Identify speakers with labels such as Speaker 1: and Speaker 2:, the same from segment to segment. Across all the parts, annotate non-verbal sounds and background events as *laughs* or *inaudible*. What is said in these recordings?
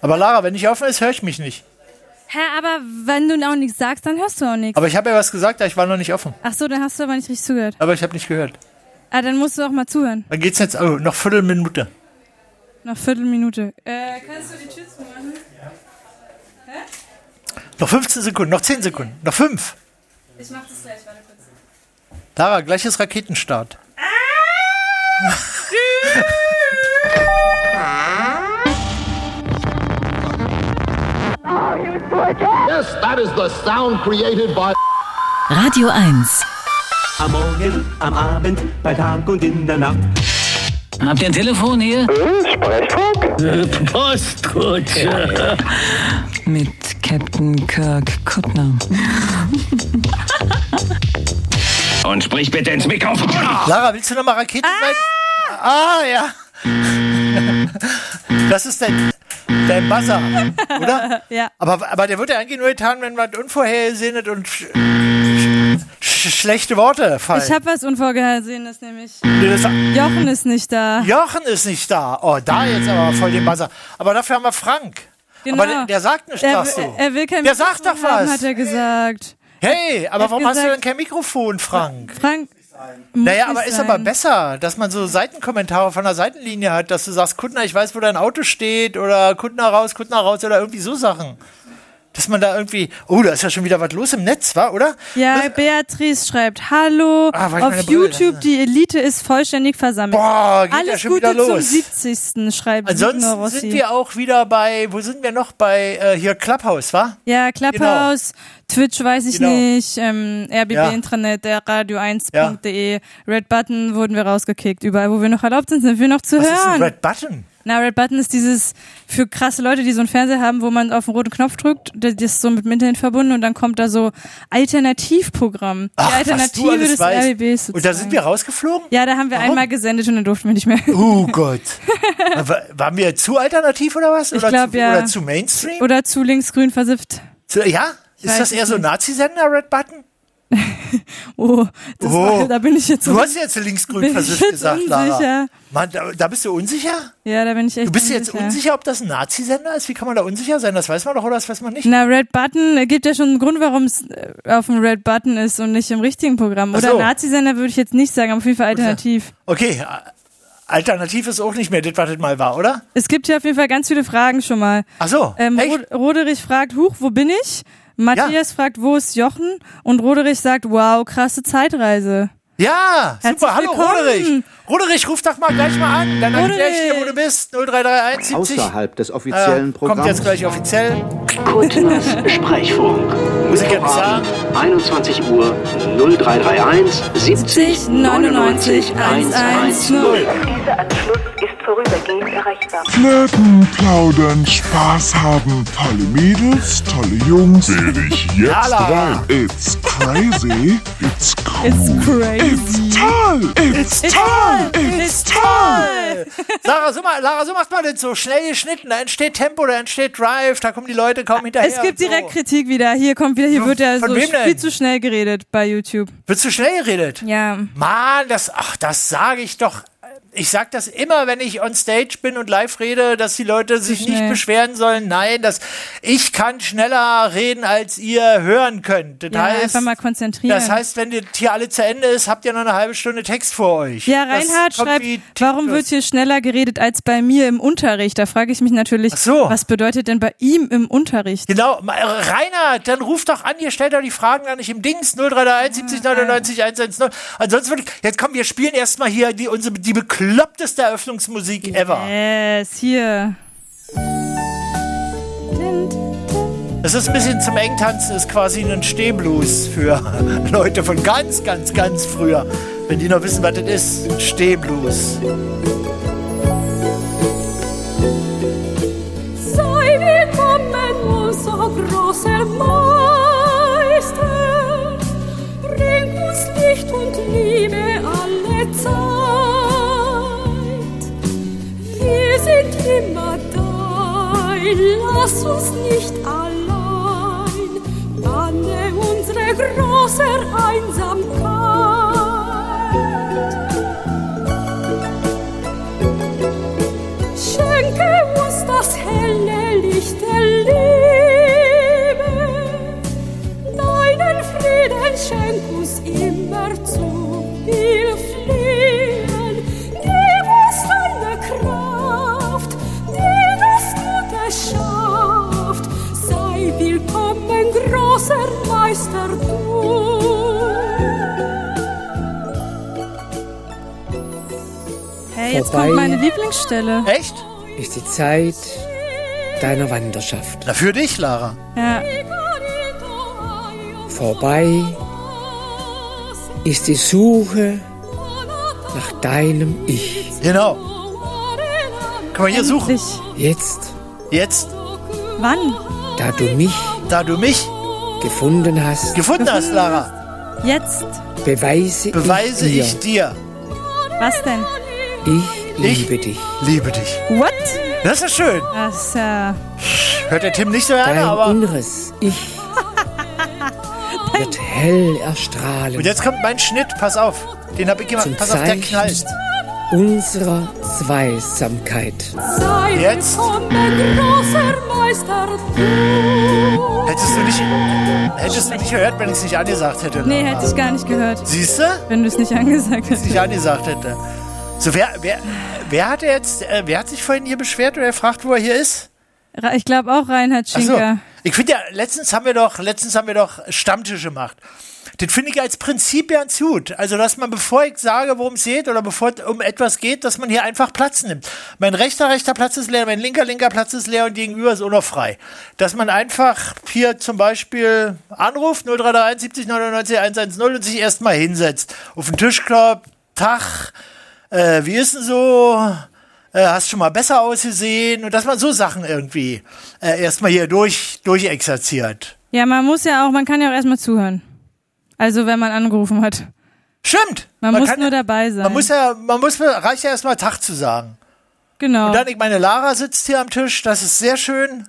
Speaker 1: Aber Lara, wenn nicht offen ist, höre ich mich nicht.
Speaker 2: Hä, aber wenn du auch nichts sagst, dann hörst du auch nichts.
Speaker 1: Aber ich habe ja was gesagt, aber ich war noch nicht offen.
Speaker 2: Ach so, dann hast du aber nicht richtig zugehört.
Speaker 1: Aber ich habe nicht gehört.
Speaker 2: Ah, dann musst du auch mal zuhören.
Speaker 1: Dann geht's jetzt oh, noch Viertelminute.
Speaker 2: Noch Viertelminute. Äh, kannst du die Tür zumachen?
Speaker 1: Noch 15 Sekunden, noch 10 Sekunden, noch 5.
Speaker 2: Ich mach das gleich, warte kurz.
Speaker 1: Lara, gleiches Raketenstart.
Speaker 3: Yes, that is the sound created by.
Speaker 4: Radio 1.
Speaker 5: Am Morgen, am Abend, bei Tag und in der Nacht.
Speaker 6: Habt ihr ein Telefon hier? Äh,
Speaker 4: Mit Captain Kirk Kuttner.
Speaker 6: Und sprich bitte ins Mikrofon.
Speaker 1: Lara, willst du nochmal Raketen rein? Ah, ja. *laughs* Das ist dein, dein Buzzer, oder?
Speaker 2: *laughs* Ja.
Speaker 1: Aber, aber der wird ja eigentlich nur getan, wenn man unvorhergesehenes und sch sch schlechte Worte fallen.
Speaker 2: Ich hab was Unvorhergesehenes, nämlich
Speaker 1: Nee, das-
Speaker 2: Jochen ist nicht da.
Speaker 1: Jochen ist nicht da. Oh, da jetzt aber voll den Buzzer. Aber dafür haben wir Frank.
Speaker 2: Genau.
Speaker 1: Aber der, der sagt nichts,
Speaker 2: Er,
Speaker 1: sagst du.
Speaker 2: er will kein
Speaker 1: Der sagt doch
Speaker 2: Mikrofon haben,
Speaker 1: was.
Speaker 2: hat er gesagt.
Speaker 1: Hey, aber
Speaker 2: hat
Speaker 1: warum hast du
Speaker 2: gesagt-
Speaker 1: denn kein Mikrofon, Frank?
Speaker 2: Frank. muss
Speaker 1: Naja,
Speaker 2: nicht
Speaker 1: aber ist
Speaker 2: sein.
Speaker 1: aber besser, dass man so Seitenkommentare von der Seitenlinie hat, dass du sagst, Kundner, ich weiß, wo dein Auto steht oder Kundner raus, Kundner raus oder irgendwie so Sachen. Dass man da irgendwie, oh, da ist ja schon wieder was los im Netz, war, oder? Äh,
Speaker 2: Ja, Beatrice schreibt, hallo,
Speaker 1: Ah, weil ich meine
Speaker 2: auf
Speaker 1: Brille-
Speaker 2: YouTube, die Elite ist vollständig versammelt.
Speaker 1: Boah, geht ja
Speaker 2: Alles
Speaker 1: schon
Speaker 2: Gute
Speaker 1: wieder
Speaker 2: zum
Speaker 1: los.
Speaker 2: 70. schreibt Signo
Speaker 1: Ansonsten
Speaker 2: Rossi.
Speaker 1: sind wir auch wieder bei, wo sind wir noch? Bei äh, hier Clubhouse, wa?
Speaker 2: ja, Clubhouse, Twitch weiß ich
Speaker 1: Genau.
Speaker 2: nicht, ähm, RBB
Speaker 1: Ja.
Speaker 2: Intranet, der radio1.de, Red Button wurden wir rausgekickt. Überall, wo wir noch erlaubt sind, sind wir noch zu
Speaker 1: Was ist
Speaker 2: hören.
Speaker 1: ein Red Button?
Speaker 2: Na, Red Button ist dieses für krasse Leute, die so einen Fernseher haben, wo man auf den roten Knopf drückt, das ist so mit dem Internet verbunden und dann kommt da so Alternativprogramm.
Speaker 1: Ach,
Speaker 2: die Alternative
Speaker 1: was du alles
Speaker 2: des
Speaker 1: weißt.
Speaker 2: RBBs sozusagen.
Speaker 1: Und da sind wir rausgeflogen?
Speaker 2: Ja, da haben wir
Speaker 1: Warum?
Speaker 2: einmal gesendet und dann durften wir nicht mehr.
Speaker 1: Oh Gott. *laughs* Wa- Waren wir zu alternativ oder was? Oder,
Speaker 2: glaub,
Speaker 1: zu,
Speaker 2: ja.
Speaker 1: oder zu Mainstream?
Speaker 2: Oder zu linksgrün versifft.
Speaker 1: zu, ja? Ist
Speaker 2: weiß
Speaker 1: das eher
Speaker 2: es
Speaker 1: so Nazi-Sender, Red Button?
Speaker 2: Oh, das
Speaker 1: Oh.
Speaker 2: War, da bin ich jetzt
Speaker 1: Du
Speaker 2: un-
Speaker 1: hast jetzt linksgrün
Speaker 2: bin ich
Speaker 1: versifft
Speaker 2: jetzt
Speaker 1: gesagt, Lara.
Speaker 2: unsicher.
Speaker 1: Mann, da, da bist du unsicher?
Speaker 2: Ja, da bin ich echt
Speaker 1: Du bist jetzt
Speaker 2: unsicher.
Speaker 1: unsicher, ob das ein Nazi-Sender ist? Wie kann man da unsicher sein? Das weiß man doch oder das weiß man nicht.
Speaker 2: Na, Red Button äh, gibt ja schon einen Grund, warum es äh, auf dem Red Button ist und nicht im richtigen Programm. Oder
Speaker 1: so.
Speaker 2: Nazi-Sender würde ich jetzt nicht sagen, aber auf jeden Fall alternativ.
Speaker 1: Okay, a- alternativ ist auch nicht mehr das, was das mal war, oder?
Speaker 2: Es gibt hier auf jeden Fall ganz viele Fragen schon mal.
Speaker 1: Ach so,
Speaker 2: Ähm,
Speaker 1: echt?
Speaker 2: Rod- Roderich fragt, huch, wo bin ich? Matthias fragt, wo ist Jochen? Und Roderich sagt, wow, krasse Zeitreise.
Speaker 1: Ja, super. Hallo
Speaker 2: willkommen.
Speaker 1: Roderich. Roderich, ruf doch mal gleich mal an. Dann erklär ich dir, wo
Speaker 2: Roderich.
Speaker 1: du bist. 0331 70.
Speaker 7: Außerhalb des
Speaker 1: Äh,
Speaker 7: offiziellen Programms.
Speaker 1: kommt jetzt gleich offiziell.
Speaker 8: Kuttners Sprechfunk.
Speaker 1: Muss ich jetzt sagen?
Speaker 8: 21 Uhr 0331 70 99 110.
Speaker 9: Dieser Anschluss ist vorübergehend erreichbar.
Speaker 10: Flirten, plaudern, Spaß haben. Tolle Mädels, tolle Jungs. Bin ich jetzt
Speaker 1: Lala.
Speaker 10: rein. It's crazy. It's cool.
Speaker 2: It's crazy.
Speaker 10: It's toll. It's, toll. It's toll.
Speaker 1: Lara, so, mal, Lara, so macht man das so. Schnell geschnitten. Da entsteht Tempo, da entsteht Drive. Da kommen die Leute kaum hinterher.
Speaker 2: Äh, Es gibt
Speaker 1: und
Speaker 2: direkt Kritik wieder. Hier kommt wieder, hier wird ja
Speaker 1: von
Speaker 2: so
Speaker 1: wem denn?
Speaker 2: viel zu schnell geredet bei YouTube.
Speaker 1: Wird zu schnell geredet.
Speaker 2: Ja.
Speaker 1: Mann, das, ach, das sage ich doch. Ich sage das immer, wenn ich on stage bin und live rede, dass die Leute sich nicht
Speaker 2: schnell.
Speaker 1: beschweren sollen. Nein, dass ich kann schneller reden, als ihr hören könnt. Das
Speaker 2: Ja,
Speaker 1: heißt,
Speaker 2: einfach mal konzentrieren.
Speaker 1: das heißt, wenn das hier alle zu Ende ist, habt ihr noch eine halbe Stunde Text vor euch.
Speaker 2: ja,
Speaker 1: Das
Speaker 2: Reinhard
Speaker 1: kommt
Speaker 2: schreibt,
Speaker 1: wie
Speaker 2: warum wird
Speaker 1: Tintenfluss.
Speaker 2: hier schneller geredet als bei mir im Unterricht? Da frage ich mich natürlich,
Speaker 1: Ach so.
Speaker 2: was bedeutet denn bei ihm im Unterricht?
Speaker 1: Genau, Ma- Reinhard, dann ruf doch an, hier stellt doch die Fragen gar nicht im Dings 0331 70 99 110. Ansonsten würde ich, jetzt komm, wir spielen erstmal hier die, unsere, die bekloppteste Eröffnungsmusik ever.
Speaker 2: Yes, hier.
Speaker 1: Das ist ein bisschen zum Engtanzen, ist quasi ein Stehblues für *laughs* Leute von ganz, ganz, ganz früher. Wenn die noch wissen, was das ist, ein Stehblues.
Speaker 9: Sei willkommen, unser großer Meister. Bring uns Licht und Liebe alle Zeit. Wir sind immer da, lass uns nicht allein. Banne unsere große Einsamkeit. Schenke uns das helle Licht.
Speaker 2: jetzt kommt meine Lieblingsstelle.
Speaker 1: Echt?
Speaker 7: ist die Zeit deiner Wanderschaft
Speaker 1: Na, für dich, Lara.
Speaker 2: Ja,
Speaker 7: vorbei. Ist die Suche nach deinem Ich.
Speaker 1: Genau. Können wir hier suchen.
Speaker 2: endlich.
Speaker 7: Jetzt,
Speaker 1: Jetzt,
Speaker 2: Wann?
Speaker 7: da du mich
Speaker 1: da du mich
Speaker 7: gefunden hast,
Speaker 1: gefunden hast, Lara,
Speaker 2: Jetzt?
Speaker 7: beweise,
Speaker 1: beweise
Speaker 7: ich dir,
Speaker 1: ich dir,
Speaker 2: Was denn?
Speaker 7: ich
Speaker 1: Ich-
Speaker 7: liebe dich.
Speaker 1: liebe dich.
Speaker 2: What?
Speaker 1: Das ist schön.
Speaker 2: Das, äh,
Speaker 1: Hört der Tim nicht so
Speaker 7: Dein
Speaker 1: gerne, aber.
Speaker 7: inneres Ich
Speaker 1: *laughs*
Speaker 7: wird hell erstrahlen
Speaker 1: Und jetzt kommt mein Schnitt, pass auf. Den hab ich gemacht.
Speaker 7: Zum
Speaker 1: Pass auf, der
Speaker 7: Zeichen.
Speaker 1: knallt.
Speaker 7: unserer Zweisamkeit.
Speaker 9: Sei
Speaker 1: Jetzt.
Speaker 9: willkommen, großer Meister, du.
Speaker 1: Hättest du nicht, hättest du nicht gehört, wenn ich es nicht angesagt hätte. ne?
Speaker 2: nee, hätte ich gar nicht gehört,
Speaker 1: Siehst du?
Speaker 2: wenn du es nicht angesagt hättest.
Speaker 1: Nicht angesagt hätte. So, wer, wer, wer hat jetzt, äh, wer hat sich vorhin hier beschwert oder fragt, wo er hier ist?
Speaker 2: Ra- Ich glaube auch Reinhard
Speaker 1: Ach so.
Speaker 2: Schinker.
Speaker 1: Ich finde ja, letztens haben wir doch, letztens haben wir doch Stammtisch gemacht. Das finde ich als Prinzip ganz gut. Also, dass man, bevor ich sage, worum es geht oder bevor es um etwas geht, dass man hier einfach Platz nimmt. Mein rechter, rechter Platz ist leer, mein linker, linker Platz ist leer und gegenüber ist auch noch frei. Dass man einfach hier zum Beispiel anruft, 0331 70 99 110 und sich erstmal hinsetzt. Auf den Tisch klopft, Tag, äh, wie ist denn so? Äh, hast schon mal besser ausgesehen? Und dass man so Sachen irgendwie äh, erstmal hier durch, durchexerziert.
Speaker 2: Ja, man muss ja auch, man kann ja auch erstmal zuhören. Also, wenn man angerufen hat.
Speaker 1: Stimmt!
Speaker 2: Man, muss
Speaker 1: kann-
Speaker 2: nur dabei sein.
Speaker 1: Man muss ja, man muss, reicht ja erstmal Tag zu sagen.
Speaker 2: genau.
Speaker 1: Und dann, ich meine, Lara sitzt hier am Tisch, das ist sehr schön. Dann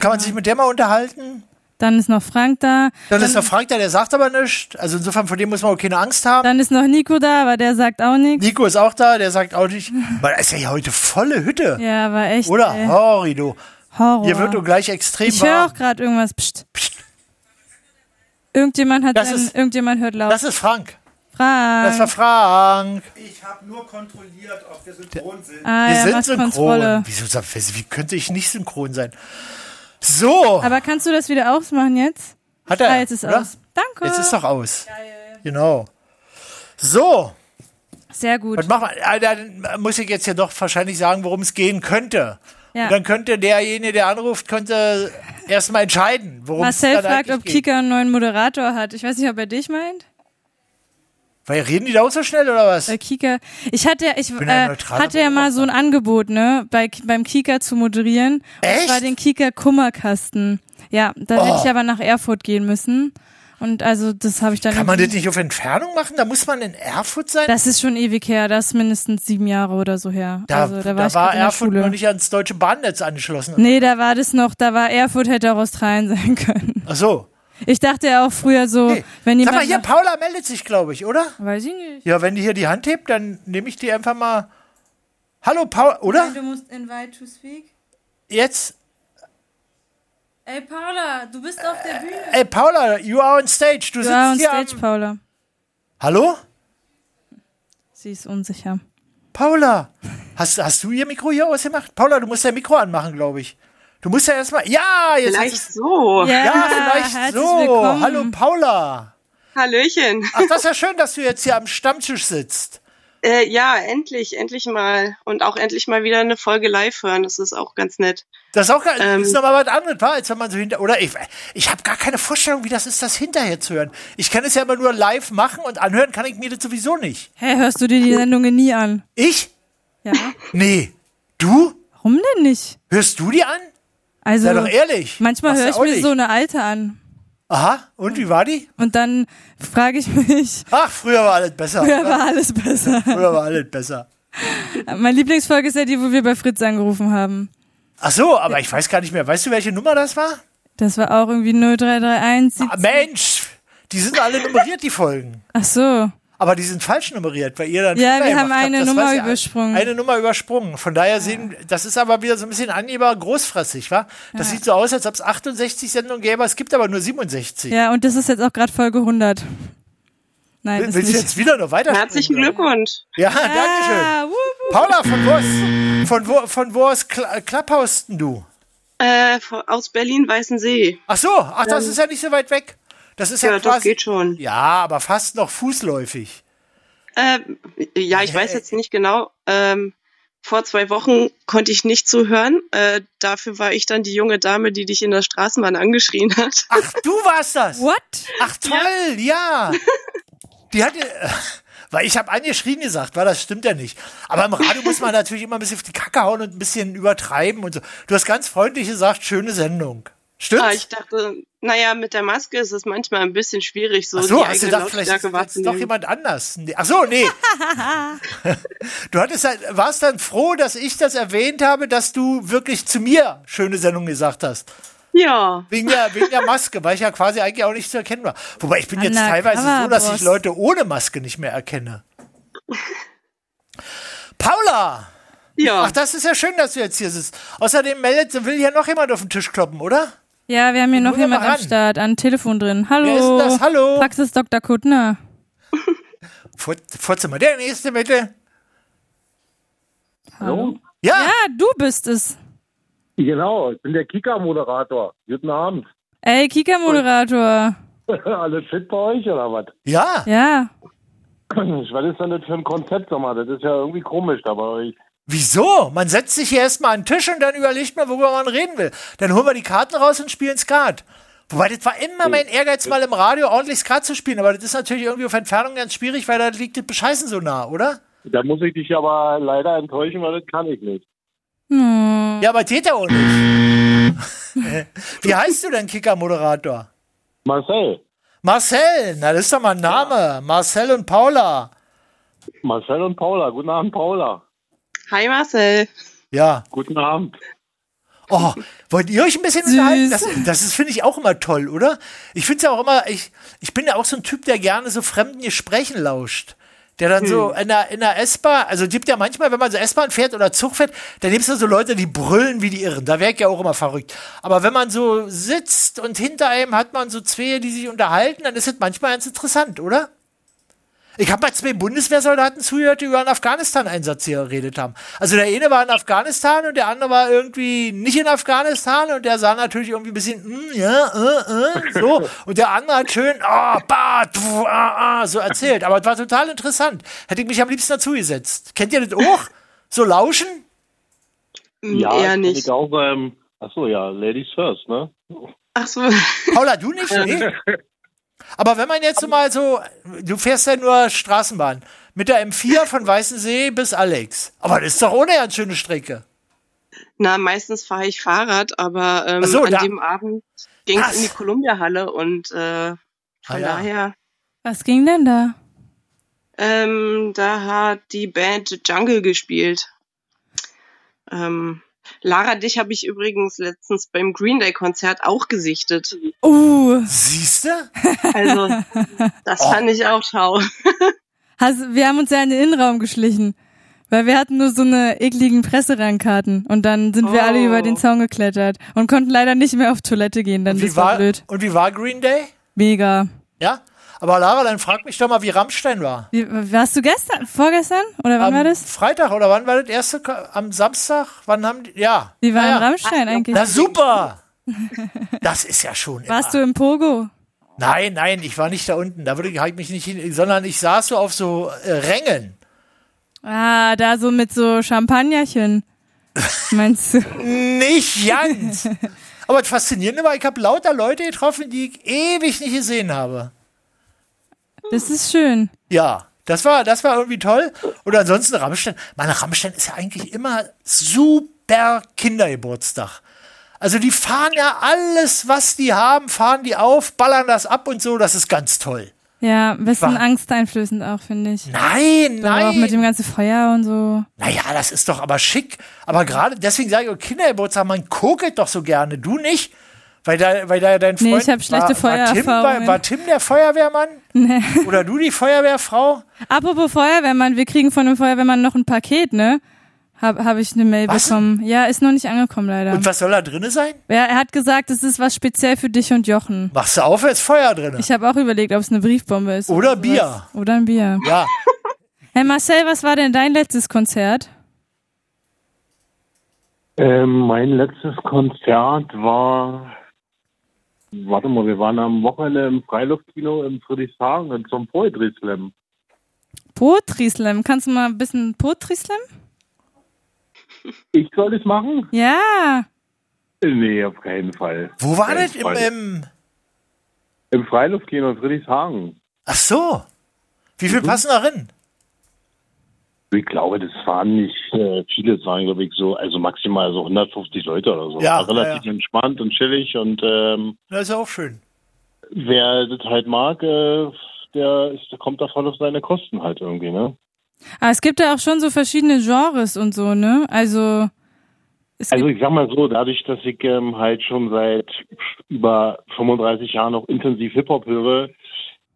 Speaker 1: kann man sich mit der mal unterhalten.
Speaker 2: Dann ist noch Frank da.
Speaker 1: Dann ist noch Frank da, der sagt aber nichts. Also insofern, vor dem muss man auch keine Angst haben.
Speaker 2: Dann ist noch Nico da, aber der sagt auch nichts.
Speaker 1: Nico ist auch da, der sagt auch
Speaker 2: *laughs*
Speaker 1: nicht, weil da ist ja hier heute volle Hütte.
Speaker 2: Ja, war echt.
Speaker 1: Oder?
Speaker 2: Ey.
Speaker 1: Horri, du.
Speaker 2: Horror.
Speaker 1: Hier wird du gleich extrem
Speaker 2: ich höre
Speaker 1: warm.
Speaker 2: auch gerade irgendwas. Psst. Irgendjemand hat
Speaker 1: Das
Speaker 2: einen,
Speaker 1: ist-
Speaker 2: irgendjemand hört laut.
Speaker 1: Das ist Frank.
Speaker 2: Frank.
Speaker 1: Das war Frank.
Speaker 2: ah,
Speaker 1: Wir
Speaker 2: ja,
Speaker 1: sind
Speaker 2: macht
Speaker 1: synchron.
Speaker 2: Kontrolle.
Speaker 1: Wieso, sag- wie könnte ich nicht synchron sein? So,
Speaker 2: Aber kannst du das wieder ausmachen jetzt?
Speaker 1: hat er.
Speaker 2: ah, jetzt ist
Speaker 1: oder?
Speaker 2: aus. Danke.
Speaker 1: Jetzt ist doch aus. Genau. So,
Speaker 2: Sehr gut.
Speaker 1: was machen wir? Ah, Dann muss ich jetzt ja doch wahrscheinlich sagen, worum es gehen könnte.
Speaker 2: Ja.
Speaker 1: Und dann könnte derjenige, der anruft, könnte erstmal entscheiden, worum es
Speaker 2: Marcel
Speaker 1: dann
Speaker 2: fragt,
Speaker 1: eigentlich
Speaker 2: ob
Speaker 1: geht.
Speaker 2: Kika einen neuen Moderator hat. Ich weiß nicht, ob er dich meint.
Speaker 1: Weil reden die da auch so schnell oder was?
Speaker 2: Bei Kika. Ich hatte, ich
Speaker 1: bin ein
Speaker 2: äh,
Speaker 1: neutraler
Speaker 2: hatte ja mal so ein Angebot, ne, bei, Ki- beim Kika zu moderieren.
Speaker 1: Echt? Oh.
Speaker 2: Das war den Kika Kummerkasten. Ja, da hätte ich aber nach Erfurt gehen müssen. Und also das habe ich dann.
Speaker 1: Kann man das nicht auf Entfernung machen? Da muss man in Erfurt sein?
Speaker 2: Das ist schon ewig her. Das ist mindestens sieben Jahre oder so her.
Speaker 1: da,
Speaker 2: also, da war,
Speaker 1: da
Speaker 2: ich
Speaker 1: war
Speaker 2: grad in der
Speaker 1: Erfurt
Speaker 2: Schule.
Speaker 1: noch nicht ans deutsche Bahnnetz angeschlossen.
Speaker 2: Nee, da war das noch, da war Erfurt hätte auch Australien *laughs* sein können.
Speaker 1: Ach
Speaker 2: *laughs*
Speaker 1: so.
Speaker 2: Ich dachte ja auch früher so,
Speaker 1: Hey, sag
Speaker 2: wenn jemand.
Speaker 1: mal, hier,
Speaker 2: nach-
Speaker 1: Paula meldet sich, glaube ich, oder?
Speaker 2: weiß ich nicht.
Speaker 1: Ja, wenn die hier die Hand hebt, dann nehme ich die einfach mal. Hallo, Paula, oder?
Speaker 2: Du musst invite to speak.
Speaker 1: Jetzt.
Speaker 2: Ey Paula, du bist auf der Bühne.
Speaker 1: Ey, Paula, you are on stage. Du
Speaker 2: Du war on
Speaker 1: sitzt hier
Speaker 2: stage,
Speaker 1: am...
Speaker 2: Paula.
Speaker 1: Hallo?
Speaker 2: Sie ist unsicher.
Speaker 1: Paula. Hast, hast du ihr Mikro hier ausgemacht? Paula, du musst dein Mikro anmachen, glaube ich. Du musst ja erstmal. Ja, jetzt.
Speaker 11: Vielleicht so.
Speaker 2: Ja,
Speaker 1: ja, vielleicht
Speaker 2: Ah, herzlich
Speaker 1: so.
Speaker 2: Willkommen.
Speaker 1: Hallo, Paula.
Speaker 11: Hallöchen.
Speaker 1: Ach, das ist ja schön, dass du jetzt hier am Stammtisch sitzt.
Speaker 11: Äh, ja, endlich, endlich mal. Und auch endlich mal wieder eine Folge live hören. Das ist auch ganz nett.
Speaker 1: Das ist auch gar,
Speaker 11: Ähm.
Speaker 1: ist nochmal was anderes, war, als wenn man so hinter, oder ich, ich habe gar keine Vorstellung, wie das ist, das hinterher zu hören. Ich kann es ja immer nur live machen und anhören kann ich mir das sowieso nicht.
Speaker 2: Hey, hörst du dir die Sendungen nie an?
Speaker 1: Ich?
Speaker 2: Ja.
Speaker 1: Nee. Du?
Speaker 2: Warum denn nicht?
Speaker 1: Hörst du die an?
Speaker 2: Also,
Speaker 1: Sei doch ehrlich.
Speaker 2: manchmal
Speaker 1: Machst du
Speaker 2: höre ich
Speaker 1: auch
Speaker 2: mir
Speaker 1: nicht.
Speaker 2: so eine alte an.
Speaker 1: Aha, und wie war die?
Speaker 2: Und dann frage ich mich, *laughs*
Speaker 1: Ach, früher war alles besser.
Speaker 2: da war alles besser.
Speaker 1: Früher war alles besser.
Speaker 2: Meine Lieblingsfolge ist ja die, wo wir bei Fritz angerufen haben.
Speaker 1: Ach so, aber ich weiß gar nicht mehr. Weißt du, welche Nummer das war?
Speaker 2: Das war auch irgendwie 0331.
Speaker 1: Ah, Mensch, die sind alle nummeriert, die Folgen.
Speaker 2: Ach so.
Speaker 1: Aber die sind falsch nummeriert, weil ihr dann.
Speaker 2: Ja,
Speaker 1: Fehler
Speaker 2: wir
Speaker 1: gemacht
Speaker 2: haben
Speaker 1: habt.
Speaker 2: eine
Speaker 1: Das
Speaker 2: Nummer
Speaker 1: weiß ich.
Speaker 2: übersprungen.
Speaker 1: Eine Nummer übersprungen. Von daher sehen, das ist aber wieder so ein bisschen angeber großfressig, wa? Das sieht so aus, als ob es 68 Sendungen gäbe, es gibt aber nur 67.
Speaker 2: Ja, und das ist jetzt auch gerade Folge 100. Nein,
Speaker 1: Will-
Speaker 2: das
Speaker 1: Willst
Speaker 2: nicht.
Speaker 1: du jetzt wieder noch weiter?
Speaker 11: Herzlichen Glückwunsch.
Speaker 1: Ja, danke schön.
Speaker 2: Ah, wup, wup.
Speaker 1: Paula, von wo ist, von wo, von wo aus Kla Klapphausten du?
Speaker 11: Äh, von- aus Berlin-Weißensee.
Speaker 1: Ach so, ach, das ist ja nicht so weit weg. Das ist ja,
Speaker 11: Ähm. Ja,
Speaker 1: quasi.
Speaker 11: das geht schon. Äh,
Speaker 1: Ja, aber fast noch fußläufig.
Speaker 11: Ähm, ja, ich weiß jetzt nicht genau. Ähm, vor zwei Wochen konnte ich nicht zuhören. Äh, dafür war ich dann die junge Dame, die dich in der Straßenbahn angeschrien hat.
Speaker 1: Ach, du warst das?
Speaker 2: What?
Speaker 1: Ach toll,
Speaker 11: *laughs*
Speaker 1: ja. Die hatte. Weil ich habe angeschrien gesagt, weil das stimmt ja nicht. Aber im Radio muss man natürlich immer ein bisschen auf die Kacke hauen und ein bisschen übertreiben und so. Du hast ganz freundlich gesagt, schöne Sendung. Stimmt's?
Speaker 11: Ah, ich dachte, naja, mit der Maske ist es manchmal ein bisschen schwierig, so,
Speaker 1: Ach so, hast du
Speaker 11: die eigene
Speaker 1: gedacht, vielleicht
Speaker 11: Lautstärke
Speaker 1: ist jetzt doch
Speaker 11: wahrzunehmen.
Speaker 1: jemand anders. Nee. Ach so,
Speaker 11: *laughs*
Speaker 1: nee. du hattest halt, warst dann froh, dass ich das erwähnt habe, dass du wirklich zu mir schöne Sendung gesagt hast.
Speaker 11: Ja.
Speaker 1: Wegen der, wegen der Maske, weil ich ja quasi eigentlich auch nicht zu erkennen war. Wobei ich bin jetzt
Speaker 2: Undercover
Speaker 1: teilweise so, dass ich
Speaker 2: Boss.
Speaker 1: Leute ohne Maske nicht mehr erkenne. Paula!
Speaker 11: Ja.
Speaker 1: Ach, das ist ja schön, dass du jetzt hier sitzt. Außerdem meldet, will hier noch jemand auf den Tisch kloppen, oder?
Speaker 2: Ja, wir haben hier noch
Speaker 1: hol doch mal
Speaker 2: jemand am
Speaker 1: ran.
Speaker 2: Start, an Telefon drin. Hallo.
Speaker 1: Wer ist denn das? Hallo?
Speaker 2: Praxis Dr. Kuttner.
Speaker 1: Vor, Vorzimmer, der nächste bitte.
Speaker 12: Hallo?
Speaker 1: Ja.
Speaker 2: Ja, du bist es.
Speaker 12: Genau, ich bin der Kika-Moderator. Guten Abend. *laughs*
Speaker 2: Ey, Kika-Moderator.
Speaker 12: Alles fit bei euch oder was?
Speaker 1: Ja.
Speaker 2: Ja.
Speaker 12: Was ist denn das für ein Konzept nochmal? Das ist ja irgendwie komisch da bei euch.
Speaker 1: Wieso? Man setzt sich hier erstmal an den Tisch und dann überlegt man, worüber man reden will. Dann holen wir die Karten raus und spielen Skat. Wobei, das war immer mein Ehrgeiz, mal im Radio ordentlich Skat zu spielen. Aber das ist natürlich irgendwie auf Entfernung ganz schwierig, weil da liegt das Bescheißen so nah, oder?
Speaker 12: Da muss ich dich aber leider enttäuschen, weil das kann ich nicht.
Speaker 1: Ja, aber tät er auch nicht. *laughs* Wie heißt du denn, Kicker-Moderator?
Speaker 12: Marcel.
Speaker 1: Marcel, na, das ist doch mal ein Name. Marcel und Paula.
Speaker 12: Marcel und Paula. Guten Abend, Paula.
Speaker 11: Hi Marcel.
Speaker 1: Ja.
Speaker 12: Guten Abend.
Speaker 1: Oh, wollt ihr euch ein bisschen unterhalten? Das, das ist, finde ich, auch immer toll, oder? Ich finde es ja auch immer, ich, ich bin ja auch so ein Typ, der gerne so fremden Gesprächen lauscht. Der dann so in der, in der S-Bahn, also gibt ja manchmal, wenn man so S-Bahn fährt oder Zug fährt, dann gibt's ja so Leute, die brüllen wie die Irren. Da wäre ich ja auch immer verrückt. Aber wenn man so sitzt und hinter einem hat man so zwei, die sich unterhalten, dann ist es manchmal ganz interessant, oder? Ich habe mal zwei Bundeswehrsoldaten zugehört, die über einen Afghanistan-Einsatz hier geredet haben. Also der eine war in Afghanistan und der andere war irgendwie nicht in Afghanistan und der sah natürlich irgendwie ein bisschen, mm, ja, äh, äh, so. Und der andere hat schön, ah, bah, pf, ah, ah, so erzählt. Aber es war total interessant. Hätte ich mich am liebsten dazu gesetzt. Kennt ihr das auch? So lauschen?
Speaker 11: Hm,
Speaker 12: Ja, ich Ich auch, ähm, achso, ja, Ladies first, ne?
Speaker 11: Ach so. *laughs*
Speaker 1: Paula, du nicht? Nee? Aber wenn man jetzt so mal so, du fährst ja nur Straßenbahn. Mit der M4 von Weißensee bis Alex. Aber das ist doch ohne eine schöne Strecke.
Speaker 11: Na, meistens fahre ich Fahrrad, aber ähm,
Speaker 1: Ach so,
Speaker 11: an
Speaker 1: da-
Speaker 11: dem Abend ging
Speaker 1: Ach.
Speaker 11: es in die Columbia-Halle und äh,
Speaker 12: Ah,
Speaker 11: von
Speaker 1: ja.
Speaker 11: daher,
Speaker 2: Was ging denn da?
Speaker 11: ähm, da hat die Band Jungle gespielt. Ähm, Lara, dich habe ich übrigens letztens beim Green Day-Konzert auch gesichtet.
Speaker 2: Uh.
Speaker 1: Siehst du?
Speaker 12: *laughs*
Speaker 11: Also, das
Speaker 12: Oh.
Speaker 11: fand ich auch schau.
Speaker 2: Hast, wir haben uns ja in den Innenraum geschlichen. Weil wir hatten nur so eine ekligen Presserangkarten. Und dann sind wir alle über den Zaun geklettert. Und konnten leider nicht mehr auf Toilette gehen. Dann das
Speaker 1: Wie
Speaker 2: war,
Speaker 1: war,
Speaker 2: blöd.
Speaker 1: Oh. und wie war Green Day?
Speaker 2: Mega.
Speaker 1: Ja? Aber Lara, dann frag mich doch mal, wie Rammstein war.
Speaker 2: Wie, warst du gestern? Vorgestern? Oder wann
Speaker 1: am
Speaker 2: war das?
Speaker 1: Freitag oder wann war das erste? Ko- Am Samstag? Wann haben die? Ja.
Speaker 2: Wie war
Speaker 1: ja, ja.
Speaker 2: Rammstein eigentlich?
Speaker 1: Na super!
Speaker 2: *laughs*
Speaker 1: Das ist ja schon.
Speaker 2: Warst du im Pogo?
Speaker 1: Nein, nein, ich war nicht da unten. Da würde ich, hab ich mich nicht hin, sondern ich saß so auf so äh, Rängen.
Speaker 2: Ah, da so mit so
Speaker 1: *laughs*
Speaker 2: Champagnerchen. Meinst du?
Speaker 1: Nicht
Speaker 2: *laughs*
Speaker 1: ganz. Aber das Faszinierende war, ich habe lauter Leute getroffen, die ich ewig nicht gesehen habe.
Speaker 2: Das ist schön.
Speaker 1: Ja, das war, das war irgendwie toll. Und ansonsten Rammstein. Mann, Rammstein ist ja eigentlich immer super Kindergeburtstag. Also die fahren ja alles, was die haben, fahren die auf, ballern das ab und so. Das ist ganz toll.
Speaker 2: Ja, ein bisschen
Speaker 1: War-
Speaker 2: angsteinflößend auch, finde ich.
Speaker 1: Nein,
Speaker 2: Aber auch
Speaker 1: nein.
Speaker 2: mit dem ganzen Feuer und so.
Speaker 1: Naja, das ist doch aber schick. Aber gerade deswegen sage ich, oh, Kindergeburtstag, man kokelt doch so gerne. Du nicht? Weil da, weil da dein
Speaker 2: Nee,
Speaker 1: Freund.
Speaker 2: ich hab schlechte
Speaker 1: war, war, Tim, war,
Speaker 2: Feuererfahrungen.
Speaker 1: war Tim der Feuerwehrmann?
Speaker 2: *laughs* Nee.
Speaker 1: Oder du die Feuerwehrfrau?
Speaker 2: Apropos Feuerwehrmann, wir kriegen von dem Feuerwehrmann noch ein Paket, ne? Habe hab ich eine Mail
Speaker 1: Was?
Speaker 2: bekommen. Ja, ist noch nicht angekommen leider.
Speaker 1: Und was soll da drinne sein?
Speaker 2: Ja, er hat gesagt, es ist was speziell für dich und Jochen.
Speaker 1: Machst du auf, jetzt Feuer drinne.
Speaker 2: Ich habe auch überlegt, ob es eine Briefbombe ist.
Speaker 1: Oder
Speaker 2: sowas.
Speaker 1: Bier.
Speaker 2: Oder ein Bier.
Speaker 1: Ja.
Speaker 2: Hey Marcel, was war denn dein letztes Konzert?
Speaker 12: Ähm, mein letztes Konzert war, warte mal, wir waren am Wochenende im Freiluftkino in Friedrichshagen zum Poetry Slam.
Speaker 2: Poetry Slam. Kannst du mal ein bisschen Poetry Slam?
Speaker 12: Ich soll es machen?
Speaker 2: Ja.
Speaker 12: Nee, auf keinen Fall.
Speaker 1: Wo war das? Im,
Speaker 12: Fall.
Speaker 1: im,
Speaker 12: Im Freiluftkino in Friedrichshagen.
Speaker 1: ach so. Wie viel passen da rein?
Speaker 12: Ich glaube, das waren nicht äh, viele, das waren, glaube ich, so, also maximal so 150 Leute oder so.
Speaker 1: Ja,
Speaker 12: War relativ
Speaker 1: ja,
Speaker 12: entspannt und chillig und ähm,
Speaker 1: Das ist ja auch schön.
Speaker 12: wer das halt mag, äh, der, ist, der kommt da voll auf seine Kosten halt irgendwie, ne?
Speaker 2: Ah, es gibt ja auch schon so verschiedene Genres und so, ne? Also, *laughs*
Speaker 12: also ich sag mal so, dadurch, dass ich ähm, halt schon seit über 35 Jahren auch intensiv Hip-Hop höre,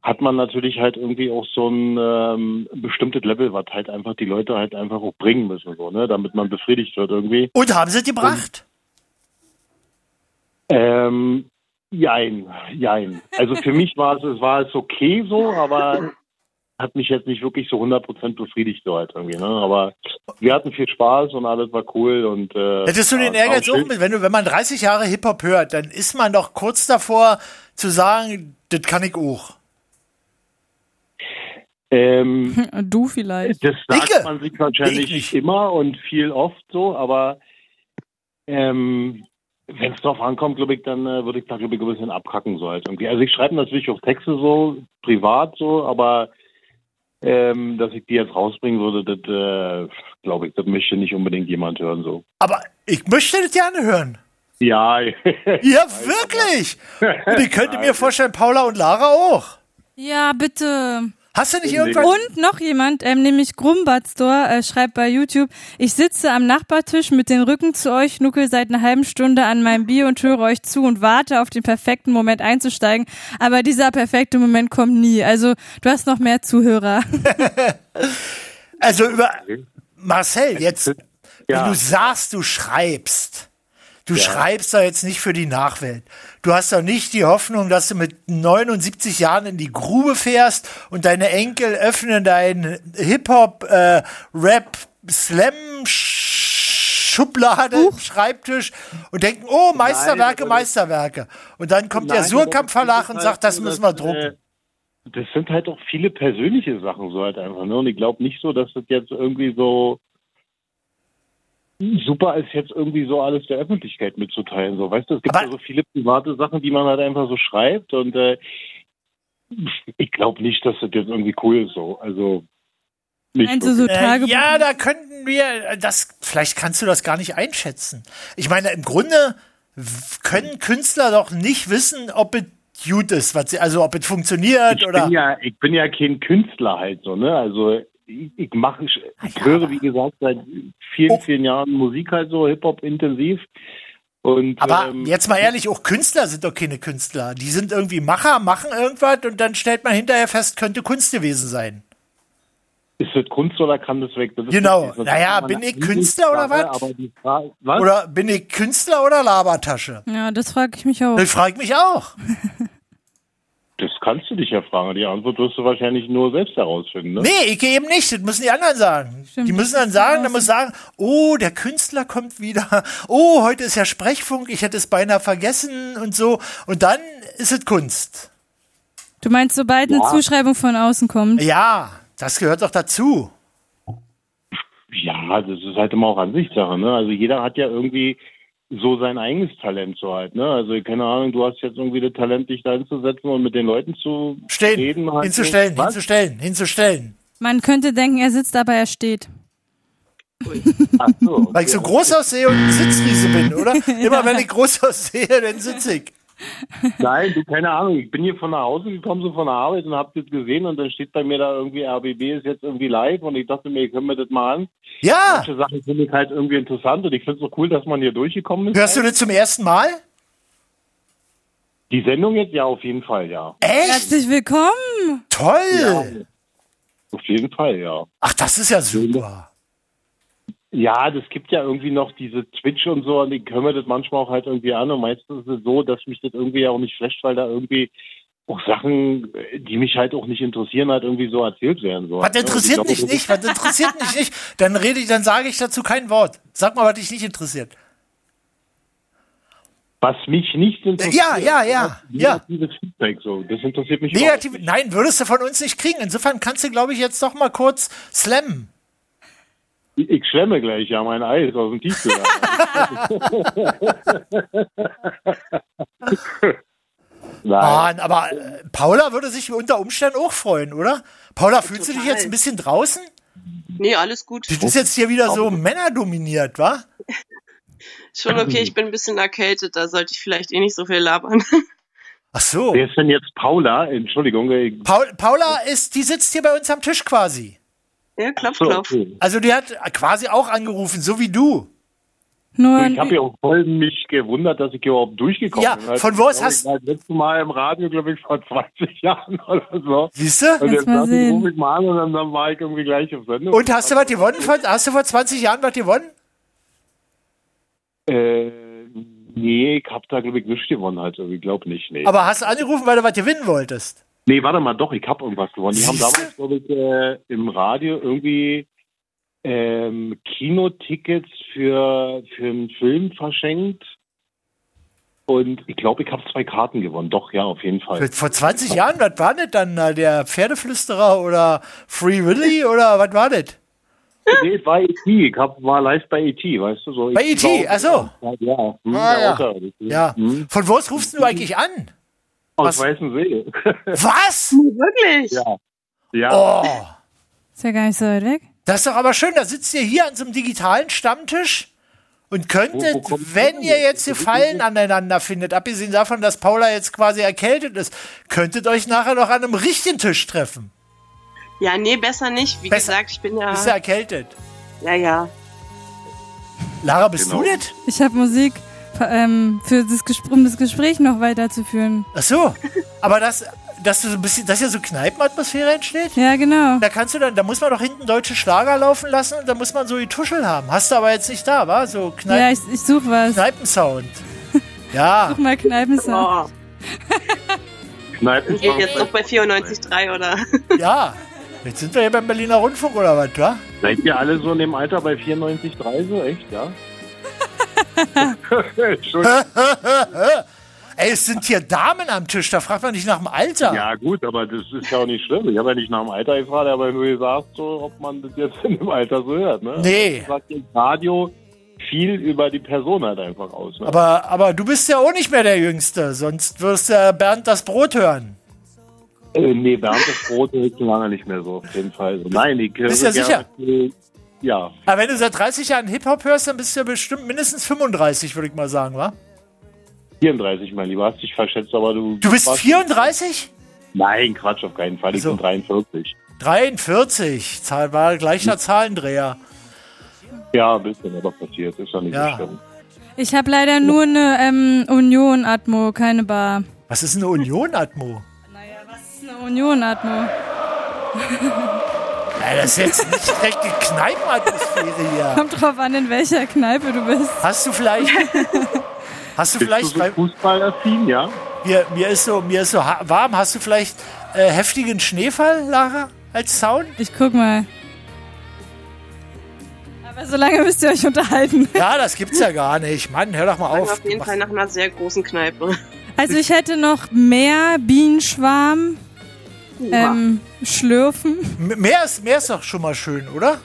Speaker 12: hat man natürlich halt irgendwie auch so ein ähm, bestimmtes Level, was halt einfach die Leute halt einfach auch bringen müssen, so, ne? Damit man befriedigt wird irgendwie.
Speaker 1: Und haben sie es gebracht?
Speaker 12: Ähm, jein, jein. Also für mich war es, es war es okay so, aber hat mich jetzt nicht wirklich so 100% befriedigt so halt irgendwie, ne? Aber wir hatten viel Spaß und alles war cool und äh,
Speaker 1: Hättest du
Speaker 12: ja,
Speaker 1: den
Speaker 12: es war
Speaker 1: Ehrgeiz auch
Speaker 12: schön.
Speaker 1: mit, wenn, du, wenn man 30 Jahre Hip-Hop hört, dann ist man doch kurz davor zu sagen, das kann ich auch.
Speaker 12: Ähm,
Speaker 2: du vielleicht.
Speaker 12: Das sagt man sich wahrscheinlich immer und viel oft so, aber ähm, wenn es drauf ankommt, glaube ich, dann äh, würde ich da glaube ich ein bisschen abkacken so halt irgendwie. Also ich schreibe natürlich auch Texte so, privat so, aber ähm, dass ich die jetzt rausbringen würde, das äh, glaube ich, das möchte nicht unbedingt jemand hören so.
Speaker 1: Aber ich möchte das gerne hören.
Speaker 12: Ja, *laughs*
Speaker 1: Ja, *laughs* wirklich. Und ich könnte mir vorstellen, Paula und Lara auch.
Speaker 2: Ja, bitte.
Speaker 1: Hast du nicht
Speaker 2: Nee.
Speaker 1: irgendwas-
Speaker 2: Und noch jemand, ähm, nämlich Grumbatztor, äh, schreibt bei YouTube, ich sitze am Nachbartisch mit dem Rücken zu euch, nuckel seit einer halben Stunde an meinem Bier und höre euch zu und warte auf den perfekten Moment einzusteigen. Aber dieser perfekte Moment kommt nie. Also, du hast noch mehr Zuhörer.
Speaker 1: Also über Marcel, *laughs* jetzt,
Speaker 2: Ja.
Speaker 1: wenn du sagst, du schreibst, du
Speaker 2: Ja.
Speaker 1: schreibst doch jetzt nicht für die Nachwelt. Du hast doch nicht die Hoffnung, dass du mit 79 Jahren in die Grube fährst und deine Enkel öffnen dein Hip-Hop, äh, Rap, Slam, Sch- Schublade, Schreibtisch und denken, oh, Meisterwerke,
Speaker 12: Nein, aber-
Speaker 1: Meisterwerke. Und dann kommt der
Speaker 12: Nein,
Speaker 1: Surkamp Verlag
Speaker 12: aber
Speaker 1: und
Speaker 12: das
Speaker 1: sagt,
Speaker 12: ist halt
Speaker 1: das
Speaker 12: so,
Speaker 1: müssen wir
Speaker 12: dass,
Speaker 1: drucken.
Speaker 12: das sind halt auch viele persönliche Sachen so halt einfach. Ne? Und ich glaube nicht so, dass das jetzt irgendwie so super ist, jetzt irgendwie so alles der Öffentlichkeit mitzuteilen. So, weißt du, es gibt ja so viele private Sachen, die man halt einfach so schreibt. Und äh, ich glaube nicht, dass das jetzt irgendwie cool ist. So, also nicht wirklich.
Speaker 1: Äh, ja, da könnten wir äh, das. Vielleicht kannst du das gar nicht einschätzen. Ich meine, im Grunde w- können Künstler doch nicht wissen, ob es gut ist, was sie, also ob es funktioniert
Speaker 12: ich
Speaker 1: oder.
Speaker 12: Bin ja, ich bin ja kein Künstler halt so, ne? Also ich, ich mache, ich,
Speaker 1: Ah,
Speaker 12: ich höre, wie gesagt, seit vielen,
Speaker 1: Oh.
Speaker 12: vielen Jahren Musik halt so, Hip-Hop intensiv. Und,
Speaker 1: aber
Speaker 12: ähm,
Speaker 1: jetzt mal ehrlich, auch Künstler sind doch keine Künstler. Die sind irgendwie Macher, machen irgendwas und dann stellt man hinterher fest, könnte Kunst gewesen sein.
Speaker 12: Ist das Kunst oder kann das weg? Das ist
Speaker 1: Genau.
Speaker 12: das ist
Speaker 1: Naja,
Speaker 12: eine
Speaker 1: bin ich
Speaker 12: andere
Speaker 1: Künstler oder
Speaker 12: Frage,
Speaker 1: was?
Speaker 12: Aber die Frage, was?
Speaker 1: Oder bin ich Künstler oder Labertasche?
Speaker 2: Ja, das frage ich mich auch.
Speaker 1: Das frage ich mich auch.
Speaker 12: das kannst du dich ja fragen. Die Antwort wirst du wahrscheinlich nur selbst herausfinden. Ne?
Speaker 1: Nee, ich gehe eben nicht. Das müssen die anderen sagen. die müssen dann sagen, dann muss sagen, oh, der Künstler kommt wieder. Oh, heute ist ja Sprechfunk, ich hätte es beinahe vergessen und so. Und dann ist es Kunst.
Speaker 2: Du meinst, sobald eine
Speaker 1: Ja.
Speaker 2: Zuschreibung von außen kommt?
Speaker 1: Ja, das gehört doch dazu.
Speaker 12: Ja, das ist halt immer auch Ansichtssache. Ne? Also jeder hat ja irgendwie so sein eigenes Talent so halt. Ne? Also keine Ahnung, du hast jetzt irgendwie das Talent, dich da hinzusetzen und mit den Leuten zu
Speaker 1: Stehen,
Speaker 12: reden. Halt
Speaker 1: hinzustellen,
Speaker 12: so. Was?
Speaker 1: hinzustellen, hinzustellen.
Speaker 2: Man könnte denken, er sitzt, aber er steht.
Speaker 12: Ach so.
Speaker 1: Weil ich so groß aussehe und ein Sitzriese bin, oder? Immer wenn ich groß aussehe, dann sitze ich.
Speaker 12: Nein, du, keine Ahnung. Ich bin hier von nach Hause gekommen, so von der Arbeit und hab das gesehen und dann steht bei mir da irgendwie RBB ist jetzt irgendwie live und ich dachte mir, ich höre mir das mal an.
Speaker 1: Ja!
Speaker 12: Manche Sachen finde ich halt irgendwie interessant und ich finde es so cool, dass man hier durchgekommen ist.
Speaker 1: Hörst du das zum ersten Mal?
Speaker 12: Die Sendung jetzt? Ja, auf jeden Fall, ja.
Speaker 1: Echt?
Speaker 2: Herzlich willkommen!
Speaker 1: Toll!
Speaker 12: Ja, auf jeden Fall, ja.
Speaker 1: Ach, das ist ja super.
Speaker 12: Ja, das gibt ja irgendwie noch diese Twitch und so und ich höre mir das manchmal auch halt irgendwie an und meistens ist es so, dass mich das irgendwie auch nicht flasht, weil da irgendwie auch Sachen, die mich halt auch nicht interessieren, halt irgendwie so erzählt werden. So.
Speaker 1: Was interessiert
Speaker 12: Also ich
Speaker 1: mich
Speaker 12: glaube,
Speaker 1: nicht? Was interessiert mich nicht? Dann rede ich, dann sage ich dazu kein Wort. Sag mal, was dich nicht interessiert.
Speaker 12: Was mich nicht interessiert.
Speaker 1: Ja, ja, ja, ja.
Speaker 12: Negatives Feedback, so. Das interessiert mich überhaupt
Speaker 1: Negativ, nein, würdest du von uns nicht kriegen. Insofern kannst du, glaube ich, jetzt doch mal kurz slammen.
Speaker 12: Ich, ich schwemme gleich, ja, mein Eis aus dem Tiefkühl.
Speaker 1: *laughs*
Speaker 12: *laughs*
Speaker 1: Mann, aber äh, Paula würde sich unter Umständen auch freuen, oder? Paula, fühlst du dich
Speaker 11: Total.
Speaker 1: jetzt ein bisschen draußen?
Speaker 11: Nee, alles gut.
Speaker 1: Das ist jetzt hier wieder so männerdominiert, wa?
Speaker 11: Schon okay, ich bin ein bisschen erkältet, da sollte ich vielleicht eh nicht so viel labern. *laughs*
Speaker 1: Ach so.
Speaker 12: Wer ist denn jetzt Paula? Entschuldigung. äh,
Speaker 1: Paul, Paula ist, die sitzt hier bei uns am Tisch quasi.
Speaker 11: Ja, klopf,
Speaker 12: so, klopf. okay.
Speaker 1: Also die hat quasi auch angerufen, so wie du.
Speaker 12: ich habe ja auch voll mich gewundert, dass ich hier überhaupt durchgekommen
Speaker 1: Ja,
Speaker 12: bin.
Speaker 1: von wo aus
Speaker 12: glaub,
Speaker 1: hast-
Speaker 12: Ich war das letzte Mal im Radio, glaube ich, vor *laughs* 20 Jahren oder so.
Speaker 1: Siehst du?
Speaker 12: Und
Speaker 1: Lass
Speaker 12: jetzt
Speaker 1: mal
Speaker 12: dachte ich,
Speaker 1: sehen.
Speaker 12: rufe ich mal an und dann, dann war ich irgendwie gleich auf Sendung.
Speaker 1: Und hast du was gewonnen? von- Hast du vor 20 Jahren was gewonnen?
Speaker 12: Äh, nee, ich hab da, glaube ich, nichts gewonnen. Halt. Ich glaube nicht, nee.
Speaker 1: Aber hast du angerufen, weil du was gewinnen wolltest?
Speaker 12: Nee, warte mal, doch, ich hab irgendwas gewonnen. Die haben
Speaker 1: Siehste?
Speaker 12: damals, glaube ich, äh, im Radio irgendwie ähm, Kinotickets für, für einen Film verschenkt. Und ich glaube, ich habe zwei Karten gewonnen. Doch, ja, auf jeden Fall.
Speaker 1: Vor 20 Jahren, was war das dann? Na, Der Pferdeflüsterer oder Free Willy oder was war das?
Speaker 12: Nee, es war E.T. Ich hab, war live bei E.T., weißt du? So,
Speaker 1: Bei
Speaker 12: Ich
Speaker 1: E.T.,
Speaker 12: glaub,
Speaker 1: ach so.
Speaker 12: Ja, ja. Hm,
Speaker 1: Ah, ja.
Speaker 12: außer-
Speaker 1: Ja.
Speaker 12: Hm. Oh,
Speaker 1: Von wo aus rufst du eigentlich an?
Speaker 12: Aus Weißen See.
Speaker 1: Was?
Speaker 12: *laughs*
Speaker 11: Wirklich?
Speaker 12: ja. Ja.
Speaker 1: Oh,
Speaker 2: Ist ja gar nicht so weit weg.
Speaker 1: das ist doch aber schön. Da sitzt ihr hier an so einem digitalen Stammtisch und könntet, wenn ihr jetzt hier Fallen aneinander findet, abgesehen davon, dass Paula jetzt quasi erkältet ist, könntet euch nachher noch an einem richtigen Tisch treffen.
Speaker 11: Ja, nee, besser nicht. Wie gesagt, ich bin ja.
Speaker 1: Bist du erkältet?
Speaker 11: Ja, ja.
Speaker 1: Lara, bist du das?
Speaker 2: Ich habe Musik, ähm, für das Gespr um das Gespräch noch weiterzuführen.
Speaker 1: Ach so. Aber das, dass du so ein bisschen, dass ja so Kneipenatmosphäre entsteht?
Speaker 2: Ja, genau.
Speaker 1: Da kannst du dann, da muss man doch hinten deutsche Schlager laufen lassen und da muss man so die Tuschel haben. Hast du aber jetzt nicht da, war? So Kneipen.
Speaker 2: Ja, ich, ich suche was.
Speaker 1: Kneipensound. Ja.
Speaker 2: Such mal Kneipensound.
Speaker 11: Oh, geht jetzt noch bei 94,3 oder?
Speaker 1: Ja. Jetzt sind wir hier beim Berliner Rundfunk oder was, wa?
Speaker 12: Seid ihr alle so in dem Alter bei 94,3 so? Echt, ja? Entschuldigung.
Speaker 1: Ey, es sind hier Damen am Tisch, da fragt man nicht nach dem Alter.
Speaker 12: Ja, gut, aber das ist ja auch nicht schlimm. Ich habe ja nicht nach dem Alter gefragt, aber nur gesagt, so, ob man das jetzt in dem Alter so hört. Ne?
Speaker 1: Nee.
Speaker 12: Das sagt im Radio viel über die Person halt einfach aus. Ne?
Speaker 1: Aber, aber du bist ja auch nicht mehr der Jüngste, sonst wirst ja Bernd das Brot hören.
Speaker 12: äh, nee, Bernd das Brot ist schon lange nicht mehr so, auf jeden Fall. So. Nein, ich höre
Speaker 1: Bist ja sicher?
Speaker 12: gerne- Ja,
Speaker 1: Aber wenn du seit 30 Jahren Hip-Hop hörst, dann bist du ja bestimmt mindestens 35, würde ich mal sagen, wa?
Speaker 12: 34, mein Lieber, hast dich verschätzt, aber du...
Speaker 1: Du bist
Speaker 12: warst-
Speaker 1: 34?
Speaker 12: Nein, Quatsch, auf keinen Fall. Ich
Speaker 1: Also.
Speaker 12: bin 43.
Speaker 1: 43. Zahl war gleicher Zahlendreher.
Speaker 12: Ja, ein bisschen, aber passiert. Ist doch nicht
Speaker 1: Ja.
Speaker 12: so schlimm.
Speaker 2: Ich habe leider nur eine ähm, Union-Atmo, keine Bar.
Speaker 1: Was ist eine Union, Atmo?
Speaker 2: Das ist eine Union-Atmo.
Speaker 1: Ja, das ist jetzt nicht direkt die Kneipenatmosphäre hier.
Speaker 2: Kommt drauf an, in welcher Kneipe du bist.
Speaker 1: Hast du vielleicht. Hast du
Speaker 12: Bist
Speaker 1: vielleicht.
Speaker 12: du so
Speaker 1: weil
Speaker 12: Fußballaffin, ja?
Speaker 1: mir, mir ist so, mir ist so ha- warm. Hast du vielleicht äh, heftigen Schneefall, Lara, als Sound?
Speaker 2: Ich guck mal. Aber solange müsst ihr euch unterhalten.
Speaker 1: Ja, das gibt's ja gar nicht. Mann, hör doch mal
Speaker 11: *laughs*
Speaker 1: auf.
Speaker 11: Auf, auf jeden Fall nach einer sehr großen Kneipe.
Speaker 2: Also ich hätte noch mehr Bienenschwarm, ähm, Schlürfen.
Speaker 1: M- Mehr ist, mehr ist doch schon mal schön, oder?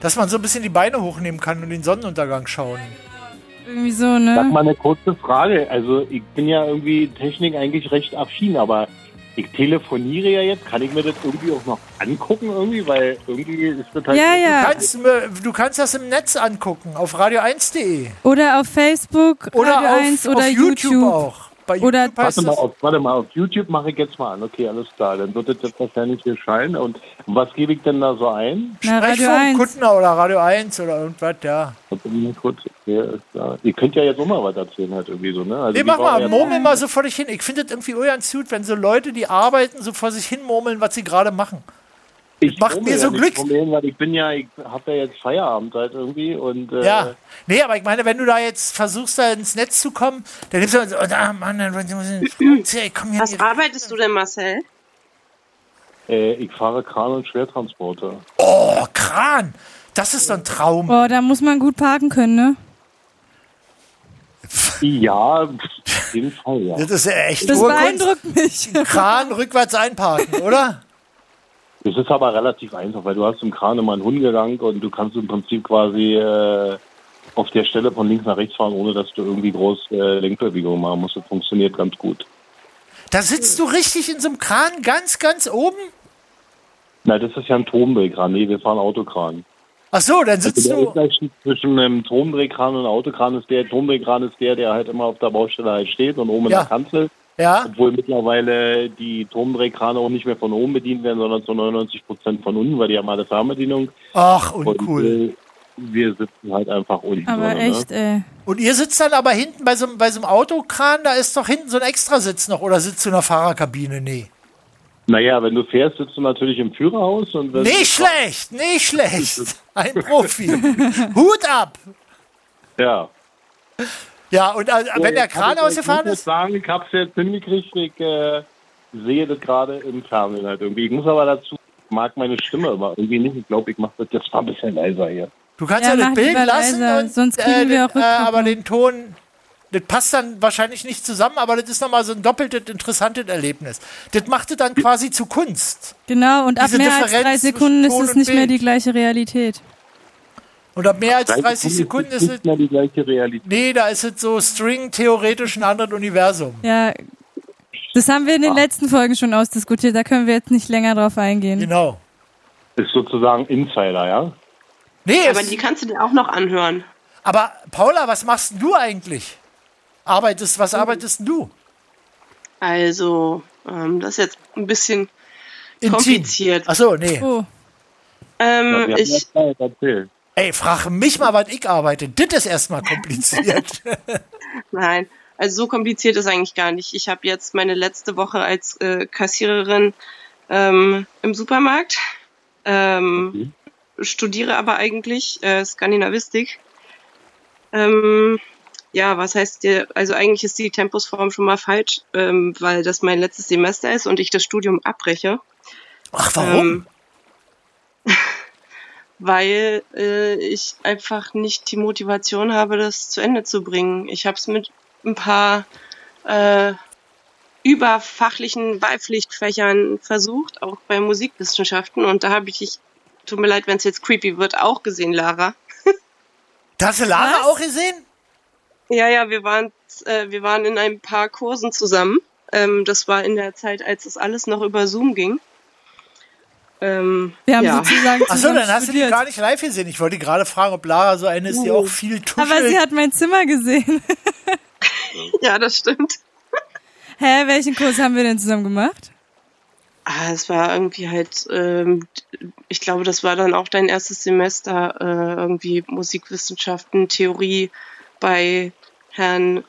Speaker 1: Dass man so ein bisschen die Beine hochnehmen kann und den Sonnenuntergang schauen.
Speaker 2: Irgendwie so,
Speaker 12: Sag
Speaker 2: ne?
Speaker 12: mal eine kurze Frage. Also ich bin ja irgendwie Technik eigentlich recht affin, aber ich telefoniere ja jetzt. Kann ich mir das irgendwie auch noch angucken irgendwie? Weil irgendwie ist das halt...
Speaker 2: Ja, ja.
Speaker 1: Du kannst, mir- du kannst das im Netz angucken, auf radio1.de.
Speaker 2: Oder auf Facebook,
Speaker 1: Oder
Speaker 2: Radio
Speaker 1: auf,
Speaker 2: 1
Speaker 1: auf
Speaker 2: oder
Speaker 1: YouTube, auch. Bei YouTube
Speaker 2: Oder-
Speaker 1: heißt
Speaker 12: Warte mal,
Speaker 1: das-
Speaker 12: auf, warte mal, auf YouTube mache ich jetzt mal an. Okay, alles klar. Dann wird das jetzt wahrscheinlich hier scheinen. Und was gebe ich denn da so ein?
Speaker 2: Na, Radio
Speaker 1: Sprechfunk
Speaker 2: 1.
Speaker 1: Kuttner oder Radio 1 oder irgendwas, ja.
Speaker 12: Warte mal kurz. Okay, alles klar. Ihr könnt ja jetzt auch mal was erzählen halt irgendwie so, ne? Also
Speaker 1: Nee,
Speaker 12: die
Speaker 1: mach
Speaker 12: waren
Speaker 1: mal, murmel mal so vor dich hin. Ich finde das irgendwie ganz gut, wenn so Leute, die arbeiten, so vor sich hin murmeln, was sie gerade machen.
Speaker 12: Ich
Speaker 1: macht
Speaker 12: murmel
Speaker 1: mir
Speaker 12: ja
Speaker 1: so
Speaker 12: nicht,
Speaker 1: Glück.
Speaker 12: murmeln, weil ich bin ja, ich habe ja jetzt Feierabend halt irgendwie und äh,
Speaker 1: Ja. Nee, aber ich meine, wenn du da jetzt versuchst, da ins Netz zu kommen, dann nimmst du so, oh, ah, Mann, dann muss ich *laughs* ich komm hier
Speaker 11: Was
Speaker 1: nicht.
Speaker 11: arbeitest du denn, Marcel?
Speaker 12: äh, ich fahre Kran- und Schwertransporter.
Speaker 1: Oh, Kran! Das ist so ein Traum.
Speaker 2: Oh, da muss man gut parken können, ne?
Speaker 12: Ja, pff, auf jeden Fall, ja.
Speaker 1: Das ist ja echt
Speaker 2: Das
Speaker 1: hohe Kunst. *laughs*
Speaker 2: beeindruckt mich.
Speaker 1: Kran rückwärts einparken, oder?
Speaker 12: Das ist aber relativ einfach, weil du hast im Kran immer einen Hundegang und du kannst im Prinzip quasi äh, auf der Stelle von links nach rechts fahren, ohne dass du irgendwie groß äh, Lenkbewegungen machen musst. Das funktioniert ganz gut.
Speaker 1: Da sitzt du richtig in so einem Kran ganz, ganz oben?
Speaker 12: Nein, das ist ja ein Turmdrehkran. Nee, wir fahren Autokran.
Speaker 1: Ach so, dann sitzt
Speaker 12: also
Speaker 1: du.
Speaker 12: der Unterschied zwischen einem Turmdrehkran und einem Autokran ist der, Turmdrehkran ist der, der halt immer auf der Baustelle halt steht und oben
Speaker 1: Ja.
Speaker 12: in der Kanzel.
Speaker 1: Ja.
Speaker 12: Obwohl mittlerweile die Turmdrehkrane auch nicht mehr von oben bedient werden, sondern zu 99 Prozent von unten, weil die haben alle Fernbedienung.
Speaker 1: Ach,
Speaker 12: uncool. wir sitzen halt einfach unten.
Speaker 2: Aber
Speaker 12: drin,
Speaker 2: echt,
Speaker 12: ne?
Speaker 2: ey.
Speaker 1: Und ihr sitzt dann aber hinten bei so, einem- bei so einem Autokran, da ist doch hinten so ein Extrasitz noch oder sitzt du in der Fahrerkabine? Nee.
Speaker 12: Naja, wenn du fährst, sitzt du natürlich im Führerhaus. Und wenn
Speaker 1: Nicht schlecht, nicht schlecht. *laughs* Ein Profi. Hut ab.
Speaker 12: Ja.
Speaker 1: Ja, und äh, wenn der Kran ausgefahren
Speaker 12: also Ich muss
Speaker 1: ist?
Speaker 12: jetzt sagen, ich hab's jetzt hingekriegt. Ich äh, sehe das gerade im Fernsehen halt irgendwie. Ich muss aber dazu, ich mag meine Stimme aber irgendwie nicht. Ich glaube, ich mache das jetzt mal ein bisschen leiser hier.
Speaker 1: Du kannst
Speaker 2: Ja,
Speaker 1: ja,
Speaker 2: mach
Speaker 1: das Bild
Speaker 2: lieber
Speaker 1: lassen,
Speaker 2: leiser,
Speaker 1: und,
Speaker 2: sonst kriegen wir auch
Speaker 1: den, äh, aber den Ton, das passt dann wahrscheinlich nicht zusammen, aber das ist nochmal so ein doppeltes interessantes Erlebnis. Das macht es dann quasi zu Kunst.
Speaker 2: Genau, und ab
Speaker 1: Diese
Speaker 2: mehr als
Speaker 1: Differenz
Speaker 2: drei Sekunden ist
Speaker 1: zwischen
Speaker 2: es
Speaker 1: Ton und
Speaker 2: nicht mehr
Speaker 1: Bild.
Speaker 2: die gleiche Realität.
Speaker 1: Und ab mehr als
Speaker 12: Drei
Speaker 1: 30 Sekunden ist es,
Speaker 12: nicht mehr die gleiche Realität.
Speaker 1: nee, da ist es so string theoretisch ein anderes Universum.
Speaker 2: Ja, das haben wir in den letzten Folgen schon ausdiskutiert, da können wir jetzt nicht länger drauf eingehen.
Speaker 1: Genau.
Speaker 12: Ist sozusagen Insider, ja?
Speaker 1: Nee,
Speaker 11: Aber die kannst du dir auch noch anhören.
Speaker 1: Aber Paula, was machst denn du eigentlich? Arbeitest, was arbeitest denn du?
Speaker 11: Also, ähm, das ist jetzt ein bisschen
Speaker 1: Intim.
Speaker 11: kompliziert.
Speaker 1: Achso, nee.
Speaker 2: Oh,
Speaker 11: Ähm,
Speaker 1: Ja, wir
Speaker 11: ich,
Speaker 12: Also, haben erzählt.
Speaker 1: Ey, frag mich mal, was ich arbeite. Das ist erstmal
Speaker 11: *laughs*
Speaker 1: kompliziert.
Speaker 11: Nein, also so kompliziert ist eigentlich gar nicht. Ich habe jetzt meine letzte Woche als äh, Kassiererin ähm, im Supermarkt, ähm, studiere aber eigentlich äh, Skandinavistik. Ähm, ja, was heißt dir, also eigentlich ist die Tempusform schon mal falsch, ähm, weil das mein letztes Semester ist und ich das Studium abbreche.
Speaker 1: Ach, warum?
Speaker 11: Ähm, *laughs* weil äh, ich einfach nicht die Motivation habe, das zu Ende zu bringen. Ich habe es mit ein paar äh, überfachlichen Wahlpflichtfächern versucht, auch bei Musikwissenschaften. Und da habe ich, ich tut mir leid, wenn es jetzt creepy wird, auch gesehen, Lara.
Speaker 1: Da hast du Lara auch gesehen?
Speaker 11: Ja, ja, wir waren, äh, wir waren in ein paar Kursen zusammen. Ähm, das war in der Zeit, als das alles noch über Zoom ging. Ähm,
Speaker 2: Wir haben
Speaker 11: ja.
Speaker 2: sozusagen
Speaker 1: Achso, dann hast du die gar nicht live gesehen. Ich wollte gerade fragen, ob Lara so eine ist, die auch viel tuschelt.
Speaker 2: Uh. Aber sie hat mein Zimmer gesehen.
Speaker 11: *laughs*
Speaker 2: *laughs*
Speaker 11: ja, das stimmt.
Speaker 2: Hä, welchen Kurs haben wir denn zusammen gemacht?
Speaker 11: Ah, es war irgendwie halt, ähm, ich glaube, das war dann auch dein erstes Semester, äh, irgendwie Musikwissenschaften, Theorie bei Herrn,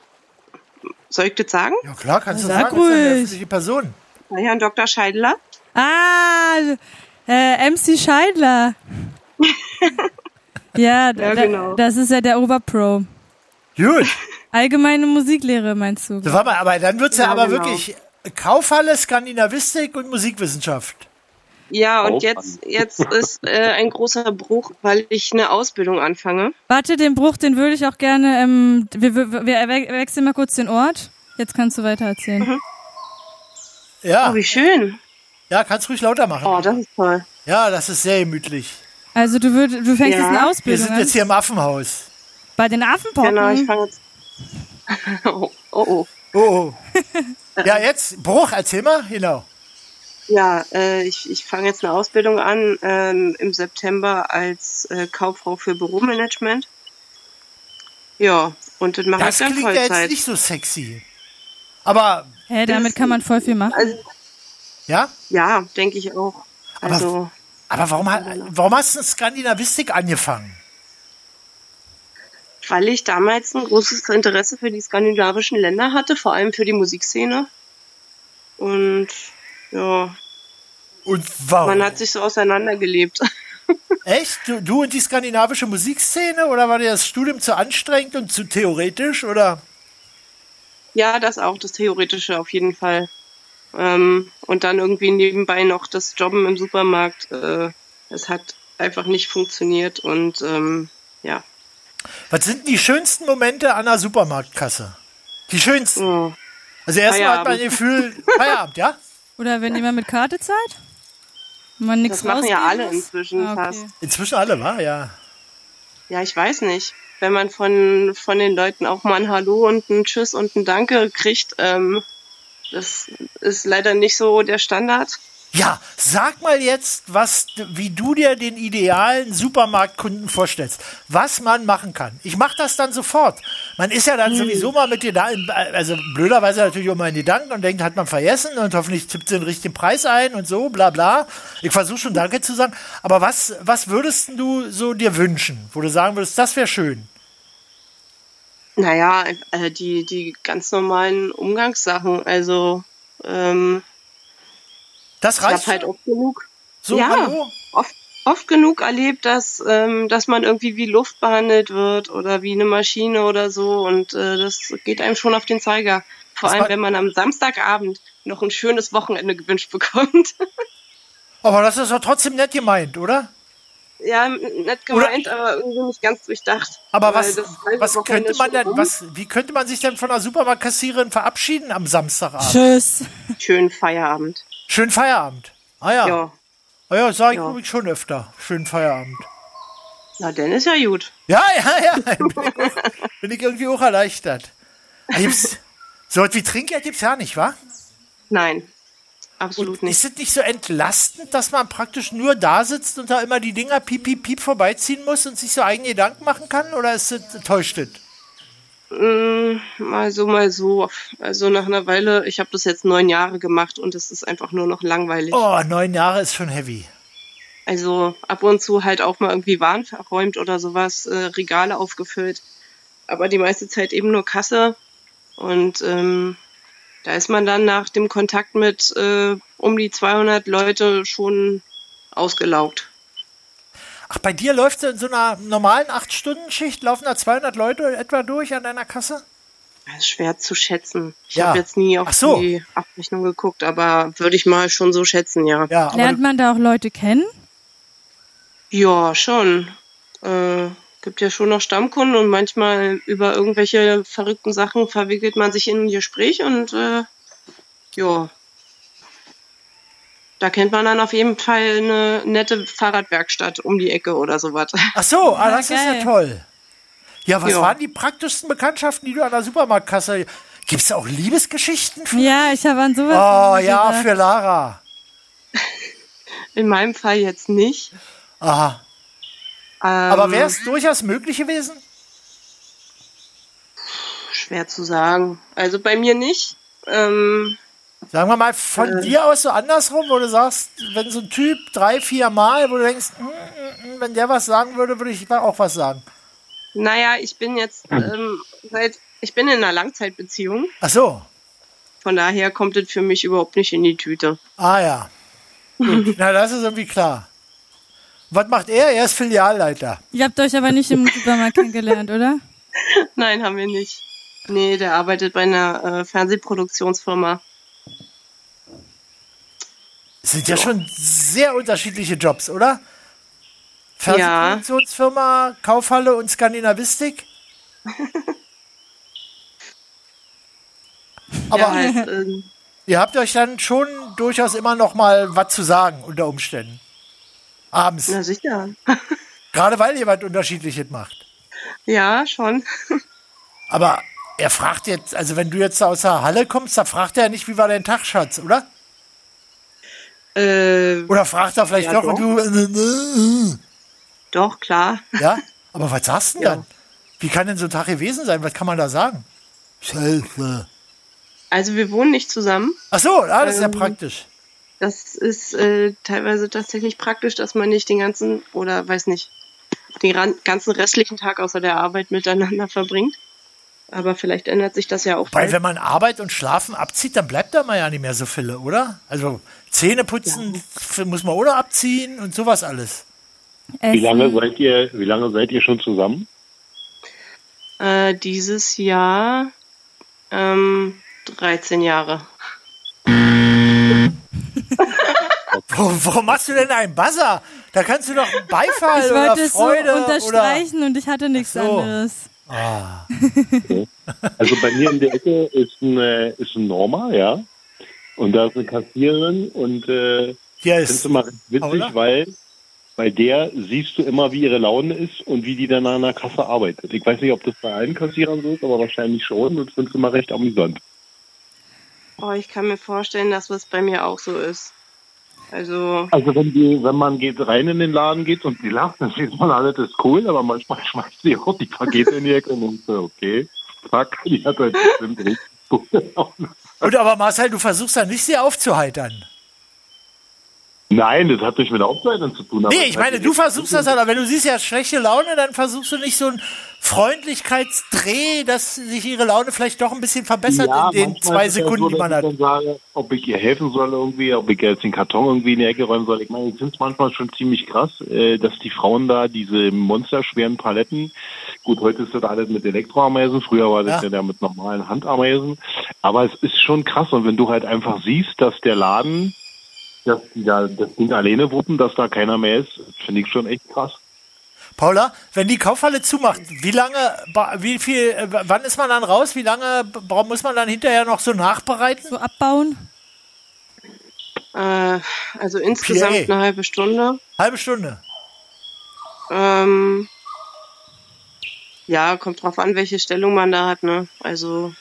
Speaker 11: soll ich das sagen?
Speaker 1: Ja, klar, kannst du
Speaker 2: Sag
Speaker 1: sagen, das ist eine
Speaker 2: ruhig.
Speaker 1: öffentliche Person.
Speaker 11: Bei Herrn Dr. Scheidler.
Speaker 2: Ah, äh,
Speaker 1: *laughs*
Speaker 2: MC Scheidler. ja, da,
Speaker 11: Ja, genau.
Speaker 2: das ist ja der Oberpro.
Speaker 1: Gut.
Speaker 2: Allgemeine Musiklehre, meinst du?
Speaker 1: So, warte mal, aber dann wird es ja,
Speaker 11: Ja,
Speaker 1: aber
Speaker 11: genau.
Speaker 1: wirklich Kaufhalle, Skandinavistik und Musikwissenschaft.
Speaker 11: Ja, und
Speaker 1: Oh,
Speaker 11: jetzt, jetzt ist äh, ein großer Bruch, weil ich eine Ausbildung anfange.
Speaker 2: Warte, den Bruch, den würde ich auch gerne. Ähm, wir, wir, wir we- wechseln mal kurz den Ort. Jetzt kannst du weiter erzählen.
Speaker 11: Mhm.
Speaker 1: Ja.
Speaker 11: Oh, wie schön.
Speaker 1: Ja, kannst ruhig lauter machen. Oh,
Speaker 11: das ist toll.
Speaker 1: Ja, das ist sehr gemütlich.
Speaker 2: Also du, würd, du fängst jetzt eine
Speaker 1: Wir
Speaker 2: Ausbildung
Speaker 1: sind
Speaker 2: an.
Speaker 1: jetzt hier im Affenhaus.
Speaker 2: Bei den Affenpocken.
Speaker 11: Genau, ich fange jetzt. *laughs* Oh, oh.
Speaker 1: Oh, oh. *laughs* ja, jetzt, Bruch, erzähl mal, genau.
Speaker 11: Ja, äh, ich, ich fange jetzt eine Ausbildung an ähm, im September als äh, Kauffrau für Büromanagement. Ja, und das mache ich
Speaker 1: Das
Speaker 11: dann
Speaker 1: klingt ja jetzt
Speaker 11: Vollzeit.
Speaker 1: nicht so sexy. Aber,
Speaker 2: Hä, damit kann man voll viel machen.
Speaker 11: Also
Speaker 1: ja?
Speaker 11: Ja, denke ich auch.
Speaker 1: Aber,
Speaker 11: Also,
Speaker 1: aber warum, ha- warum hast du in Skandinavistik angefangen?
Speaker 11: weil ich damals ein großes Interesse für die skandinavischen Länder hatte, vor allem für die Musikszene. Und ja,
Speaker 1: Und warum?
Speaker 11: man hat sich so auseinandergelebt. *laughs*
Speaker 1: Echt? Du, du und die skandinavische Musikszene? Oder war dir das Studium zu anstrengend und zu theoretisch? Oder?
Speaker 11: Ja, das auch, das Theoretische auf jeden Fall. Ähm, und dann irgendwie nebenbei noch das Jobben im Supermarkt. Äh, es hat einfach nicht funktioniert und ähm, ja.
Speaker 1: Was sind die schönsten Momente an der Supermarktkasse? Die schönsten. Also erstmal hat man
Speaker 11: Mm. Feierabend. *laughs*
Speaker 1: Gefühl, Feierabend, ja?
Speaker 2: Oder wenn jemand mit Karte zahlt? Man nix
Speaker 11: Das machen ja
Speaker 2: rausgeben
Speaker 11: alle
Speaker 2: muss?
Speaker 11: inzwischen
Speaker 2: Ah, okay.
Speaker 11: fast.
Speaker 1: Inzwischen alle, war ja.
Speaker 11: Ja, ich weiß nicht. Wenn man von, von den Leuten auch mal ein Hallo und ein Tschüss und ein Danke kriegt, ähm, das ist leider nicht so der Standard.
Speaker 1: Ja, sag mal jetzt, was, wie du dir den idealen Supermarktkunden vorstellst, was man machen kann. Ich mache das dann sofort. Man ist ja
Speaker 11: Hm.
Speaker 1: dann sowieso mal mit dir da, im- also blöderweise natürlich immer in Gedanken und denkt, hat man vergessen und hoffentlich tippt sie den richtigen Preis ein und so, bla bla. Ich versuche schon Danke zu sagen. Aber was, was würdest denn du so dir wünschen, wo du sagen würdest, das wäre schön?
Speaker 11: Naja, äh, die, die ganz normalen Umgangssachen, also ähm,
Speaker 1: Das
Speaker 11: Ich
Speaker 1: reicht.
Speaker 11: hab halt oft genug.
Speaker 1: So,
Speaker 11: ja,
Speaker 1: hallo?
Speaker 11: Oft, oft genug erlebt, dass, ähm, dass man irgendwie wie Luft behandelt wird oder wie eine Maschine oder so. Und äh, das geht einem schon auf den Zeiger. Vor allem, wenn man am Samstagabend noch ein schönes Wochenende gewünscht bekommt. *laughs*
Speaker 1: Aber das ist doch trotzdem nett gemeint, oder?
Speaker 11: ja, nett gemeint, aber irgendwie nicht ganz durchdacht.
Speaker 1: Aber
Speaker 11: Weil
Speaker 1: was,
Speaker 11: das halbe
Speaker 1: was
Speaker 11: Wochenende
Speaker 1: könnte man
Speaker 11: schon
Speaker 1: denn,
Speaker 11: rum.
Speaker 1: was, wie könnte man sich denn von einer Supermarktkassiererin verabschieden am Samstagabend?
Speaker 2: Tschüss.
Speaker 11: Schönen Feierabend.
Speaker 1: Schönen Feierabend. Ah ja.
Speaker 11: Ja.
Speaker 1: Ah ja, sage ich
Speaker 11: Ja.
Speaker 1: glaub ich schon öfter. Schönen Feierabend.
Speaker 11: Na, dann ist ja gut.
Speaker 1: Ja, ja, ja. Bin ich auch-
Speaker 11: *laughs*
Speaker 1: Bin ich irgendwie auch erleichtert. Ah, Gibt's, so etwas wie Trinkgeld gibt's ja nicht, wa?
Speaker 11: Nein, absolut nicht.
Speaker 1: Ist es nicht so entlastend, dass man praktisch nur da sitzt und da immer die Dinger piep, piep, piep vorbeiziehen muss und sich so eigene Gedanken machen kann? Oder ist es täuscht es?
Speaker 11: Mm, Mal so, mal so. Also nach einer Weile, ich habe das jetzt neun Jahre gemacht und es ist einfach nur noch langweilig.
Speaker 1: Oh, neun Jahre ist schon heavy.
Speaker 11: Also ab und zu halt auch mal irgendwie Waren verräumt oder sowas, äh, Regale aufgefüllt. Aber die meiste Zeit eben nur Kasse. Und ähm, da ist man dann nach dem Kontakt mit äh, um die 200 Leute schon ausgelaugt.
Speaker 1: Ach, bei dir läuft in so einer normalen 8-Stunden-Schicht laufen da 200 Leute etwa durch an deiner Kasse?
Speaker 11: Das ist schwer zu schätzen. Ich
Speaker 1: Ja.
Speaker 11: habe jetzt nie auf
Speaker 1: Ach so.
Speaker 11: die Abrechnung geguckt, aber würde ich mal schon so schätzen, ja.
Speaker 1: Ja,
Speaker 2: Lernt man da auch Leute kennen?
Speaker 11: Ja, schon. Äh, gibt ja schon noch Stammkunden und manchmal über irgendwelche verrückten Sachen verwickelt man sich in ein Gespräch und äh, ja. Da kennt man dann auf jeden Fall eine nette Fahrradwerkstatt um die Ecke oder sowas. *laughs*
Speaker 1: Ach so, ah, das ist ja
Speaker 2: geil.
Speaker 1: toll. Ja, was
Speaker 11: Ja.
Speaker 1: waren die praktischsten Bekanntschaften, die du an der Supermarktkasse. Gibt es da auch Liebesgeschichten?
Speaker 2: Ja, ich habe an sowas.
Speaker 1: Oh
Speaker 2: nicht
Speaker 1: ja,
Speaker 2: gedacht.
Speaker 1: für Lara.
Speaker 11: In meinem Fall jetzt nicht.
Speaker 1: Aha.
Speaker 11: Ähm,
Speaker 1: Aber wäre es durchaus möglich gewesen?
Speaker 11: Schwer zu sagen. Also bei mir nicht. Ähm,
Speaker 1: Sagen wir mal, von
Speaker 11: Äh.
Speaker 1: dir aus so andersrum, wo du sagst, wenn so ein Typ drei, vier Mal, wo du denkst, "Mm, mm, mm", wenn der was sagen würde, würde ich auch was sagen.
Speaker 11: naja, ich bin jetzt ähm, seit ich bin in einer Langzeitbeziehung.
Speaker 1: Ach so.
Speaker 11: Von daher kommt es für mich überhaupt nicht in die Tüte.
Speaker 1: Ah ja.
Speaker 11: *laughs*
Speaker 1: Gut. Na, das ist irgendwie klar. Was macht er? Er ist Filialleiter.
Speaker 2: Ihr habt euch aber nicht im Supermarkt kennengelernt, oder?
Speaker 11: Nein, haben wir nicht. Nee, der arbeitet bei einer äh, Fernsehproduktionsfirma.
Speaker 1: Sind ja schon sehr unterschiedliche Jobs, oder? Fernsehproduktionsfirma, Kaufhalle und
Speaker 11: *laughs*
Speaker 1: Skandinavistik. Aber
Speaker 11: ja, halt, ähm,
Speaker 1: ihr habt euch dann schon durchaus immer noch mal was zu sagen unter Umständen. Abends.
Speaker 11: na sicher. *laughs*
Speaker 1: Gerade weil jemand Unterschiedliches macht.
Speaker 11: Ja, schon.
Speaker 1: Aber er fragt jetzt, also wenn du jetzt aus der Halle kommst, da fragt er nicht, wie war dein Tag, Schatz, oder?
Speaker 11: Äh,
Speaker 1: Oder fragt er vielleicht
Speaker 11: Ja,
Speaker 1: doch, und du.
Speaker 11: doch, klar.
Speaker 1: äh. Ja? Aber was sagst du denn
Speaker 11: Ja.
Speaker 1: dann? Wie kann denn so ein Tag gewesen sein? Was kann man da sagen? Scheiße.
Speaker 11: Also wir wohnen nicht zusammen.
Speaker 1: Ach so, ah, das ist ja
Speaker 11: Ähm.
Speaker 1: praktisch.
Speaker 11: Das ist äh, teilweise tatsächlich praktisch, dass man nicht den ganzen, oder weiß nicht, den ran- ganzen restlichen Tag außer der Arbeit miteinander verbringt. Aber vielleicht ändert sich das ja auch
Speaker 1: Weil
Speaker 11: bald.
Speaker 1: wenn man Arbeit und Schlafen abzieht, dann bleibt da mal ja nicht mehr so viele, oder? Also Zähne putzen f- muss man oder abziehen und sowas alles.
Speaker 12: Wie lange
Speaker 2: Essen.
Speaker 12: seid ihr, wie lange seid ihr schon zusammen?
Speaker 11: Äh, dieses Jahr ähm, 13 Jahre.
Speaker 1: Wo, warum machst du denn einen Buzzer? Da kannst du doch Beifall
Speaker 2: Ich
Speaker 1: oder
Speaker 2: wollte es so
Speaker 1: Also, Freude oder...
Speaker 2: unterstreichen und ich hatte nichts
Speaker 1: Ach so.
Speaker 2: anderes.
Speaker 1: Ah,
Speaker 12: Also bei mir in der Ecke ist ein, äh, ist ein Norma, ja. Und da ist eine Kassiererin und äh, Hier ist. Find's immer witzig, Paula? weil bei der siehst du immer, wie ihre Laune ist und wie die dann an der Kasse arbeitet. Ich weiß nicht, ob das bei allen Kassierern so ist, aber wahrscheinlich schon. Und findest du immer recht amüsant.
Speaker 11: Oh, ich kann mir vorstellen, dass das bei mir auch so ist. Also,
Speaker 12: Also wenn, die, wenn man geht rein in den Laden geht und die lacht, dann sieht man, alles ist cool, aber manchmal schmeißt sie auch die Pakete in die Ecke und denkt so, okay, fuck, die hat halt bestimmt richtig gute Laune.
Speaker 1: Und aber Marcel, du versuchst ja nicht, sie aufzuheitern.
Speaker 12: Nein, das hat nicht mit der Aufzeichnung zu tun. aber
Speaker 1: Nee, ich
Speaker 12: das hat
Speaker 1: meine,
Speaker 12: die-
Speaker 1: du versuchst das halt, aber wenn du siehst, sie hat schlechte Laune, dann versuchst du nicht so einen Freundlichkeitsdreh, dass sich ihre Laune vielleicht doch ein bisschen verbessert in den
Speaker 12: manchmal
Speaker 1: zwei
Speaker 12: ist es ja
Speaker 1: Sekunden,
Speaker 12: so,
Speaker 1: die man
Speaker 12: dass
Speaker 1: hat.
Speaker 12: ich dann Sage, ob ich ihr helfen soll irgendwie, ob ich ihr jetzt den Karton irgendwie in die Ecke räumen soll. Ich meine, ich finde es manchmal schon ziemlich krass, äh, dass die Frauen da diese monsterschweren Paletten, gut, heute ist das alles mit Elektroameisen, früher war das ja,
Speaker 1: Ja.
Speaker 12: da mit normalen Handameisen, aber es ist schon krass und wenn du halt einfach siehst, dass der Laden, dass die da das Ding alleine wuppen, dass da keiner mehr ist, finde ich schon echt krass.
Speaker 1: Paula, wenn die Kaufhalle zumacht, wie lange, ba- wie viel, äh, wann ist man dann raus? Wie lange b- bra- muss man dann hinterher noch so nachbereiten? So
Speaker 2: abbauen?
Speaker 11: äh, also insgesamt
Speaker 1: Pierre.
Speaker 11: eine halbe Stunde.
Speaker 1: Halbe Stunde.
Speaker 11: Ähm, ja, kommt drauf an, welche Stellung man da hat, ne? Also,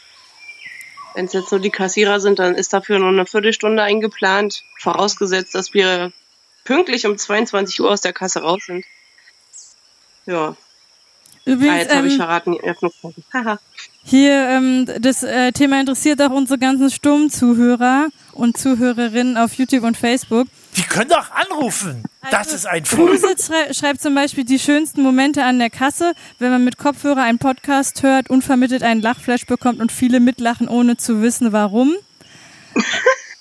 Speaker 11: wenn es jetzt nur die Kassierer sind, dann ist dafür nur eine Viertelstunde eingeplant. Vorausgesetzt, dass wir pünktlich um 22 Uhr aus der Kasse raus sind. Ja.
Speaker 2: Übrigens,
Speaker 11: ah, jetzt habe ich
Speaker 2: ähm,
Speaker 11: verraten, die Öffnungszeiten. Haha.
Speaker 2: Hier, ähm, das äh, Thema interessiert auch unsere ganzen stummen Zuhörer und Zuhörerinnen auf YouTube und Facebook.
Speaker 1: Die können doch anrufen. das ist ein Fuß.
Speaker 2: Kruse schrei schreibt zum Beispiel die schönsten Momente an der Kasse, wenn man mit Kopfhörer einen Podcast hört, unvermittelt einen Lachflash bekommt und viele mitlachen, ohne zu wissen, warum.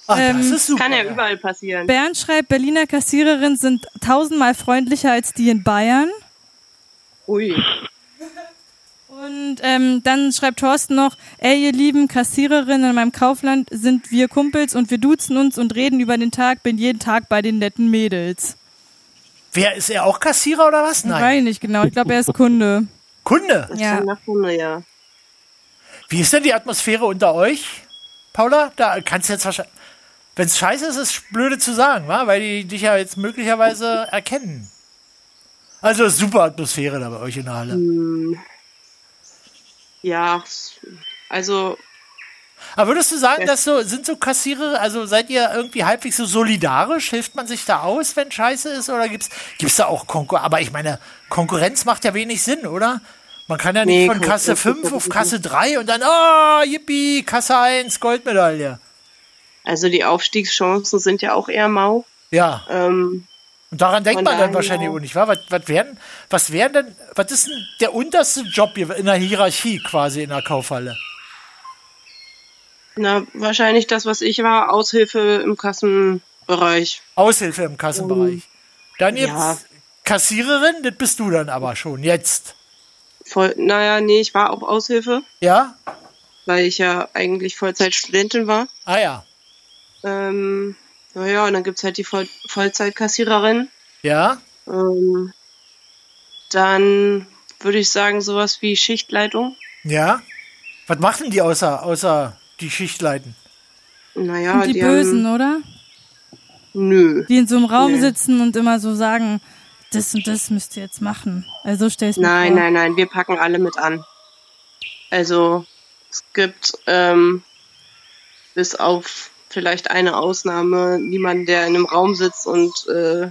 Speaker 1: Ah,
Speaker 2: Ähm,
Speaker 11: *laughs* Kann ja überall passieren.
Speaker 2: Bernd schreibt, Berliner Kassiererinnen sind tausendmal freundlicher als die in Bayern.
Speaker 11: Ui.
Speaker 2: Und ähm, dann schreibt Thorsten noch, ey ihr lieben Kassiererinnen in meinem Kaufland sind wir Kumpels und wir duzen uns und reden über den Tag, bin jeden Tag bei den netten Mädels.
Speaker 1: Wer ist er auch Kassierer oder was?
Speaker 2: Nein. Weiß ich nicht genau, ich glaube er ist Kunde.
Speaker 11: *laughs*
Speaker 1: Kunde?
Speaker 2: Ja.
Speaker 11: Kunde, ja.
Speaker 1: Wie ist denn die Atmosphäre unter euch, Paula? Da kannst du jetzt wahrscheinlich. Wenn es scheiße ist, ist blöde zu sagen, wa? weil die dich ja jetzt möglicherweise erkennen. Also ist super Atmosphäre da bei euch in der Halle.
Speaker 11: Mhm. Ja, also.
Speaker 1: Aber würdest du sagen, dass so, sind so Kassierer, also seid ihr irgendwie halbwegs so solidarisch? Hilft man sich da aus, wenn scheiße ist? Oder gibt's, gibt's da auch Konkurrenz? Aber ich meine, Konkurrenz macht ja wenig Sinn, oder? Man kann ja nicht
Speaker 11: Nee,
Speaker 1: von Kasse
Speaker 11: Konkurrenz
Speaker 1: 5
Speaker 11: ist
Speaker 1: auf
Speaker 11: sowieso-
Speaker 1: Kasse 3 und dann, ah, yippie, Kasse 1, Goldmedaille.
Speaker 11: Also die Aufstiegschancen sind ja auch eher mau.
Speaker 1: Ja.
Speaker 11: Ähm,
Speaker 1: Und daran denkt
Speaker 11: Von
Speaker 1: man dann
Speaker 11: daher-
Speaker 1: wahrscheinlich auch nicht, wa? Was, was wären, was wären denn, was ist denn der unterste Job hier in der Hierarchie quasi in der Kaufhalle?
Speaker 11: na, wahrscheinlich das, was ich war, Aushilfe im Kassenbereich.
Speaker 1: Aushilfe im Kassenbereich. Dann jetzt
Speaker 11: Oh. ja.
Speaker 1: Kassiererin, das bist du dann aber schon, jetzt.
Speaker 11: Voll, naja, nee, ich war auch Aushilfe,
Speaker 1: Ja?
Speaker 11: weil ich ja eigentlich Vollzeitstudentin war.
Speaker 1: Ah ja.
Speaker 11: Ähm, naja, und dann gibt's halt die Voll Vollzeitkassiererin.
Speaker 1: Ja?
Speaker 11: Ähm, dann würde ich sagen, sowas wie Schichtleitung.
Speaker 1: Ja? Was machen die außer, außer die Schichtleiten?
Speaker 11: Naja,
Speaker 2: und die,
Speaker 11: die
Speaker 2: Bösen,
Speaker 11: haben,
Speaker 2: oder?
Speaker 11: Nö.
Speaker 2: Die in so einem Raum
Speaker 11: Nee.
Speaker 2: sitzen und immer so sagen, das und das müsst ihr jetzt machen. Also so stellst du
Speaker 11: Nein,
Speaker 2: vor.
Speaker 11: nein, nein, wir packen alle mit an. Also es gibt ähm, bis auf vielleicht eine Ausnahme niemanden, der in einem Raum sitzt und äh,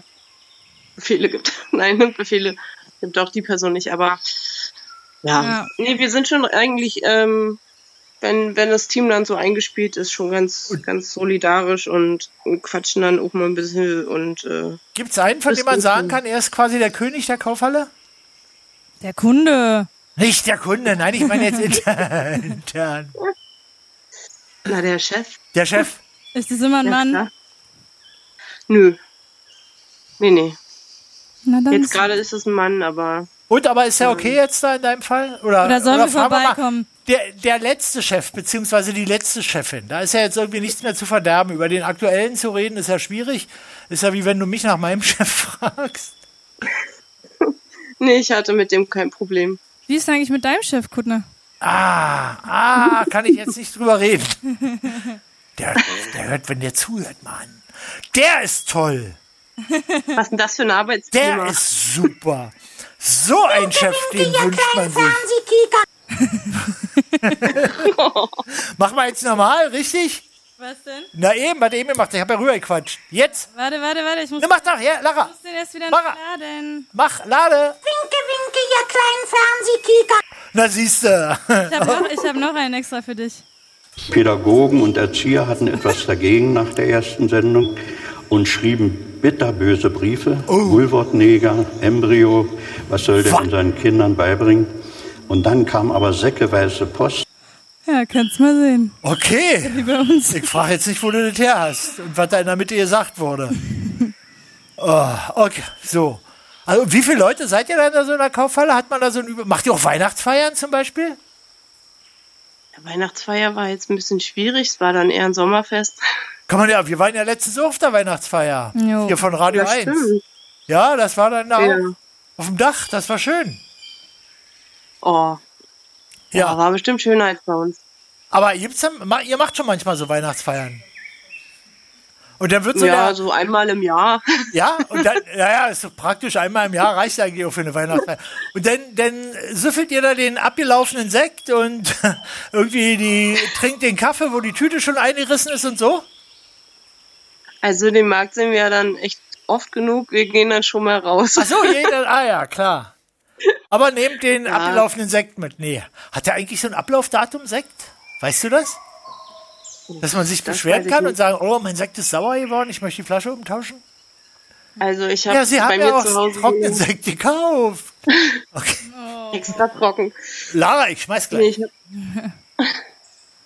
Speaker 11: Befehle gibt. *laughs* Nein, Befehle gibt auch die Person nicht, aber ja.
Speaker 2: Ja.
Speaker 11: Nee, wir sind schon eigentlich, ähm, wenn, wenn das Team dann so eingespielt ist, schon ganz, ganz solidarisch und, und quatschen dann auch mal ein bisschen und äh,
Speaker 1: Gibt's einen, von
Speaker 11: Das
Speaker 1: dem man
Speaker 11: ist
Speaker 1: sagen
Speaker 11: so.
Speaker 1: kann, er ist quasi der König der Kaufhalle?
Speaker 2: Der Kunde.
Speaker 1: Nicht der Kunde, nein, ich meine
Speaker 11: *laughs*
Speaker 1: jetzt intern. intern.
Speaker 11: na der Chef.
Speaker 1: Der Chef.
Speaker 2: Ist das immer ein Mann?
Speaker 11: Nö. Nee, nee.
Speaker 2: Na dann
Speaker 11: Jetzt
Speaker 2: ist-
Speaker 11: gerade ist es ein Mann, aber.
Speaker 1: Und aber ist ja okay jetzt da in deinem Fall? Oder,
Speaker 2: Oder sollen wir
Speaker 1: fragen mal,
Speaker 2: vorbeikommen?
Speaker 1: der, der letzte Chef, beziehungsweise die letzte Chefin, da ist ja jetzt irgendwie nichts mehr zu verderben. Über den aktuellen zu reden ist ja schwierig. Ist ja wie wenn du mich nach meinem *laughs* Chef fragst.
Speaker 11: Nee, ich hatte mit dem kein Problem.
Speaker 2: Wie ist es eigentlich mit deinem Chef, Kutner?
Speaker 1: Ah, ah, kann ich jetzt nicht drüber reden. Der, der hört, wenn der zuhört, Mann. Der ist toll.
Speaker 11: Was ist denn das für ein Arbeitsklima?
Speaker 1: Der ist super. So ein Chef, den wünscht man sich. *laughs* Mach mal jetzt normal, richtig?
Speaker 2: Was denn?
Speaker 1: Na eben, hat er eben gemacht. Ich habe ja rübergequatscht. Jetzt.
Speaker 2: Warte, warte, warte. Ich muss,
Speaker 1: Ne, mach doch, ja, Lara.
Speaker 2: ich muss den erst wieder
Speaker 1: Mach,
Speaker 2: laden.
Speaker 1: mach, lade.
Speaker 9: Winke, winke, ihr kleinen Fernsehkicker.
Speaker 1: Na siehste.
Speaker 2: Ich habe noch, ich hab noch einen extra für dich.
Speaker 13: Pädagogen und Erzieher hatten etwas dagegen nach der ersten Sendung und schrieben bitterböse Briefe.
Speaker 1: Oh.
Speaker 13: Wohlwortneger, Embryo, was soll der denn seinen Kindern beibringen? Und dann kam aber säckeweise Post.
Speaker 2: Ja, kannst mal sehen.
Speaker 1: *laughs* Okay. Ich frage jetzt nicht, wo du das her hast und was da in der Mitte gesagt
Speaker 11: *laughs*
Speaker 1: wurde. oh, okay, so. Also, wie viele Leute seid ihr da in so einer Kaufhalle? Hat man da so ein Über. Macht ihr auch Weihnachtsfeiern zum Beispiel?
Speaker 11: Weihnachtsfeier war jetzt ein bisschen schwierig. Es war dann eher ein Sommerfest.
Speaker 1: Kann man ja, wir waren ja letztens auch auf der Weihnachtsfeier.
Speaker 11: Jo.
Speaker 1: Hier von Radio
Speaker 11: Das
Speaker 1: 1.
Speaker 11: stimmt.
Speaker 1: Ja, das war dann da
Speaker 11: Ja.
Speaker 1: auch auf dem Dach, das war schön.
Speaker 11: Oh.
Speaker 1: Ja.
Speaker 11: war bestimmt schöner als bei uns.
Speaker 1: Aber gibt's dann, ma- ihr macht schon manchmal so Weihnachtsfeiern. Und dann wird so
Speaker 11: ja, also-
Speaker 1: der,
Speaker 11: so einmal im Jahr. *laughs*
Speaker 1: Ja, und dann, naja, ist doch praktisch einmal im Jahr reicht eigentlich auch für eine Weihnachtsfeier. Und dann, dann süffelt ihr da den abgelaufenen Sekt und *laughs* irgendwie die, trinkt den Kaffee, wo die Tüte schon eingerissen ist und so.
Speaker 11: Also den Markt sehen wir ja dann echt oft genug. Wir gehen dann schon mal raus.
Speaker 1: Ach so, jeder, ah ja, klar. Aber nehmt den abgelaufenen Sekt mit. Nee. Hat der eigentlich so ein Ablaufdatum, Sekt? Weißt du das? Dass man sich
Speaker 11: Das weiß
Speaker 1: beschweren
Speaker 11: ich
Speaker 1: kann und
Speaker 11: nicht.
Speaker 1: sagen, oh, mein Sekt ist sauer geworden, ich möchte die Flasche umtauschen?
Speaker 11: Also ich habe
Speaker 1: Ja, sie
Speaker 11: bei
Speaker 1: haben
Speaker 11: mir
Speaker 1: ja
Speaker 11: zu
Speaker 1: auch
Speaker 11: Hause
Speaker 1: trockenen Sekt gekauft.
Speaker 11: extra trocken.
Speaker 1: Lara, ich schmeiß gleich.
Speaker 11: Nee, ich habe *laughs*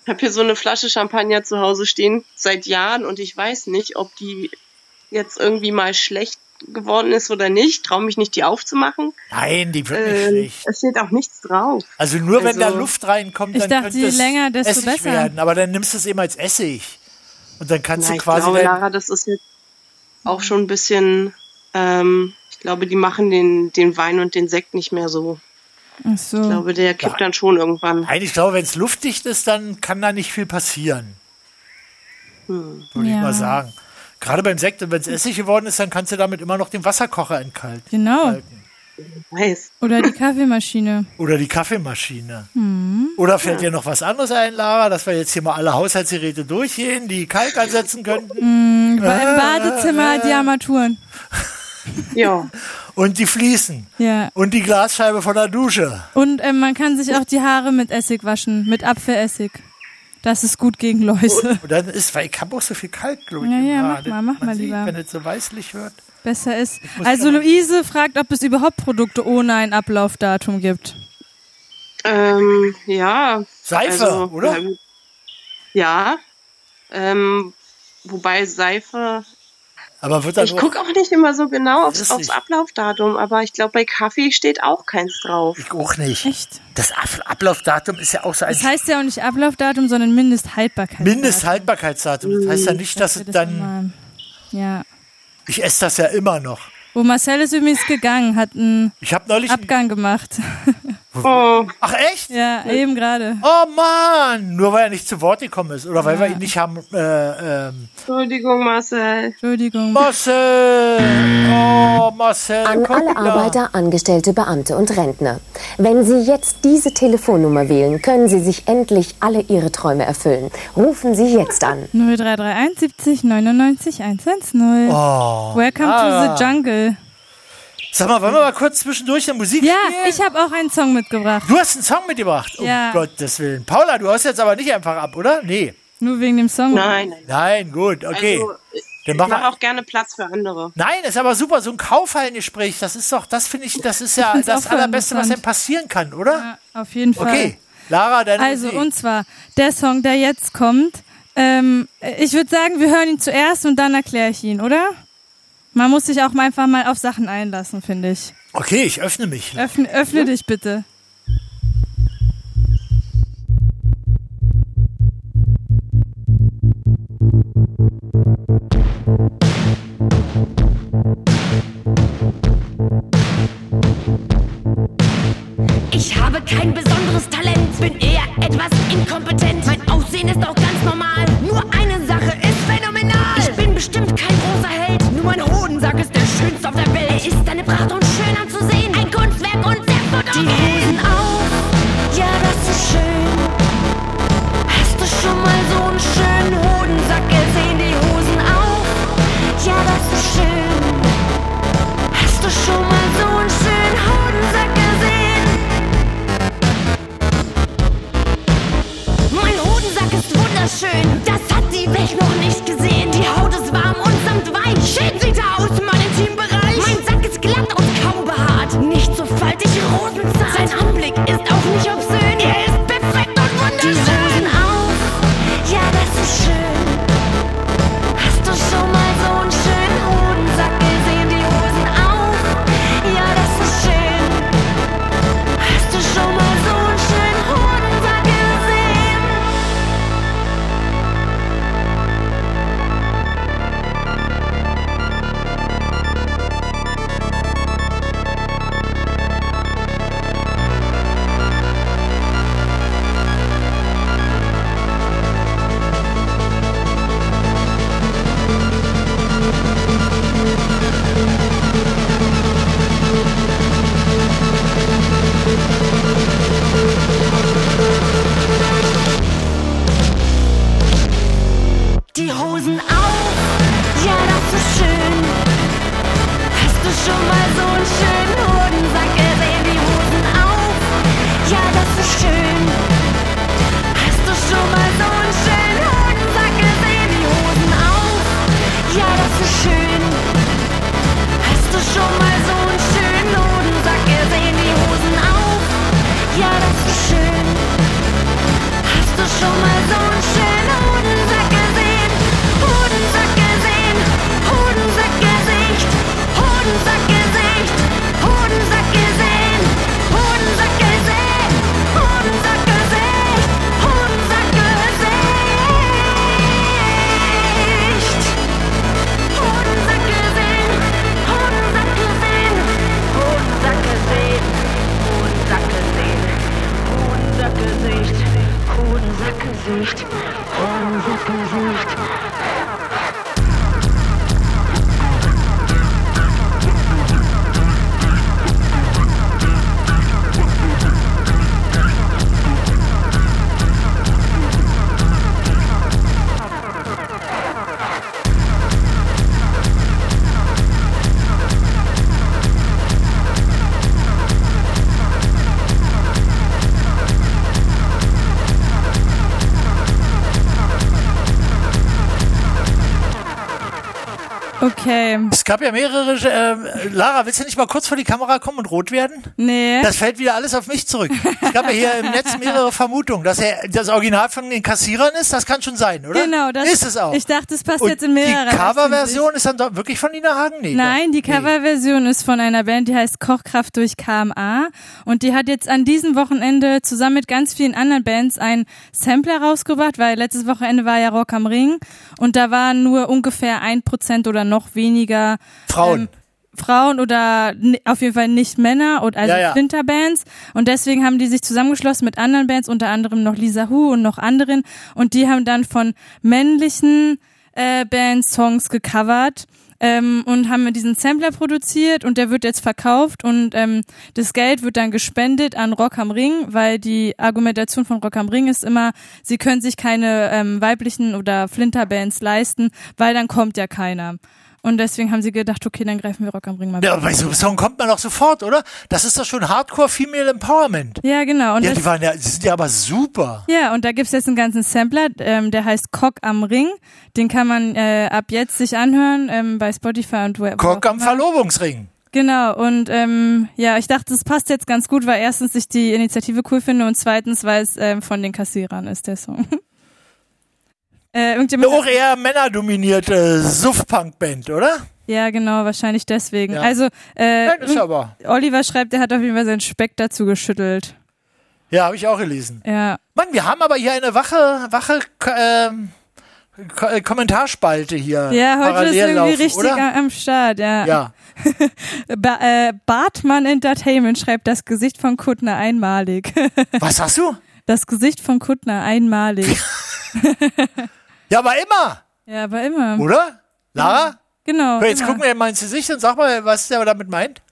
Speaker 11: hab hier so eine Flasche Champagner zu Hause stehen seit Jahren und ich weiß nicht, ob die jetzt irgendwie mal schlecht geworden ist oder nicht. Traue mich nicht, die aufzumachen.
Speaker 1: Nein, die wird nicht
Speaker 11: Ähm,
Speaker 1: schlecht.
Speaker 11: es steht auch nichts drauf.
Speaker 1: Also nur wenn
Speaker 11: Also-
Speaker 1: da Luft reinkommt,
Speaker 11: Ich
Speaker 1: dann
Speaker 11: dachte,
Speaker 1: könnte
Speaker 11: je
Speaker 1: es
Speaker 11: länger, desto
Speaker 1: Essig
Speaker 11: besser.
Speaker 1: werden. Aber dann nimmst du es eben als Essig. Und dann kannst
Speaker 11: Na,
Speaker 1: du
Speaker 11: ich
Speaker 1: quasi...
Speaker 11: glaube,
Speaker 1: dein-
Speaker 11: Lara, das ist jetzt auch schon ein bisschen. Ähm, ich glaube, die machen den, den Wein und den Sekt nicht mehr so.
Speaker 2: Ach so.
Speaker 11: Ich glaube, der kippt dann schon irgendwann.
Speaker 1: Nein, ich glaube, wenn es luftdicht ist, dann kann da nicht viel passieren.
Speaker 11: Hm.
Speaker 1: Würde
Speaker 2: Ja.
Speaker 1: ich mal sagen. Gerade beim Sekt, und wenn es Essig geworden ist, dann kannst du damit immer noch den Wasserkocher entkalten.
Speaker 2: Genau.
Speaker 11: Weiß.
Speaker 2: Oder die Kaffeemaschine.
Speaker 1: Oder die Kaffeemaschine.
Speaker 2: Hm.
Speaker 1: Oder fällt
Speaker 2: Ja.
Speaker 1: dir noch was anderes ein, Lara, dass wir jetzt hier mal alle Haushaltsgeräte durchgehen, die Kalk ansetzen könnten?
Speaker 2: Hm, Im Badezimmer
Speaker 1: Ah.
Speaker 2: die Armaturen.
Speaker 11: Ja.
Speaker 1: Und die Fliesen.
Speaker 2: Ja.
Speaker 1: Und die Glasscheibe von der Dusche.
Speaker 2: Und ähm, man kann sich auch die Haare mit Essig waschen, mit Apfelessig. Das ist gut gegen Läuse.
Speaker 1: Und dann ist, weil ich habe auch so viel Kalk, glaube ich.
Speaker 2: Ja,
Speaker 1: im
Speaker 2: ja,
Speaker 1: Haar.
Speaker 2: mach
Speaker 1: Das
Speaker 2: mal, mach
Speaker 1: kann man
Speaker 2: mal
Speaker 1: sehen,
Speaker 2: lieber.
Speaker 1: Wenn es so weißlich wird.
Speaker 2: Besser ist.
Speaker 1: muss
Speaker 2: Also
Speaker 1: ja mal-
Speaker 2: Luise fragt, ob es überhaupt Produkte ohne ein Ablaufdatum gibt.
Speaker 11: Ähm, ja.
Speaker 2: Seife, oder?
Speaker 11: ähm, Ja. Ähm, wobei Seife.
Speaker 1: Aber wird dann
Speaker 11: Ich
Speaker 1: auch-
Speaker 11: gucke auch nicht immer so genau
Speaker 1: Also,
Speaker 11: aufs,
Speaker 1: Weiß
Speaker 11: aufs
Speaker 1: nicht.
Speaker 11: Ablaufdatum, aber ich glaube, bei Kaffee steht auch keins drauf.
Speaker 1: Ich auch nicht. Echt? Das Ab- Ablaufdatum ist ja auch so ein
Speaker 2: Das heißt ja auch nicht Ablaufdatum, sondern Mindesthaltbarkeit.
Speaker 1: Mindesthaltbarkeitsdatum. Das heißt ja nicht, dass es dann.
Speaker 2: Mal. Ja.
Speaker 1: Ich esse das ja immer noch.
Speaker 2: Wo Marcel ist übrigens gegangen, hat einen
Speaker 1: Ich habe neulich.
Speaker 2: Abgang gemacht. *laughs*
Speaker 1: Mhm.
Speaker 11: Oh,
Speaker 1: Ach echt?
Speaker 2: Ja, eben gerade.
Speaker 1: Oh Mann! Nur weil er nicht zu Wort gekommen ist oder weil wir ihn nicht haben. Äh, ähm.
Speaker 11: Entschuldigung, Marcel.
Speaker 2: Entschuldigung.
Speaker 1: Marcel! Oh, Marcel!
Speaker 14: An
Speaker 1: guck
Speaker 14: alle
Speaker 1: mal.
Speaker 14: Arbeiter, Angestellte, Beamte und Rentner. Wenn Sie jetzt diese Telefonnummer wählen, können Sie sich endlich alle Ihre Träume erfüllen. Rufen Sie jetzt an.
Speaker 2: 0331 70 99 110.
Speaker 1: Oh.
Speaker 2: Welcome
Speaker 1: Ah.
Speaker 2: to the Jungle.
Speaker 1: Sag mal, wollen wir mal kurz zwischendurch eine Musik
Speaker 2: Ja,
Speaker 1: spielen?
Speaker 2: ich habe auch einen Song mitgebracht.
Speaker 1: Du hast einen Song mitgebracht. Um
Speaker 2: Ja.
Speaker 1: Gottes Willen. Paula, du haust jetzt aber nicht einfach ab, oder? Nee.
Speaker 2: Nur wegen dem Song.
Speaker 11: Nein, nein.
Speaker 1: Nein, gut, okay.
Speaker 11: Also, ich
Speaker 1: Dann mach
Speaker 11: mache
Speaker 1: mal.
Speaker 11: auch gerne Platz für andere.
Speaker 1: Nein, ist aber super, so ein Kaufhallengespräch, das ist doch, das finde ich, das ist ja
Speaker 2: find's
Speaker 1: das
Speaker 2: auch voll
Speaker 1: Allerbeste, was
Speaker 2: interessant.
Speaker 1: einem passieren kann, oder?
Speaker 2: Auf jeden Fall.
Speaker 1: okay, Lara, deine
Speaker 2: Also,
Speaker 1: Musik.
Speaker 2: und zwar der Song, der jetzt kommt. Ähm, ich würde sagen, wir hören ihn zuerst und dann erkläre ich ihn, oder? Man muss sich auch mal einfach mal auf Sachen einlassen, finde ich.
Speaker 1: Okay, ich öffne mich.
Speaker 2: Öffne, öffne dich bitte.
Speaker 9: Ich habe kein besonderes Talent, bin eher etwas inkompetent. Mein Aussehen ist auch ganz normal. Nur eine Sache ist phänomenal. Ich bin bestimmt kein
Speaker 15: die Hosen auf. Ja, das ist schön. Hast du schon mal so einen schönen Hodensack gesehen? Die Hosen auf. Ja, das ist schön. Hast du schon mal so einen schönen Hodensack gesehen? Die Hosen auf. Ja, das ist schön. Hast du schon mal so einen schönen Hodensack gesehen? Die Hosen auf. Ja, das ist schön. Hast du schon mal so einen schönen Hodensack gesehen? Hodensack gesehen, Hodensackgesicht, Hodensackgesicht, Hodensack gesehen, Hodensack gesehen, Hodensackgesicht, Hodensackgesicht. Hodensack gesehen, Hodensack gesehen, Hodensack gesehen, Hodensack gesehen, Hodensackgesicht, Hodensackgesicht, Hodensackgesicht.
Speaker 2: Okay.
Speaker 1: Es gab ja mehrere. ähm, Lara, willst du nicht mal kurz vor die Kamera kommen und rot werden?
Speaker 2: Nee.
Speaker 1: Das fällt wieder alles auf mich zurück. Es gab ja hier im Netz mehrere Vermutungen, dass er das Original von den Kassierern ist. Das kann schon sein, oder?
Speaker 2: Genau, das
Speaker 1: ist es auch.
Speaker 2: Ich dachte, es passt
Speaker 1: und
Speaker 2: jetzt in mehrere.
Speaker 1: Die Coverversion ist dann doch wirklich von Nina Hagen? Nee,
Speaker 2: Nein, die Coverversion ist von einer Band, die heißt Kochkraft durch KMA und die hat jetzt an diesem Wochenende zusammen mit ganz vielen anderen Bands einen Sampler rausgebracht, weil letztes Wochenende war ja Rock am Ring und da waren nur ungefähr ein Prozent oder noch weniger ähm,
Speaker 1: Frauen.
Speaker 2: Frauen oder ni- auf jeden Fall nicht Männer und also
Speaker 1: Ja, ja.
Speaker 2: Splinterbands und deswegen haben die sich zusammengeschlossen mit anderen Bands, unter anderem noch Lisa Hu und noch anderen und die haben dann von männlichen äh, Bands Songs gecovert ähm, und haben diesen Sampler produziert und der wird jetzt verkauft und ähm, das Geld wird dann gespendet an Rock am Ring, weil die Argumentation von Rock am Ring ist immer, sie können sich keine ähm, weiblichen oder Flinterbands leisten, weil dann kommt ja keiner. Und deswegen haben sie gedacht, okay, dann greifen wir Rock am Ring mal.
Speaker 1: Ja,
Speaker 2: wieder.
Speaker 1: aber bei so einem Song kommt man doch sofort, oder? Das ist doch schon Hardcore Female Empowerment.
Speaker 2: Ja, genau. Und
Speaker 1: ja,
Speaker 2: das-
Speaker 1: die waren ja, die sind ja aber super.
Speaker 2: Ja, und da gibt's jetzt einen ganzen Sampler, ähm, der heißt Cock am Ring. Den kann man äh, ab jetzt sich anhören ähm, bei Spotify und Web.
Speaker 1: Cock am Verlobungsring.
Speaker 2: Genau, und ähm, ja, ich dachte, es passt jetzt ganz gut, weil erstens ich die Initiative cool finde und zweitens, weil es ähm, von den Kassierern ist, der Song. *laughs* äh, irgendjemand
Speaker 1: Auch eher männerdominierte Suff-Punk-Band, oder?
Speaker 2: ja, genau, wahrscheinlich deswegen.
Speaker 1: Ja.
Speaker 2: Also, äh,
Speaker 1: Nein, ist aber-
Speaker 2: Oliver schreibt, er hat auf jeden Fall seinen Speck dazu geschüttelt.
Speaker 1: Ja, habe ich auch gelesen.
Speaker 2: Ja.
Speaker 1: Mann, wir haben aber hier eine wache, wache ähm, Ko äh, Kommentarspalte hier.
Speaker 2: Ja, heute ist
Speaker 1: parallel
Speaker 2: irgendwie
Speaker 1: laufen,
Speaker 2: richtig
Speaker 1: oder?
Speaker 2: am am Start, ja.
Speaker 1: Ja.
Speaker 2: ba äh, Bartmann Entertainment schreibt das Gesicht von Kuttner einmalig. *laughs*
Speaker 1: Was hast du?
Speaker 2: Das Gesicht von Kuttner
Speaker 1: *laughs*
Speaker 2: einmalig.
Speaker 1: Ja, aber immer,
Speaker 2: ja, aber immer.
Speaker 1: oder? Lara?
Speaker 2: Genau.
Speaker 1: Hör, jetzt
Speaker 2: immer.
Speaker 1: gucken wir mal ins Gesicht und sag mal, was der damit meint.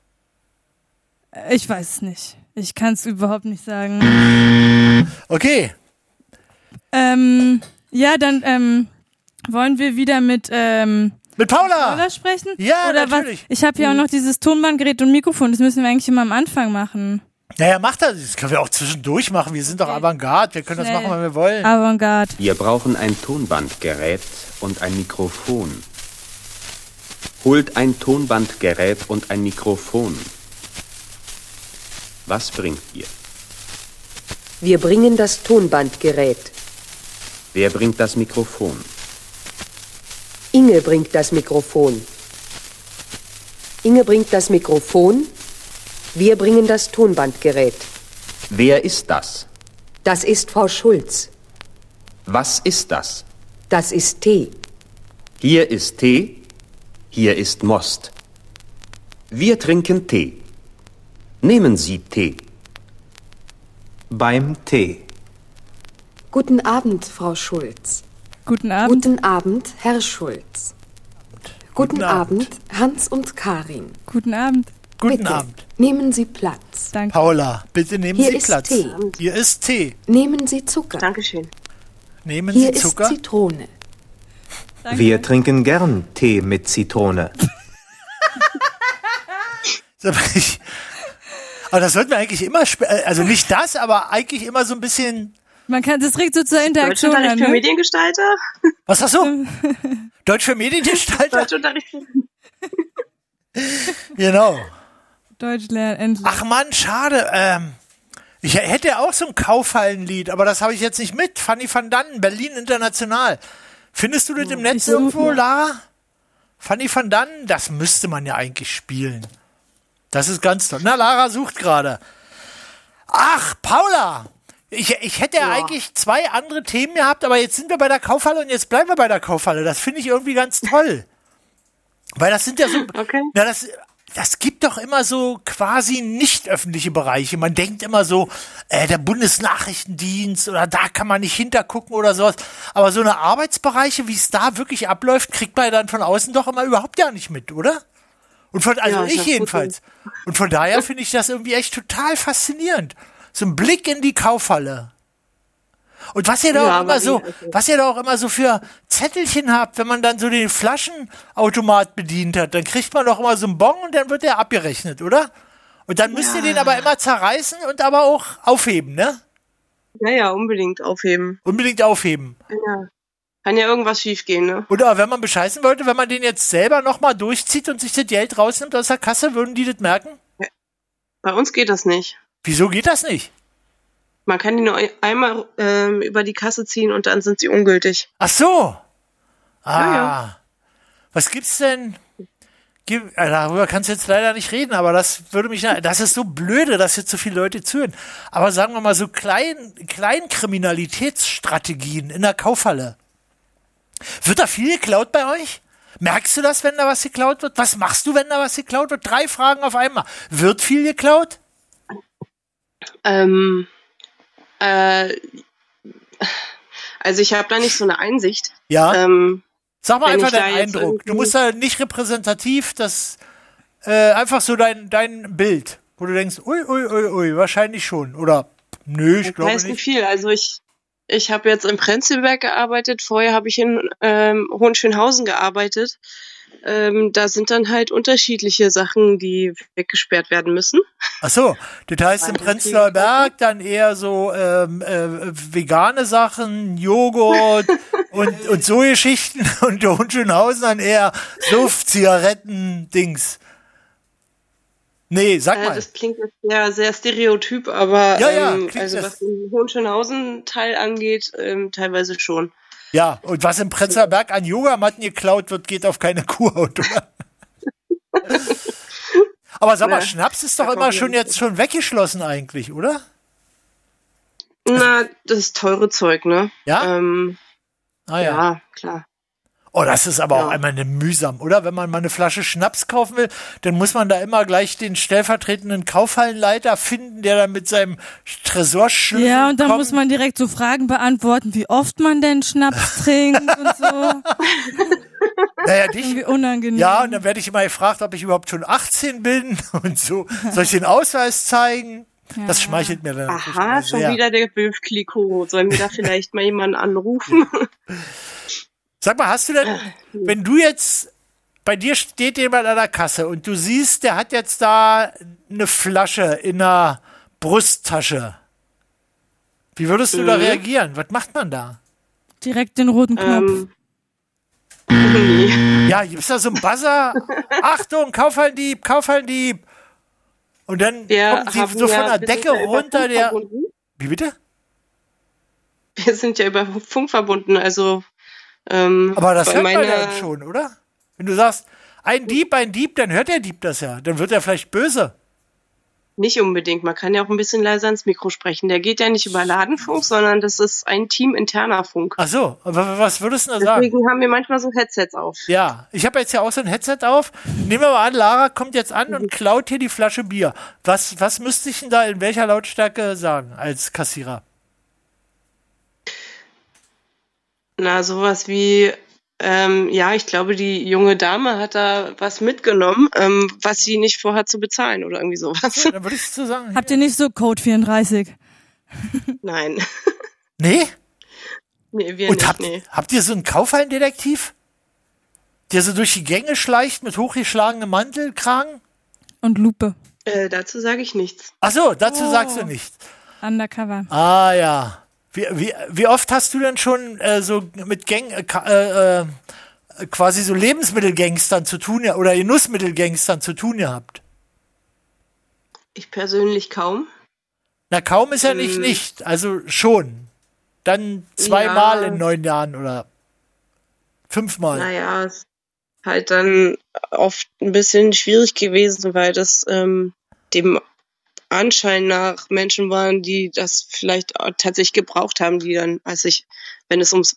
Speaker 2: Ich weiß es nicht. Ich kann es überhaupt nicht sagen.
Speaker 1: Okay.
Speaker 2: Ähm, ja, dann ähm, wollen wir wieder mit ähm,
Speaker 1: mit Paula.
Speaker 2: Paula sprechen.
Speaker 1: Ja,
Speaker 2: Oder
Speaker 1: natürlich.
Speaker 2: Was? Ich habe hier auch noch dieses Tonbandgerät und Mikrofon. Das müssen wir eigentlich immer am Anfang machen.
Speaker 1: Naja, mach das. Das können wir auch zwischendurch machen. Wir sind doch Avantgarde. Wir können das
Speaker 2: Schnell. Ah,
Speaker 1: machen, wenn wir wollen.
Speaker 2: Avantgarde.
Speaker 16: Wir brauchen ein Tonbandgerät und ein Mikrofon. Holt ein Tonbandgerät und ein Mikrofon. Was bringt ihr?
Speaker 9: Wir bringen das Tonbandgerät.
Speaker 16: Wer bringt das Mikrofon?
Speaker 9: Inge bringt das Mikrofon. Inge bringt das Mikrofon. Wir bringen das Tonbandgerät.
Speaker 16: Wer ist das?
Speaker 9: Das ist Frau Schulz.
Speaker 16: Was ist das?
Speaker 9: Das ist Tee.
Speaker 16: Hier ist Tee, hier ist Most. Wir trinken Tee. Nehmen Sie Tee. Beim Tee.
Speaker 17: Guten Abend, Frau Schulz.
Speaker 2: Guten Abend.
Speaker 17: Guten Abend, Herr Schulz. Guten, Abend. Hans und Karin.
Speaker 2: Guten Abend.
Speaker 1: Guten
Speaker 17: Bitte,
Speaker 1: Abend.
Speaker 17: Nehmen Sie Platz.
Speaker 2: Danke.
Speaker 1: Paula, bitte nehmen
Speaker 17: Hier
Speaker 1: Sie
Speaker 17: ist
Speaker 1: Platz.
Speaker 17: Tee.
Speaker 1: Hier ist Tee.
Speaker 17: Nehmen Sie Zucker.
Speaker 11: Dankeschön.
Speaker 1: Nehmen
Speaker 17: Hier
Speaker 1: Sie Zucker.
Speaker 17: ist Zitrone.
Speaker 16: Wir trinken gern Tee mit Zitrone.
Speaker 1: Aber ich- aber das sollten wir eigentlich immer, sp- äh, also nicht das, aber eigentlich immer so ein bisschen.
Speaker 2: Man kann, das regt so zur Interaktion
Speaker 11: Deutschunterricht
Speaker 2: an.
Speaker 11: für
Speaker 2: Ne?
Speaker 11: Mediengestalter? *laughs*
Speaker 1: Was hast du? Deutsch für Mediengestalter?
Speaker 11: Deutschunterricht für
Speaker 1: Genau.
Speaker 2: Deutsch lernen, endlich.
Speaker 1: Ach Mann, schade. Ähm, ich hätte ja auch so ein Kaufhallenlied, aber das habe ich jetzt nicht mit. Fanny van Dannen, Berlin International. Findest du das im Netz
Speaker 2: suche.
Speaker 1: irgendwo, Lara? Fanny van Dannen, das müsste man ja eigentlich spielen. Das ist ganz toll. Na, Lara sucht gerade. Ach, Paula! Ich, ich hätte ja eigentlich zwei andere Themen gehabt, aber jetzt sind wir bei der Kaufhalle und jetzt bleiben wir bei der Kaufhalle. Das finde ich irgendwie ganz toll. Weil das sind ja so. Na, das, das gibt doch immer so quasi nicht öffentliche Bereiche. Man denkt immer so, äh, der Bundesnachrichtendienst oder da kann man nicht hintergucken oder sowas. Aber so eine Arbeitsbereiche, wie es da wirklich abläuft, kriegt man ja dann von außen doch immer überhaupt gar nicht mit, oder? Und von, also
Speaker 11: Ja, ich
Speaker 1: ich
Speaker 11: hab's gut
Speaker 1: jedenfalls. Und von daher finde ich das irgendwie echt total faszinierend. So ein Blick in die Kaufhalle. Und was ihr da
Speaker 11: Ja,
Speaker 1: auch immer
Speaker 11: Marie,
Speaker 1: so,
Speaker 11: also-
Speaker 1: was ihr da auch immer so für Zettelchen habt, wenn man dann so den Flaschenautomat bedient hat, dann kriegt man doch immer so einen Bon und dann wird der abgerechnet, oder? Und dann müsst ihr den aber immer zerreißen und aber auch aufheben, ne?
Speaker 11: Ja, ja, unbedingt aufheben.
Speaker 1: Unbedingt aufheben.
Speaker 11: Ja. Kann ja irgendwas schiefgehen, ne?
Speaker 1: Oder wenn man bescheißen wollte, wenn man den jetzt selber nochmal durchzieht und sich das Geld rausnimmt aus der Kasse, würden die das merken?
Speaker 11: Bei uns geht das nicht.
Speaker 1: Wieso geht das nicht?
Speaker 11: Man kann die nur ein- einmal ähm, über die Kasse ziehen und dann sind sie ungültig.
Speaker 1: Ach so. Ah.
Speaker 11: Ja,
Speaker 1: Was gibt's denn? Gib, äh, darüber kannst du jetzt leider nicht reden, aber das würde mich, na- das ist so blöde, dass jetzt so viele Leute zuhören. Aber sagen wir mal so klein, Kleinkriminalitätsstrategien in der Kaufhalle. Wird da viel geklaut bei euch? Merkst du das, wenn da was geklaut wird? Was machst du, wenn da was geklaut wird? Drei Fragen auf einmal. Wird viel geklaut?
Speaker 11: Ähm, äh, also ich habe da nicht so eine Einsicht.
Speaker 1: Ja.
Speaker 11: Ähm,
Speaker 1: Sag mal
Speaker 11: wenn
Speaker 1: einfach
Speaker 11: ich da
Speaker 1: deinen
Speaker 11: jetzt
Speaker 1: Eindruck. Du
Speaker 11: irgendwie-
Speaker 1: musst da nicht repräsentativ, das äh, einfach so dein, dein Bild, wo du denkst, ui, ui, ui, ui, wahrscheinlich schon. Oder nö, ich glaube
Speaker 11: weiß nicht
Speaker 1: nicht.
Speaker 11: viel. Also ich, ich habe jetzt in Prenzlberg gearbeitet, vorher habe ich in ähm, Hohenschönhausen gearbeitet. Ähm, da sind dann halt unterschiedliche Sachen, die weggesperrt werden müssen.
Speaker 1: Ach so, das heißt im Prenzlauer Berg dann eher so ähm, äh, vegane Sachen,
Speaker 11: *laughs*
Speaker 1: Joghurt und, und so Geschichten *laughs* und der Hohenschönhausen dann eher Luft, Zigaretten, Dings. Nee, sag
Speaker 11: Äh,
Speaker 1: mal.
Speaker 11: das klingt jetzt sehr, sehr stereotyp, aber
Speaker 1: Ja, ja,
Speaker 11: ähm,
Speaker 1: klingt
Speaker 11: also
Speaker 1: das-
Speaker 11: was den Hohenschönhausen-Teil angeht, ähm, teilweise schon.
Speaker 1: Ja, und was im Prenzlauer Berg an Yogamatten geklaut wird, geht auf keine Kuhhaut,
Speaker 11: *laughs*
Speaker 1: oder? Aber sag mal,
Speaker 11: Nee,
Speaker 1: Schnaps ist
Speaker 11: da
Speaker 1: doch immer
Speaker 11: kommt
Speaker 1: schon
Speaker 11: mir
Speaker 1: jetzt schon weggeschlossen eigentlich, oder?
Speaker 11: Na, das ist teure Zeug, ne?
Speaker 1: Ja?
Speaker 11: Ähm,
Speaker 1: Ah ja.
Speaker 11: ja, klar.
Speaker 1: Oh, das ist aber auch einmal eine mühsam, oder? Wenn man mal eine Flasche Schnaps kaufen will, dann muss man da immer gleich den stellvertretenden Kaufhallenleiter finden, der dann mit seinem Tresorschlüssel
Speaker 2: Ja, und dann
Speaker 1: kommt.
Speaker 2: muss man direkt so Fragen beantworten, wie oft man
Speaker 1: *laughs*
Speaker 2: denn Schnaps trinkt und so.
Speaker 1: Naja, dich.
Speaker 2: Irgendwie unangenehm.
Speaker 1: Ja, und dann werde ich immer gefragt, ob ich überhaupt schon 18 bin *laughs* und so. Soll ich den Ausweis zeigen? Das schmeichelt mir dann. natürlich
Speaker 11: Aha,
Speaker 1: immer
Speaker 11: schon
Speaker 1: sehr.
Speaker 11: wieder der Wilf-Kliko. Sollen wir da vielleicht mal
Speaker 1: *laughs*
Speaker 11: jemanden anrufen?
Speaker 1: Sag mal, hast du
Speaker 11: Ah,
Speaker 1: denn,
Speaker 11: hm.
Speaker 1: wenn du jetzt, bei dir steht jemand an der Kasse und du siehst, der hat jetzt da eine Flasche in der Brusttasche. Wie würdest du da
Speaker 11: Mhm.
Speaker 1: reagieren? Was macht man da?
Speaker 2: Direkt den roten Knopf.
Speaker 1: Ja, gibt's da so einen
Speaker 11: *laughs*
Speaker 1: Buzzer? Achtung, Kaufhallendieb, Kaufhallendieb. Und dann
Speaker 11: Wir
Speaker 1: kommt sie
Speaker 11: haben
Speaker 1: so von
Speaker 11: ja-
Speaker 1: der
Speaker 11: wir sind
Speaker 1: Decke
Speaker 11: ja über
Speaker 1: runter,
Speaker 11: Funk
Speaker 1: der.
Speaker 11: verbunden.
Speaker 1: Wie bitte?
Speaker 11: Wir sind ja über Funk verbunden, also. Ähm,
Speaker 1: Aber das
Speaker 11: bei
Speaker 1: hört man
Speaker 11: meiner-
Speaker 1: ja schon, oder? Wenn du sagst, ein Dieb, ein Dieb, dann hört der Dieb das ja. Dann wird er vielleicht böse.
Speaker 11: Nicht unbedingt. Man kann ja auch ein bisschen leiser ins Mikro sprechen. Der geht ja nicht über Ladenfunk, sondern das ist ein teaminterner Funk.
Speaker 1: Ach so, aber was würdest du denn da sagen?
Speaker 11: Deswegen haben wir manchmal so Headsets auf.
Speaker 1: Ja, ich habe jetzt ja auch so ein Headset auf. Nehmen wir mal an, Lara kommt jetzt an und klaut hier die Flasche Bier. Was, was müsste ich denn da in welcher Lautstärke sagen als Kassierer?
Speaker 11: Na, sowas wie, ähm, ja, ich glaube, die junge Dame hat da was mitgenommen, ähm, was sie nicht vorhat zu bezahlen oder
Speaker 1: *laughs*
Speaker 11: irgendwie sowas.
Speaker 1: Dann würde ich so sagen.
Speaker 2: Habt ihr nicht so Code 34?
Speaker 11: Nein. *laughs*
Speaker 1: Nee?
Speaker 11: Nee, wir
Speaker 1: Und
Speaker 11: nicht,
Speaker 1: habt,
Speaker 11: nee.
Speaker 1: habt ihr so einen Kaufhallendetektiv? der so durch die Gänge schleicht mit hochgeschlagenem Mantelkragen?
Speaker 2: Und Lupe.
Speaker 11: Äh, dazu sage ich nichts.
Speaker 1: Ach so, dazu sagst du nichts.
Speaker 2: Undercover.
Speaker 1: Ah ja. Wie, wie, wie oft hast du denn schon äh, so mit Gang, äh, ka- äh, äh, quasi so Lebensmittelgangstern zu tun ja- oder Genussmittelgangstern zu tun gehabt?
Speaker 11: Ich persönlich kaum.
Speaker 1: Na, kaum ist ja
Speaker 11: Hm.
Speaker 1: nicht nicht, also schon. Dann zweimal
Speaker 11: Ja.
Speaker 1: in neun Jahren oder fünfmal.
Speaker 11: Naja, es ist halt dann oft ein bisschen schwierig gewesen, weil das ähm, dem Anschein nach Menschen waren, die das vielleicht auch tatsächlich gebraucht haben, die dann, als ich, wenn es ums,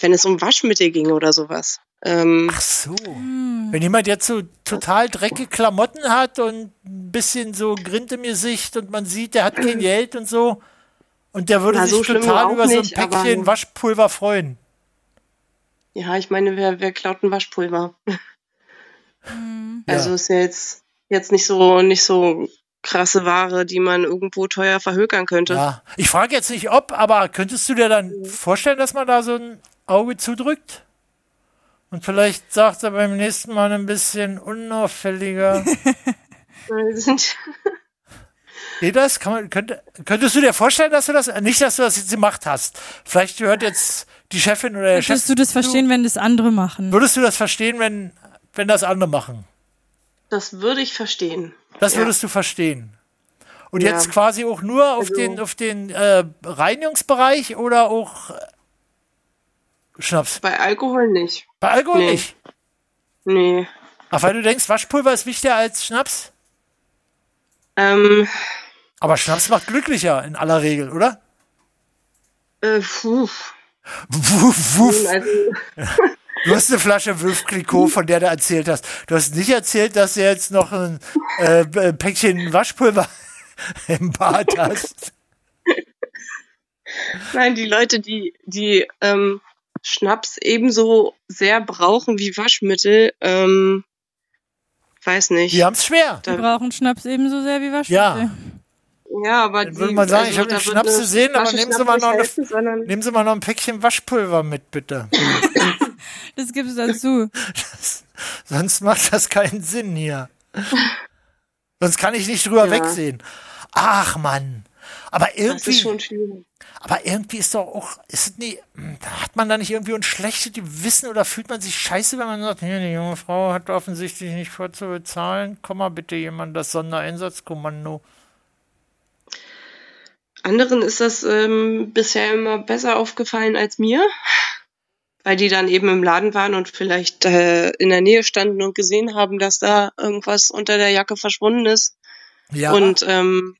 Speaker 11: wenn es um Waschmittel ging oder sowas. Ähm,
Speaker 1: Ach so.
Speaker 2: Hm.
Speaker 1: Wenn jemand jetzt so total dreckige Klamotten hat und ein bisschen so Grind im Gesicht und man sieht, der hat
Speaker 11: *clears throat*
Speaker 1: kein Geld und so und der würde
Speaker 11: Na, so
Speaker 1: sich
Speaker 11: schlimm auch
Speaker 1: total über so ein
Speaker 11: nicht, aber-
Speaker 1: Päckchen Waschpulver freuen.
Speaker 11: Ja, ich meine, wer, wer klaut ein Waschpulver? Also ist ja jetzt, jetzt nicht so, nicht so krasse Ware, die man irgendwo teuer verhökern könnte.
Speaker 1: Ja. Ich frage jetzt nicht ob, aber könntest du dir dann vorstellen, dass man da so ein Auge zudrückt? Und vielleicht sagt er beim nächsten Mal ein bisschen unauffälliger.
Speaker 11: Wir sind-
Speaker 1: Geht das? Kann man, könnte, könntest du dir vorstellen, dass du das, äh, nicht, dass du das jetzt gemacht hast. Vielleicht hört jetzt die Chefin oder der Chef.
Speaker 2: Würdest du das verstehen, wenn das andere machen?
Speaker 1: Würdest du das verstehen, wenn, wenn das andere machen?
Speaker 11: *laughs* Das würde ich verstehen.
Speaker 1: Das
Speaker 11: Ja.
Speaker 1: würdest du verstehen. Und
Speaker 11: Ja.
Speaker 1: jetzt quasi auch nur auf
Speaker 11: Also-
Speaker 1: den, auf den äh, Reinigungsbereich oder auch äh, Schnaps?
Speaker 11: Bei Alkohol nicht.
Speaker 1: Bei Alkohol
Speaker 11: Nee.
Speaker 1: nicht.
Speaker 11: Nee.
Speaker 1: Ach, weil du denkst, Waschpulver ist wichtiger als Schnaps?
Speaker 11: Ähm,
Speaker 1: Aber Schnaps macht glücklicher in aller Regel, oder?
Speaker 11: äh, puh.
Speaker 1: Wuff, wuff.
Speaker 11: Also, *laughs*
Speaker 1: Du hast eine Flasche Wülf Clicquot, von der du erzählt hast. Du hast nicht erzählt, dass du jetzt noch ein äh, äh, Päckchen Waschpulver *laughs* im Bad hast.
Speaker 11: nein, die Leute, die, die ähm, Schnaps ebenso sehr brauchen wie Waschmittel, ähm, weiß nicht.
Speaker 1: Die haben es schwer.
Speaker 2: Wir brauchen Schnaps ebenso sehr wie Waschmittel.
Speaker 1: Ja.
Speaker 11: Ja, aber also
Speaker 1: Dann würde man sagen, ich habe den Schnaps gesehen, aber nehmen Sie, mal noch eine, nehmen Sie mal noch ein Päckchen Waschpulver mit, bitte. *laughs*
Speaker 2: Das gibt's dazu.
Speaker 1: Sonst macht das keinen Sinn hier. Sonst kann ich nicht drüber
Speaker 11: Ja.
Speaker 1: wegsehen. Ach Mann. Aber
Speaker 11: Das ist
Speaker 1: irgendwie,
Speaker 11: schon schwierig.
Speaker 1: aber irgendwie ist doch auch, ist es nie, hat man da nicht irgendwie ein schlechtes Gewissen oder fühlt man sich scheiße, wenn man sagt, hier, die junge Frau hat offensichtlich nicht vor zu bezahlen, komm mal bitte jemand, das Sondereinsatzkommando.
Speaker 11: Anderen ist das ähm, bisher immer besser aufgefallen als mir, weil die dann eben im Laden waren und vielleicht äh, in der Nähe standen und gesehen haben, dass da irgendwas unter der Jacke verschwunden ist.
Speaker 1: Ja.
Speaker 11: Und ähm,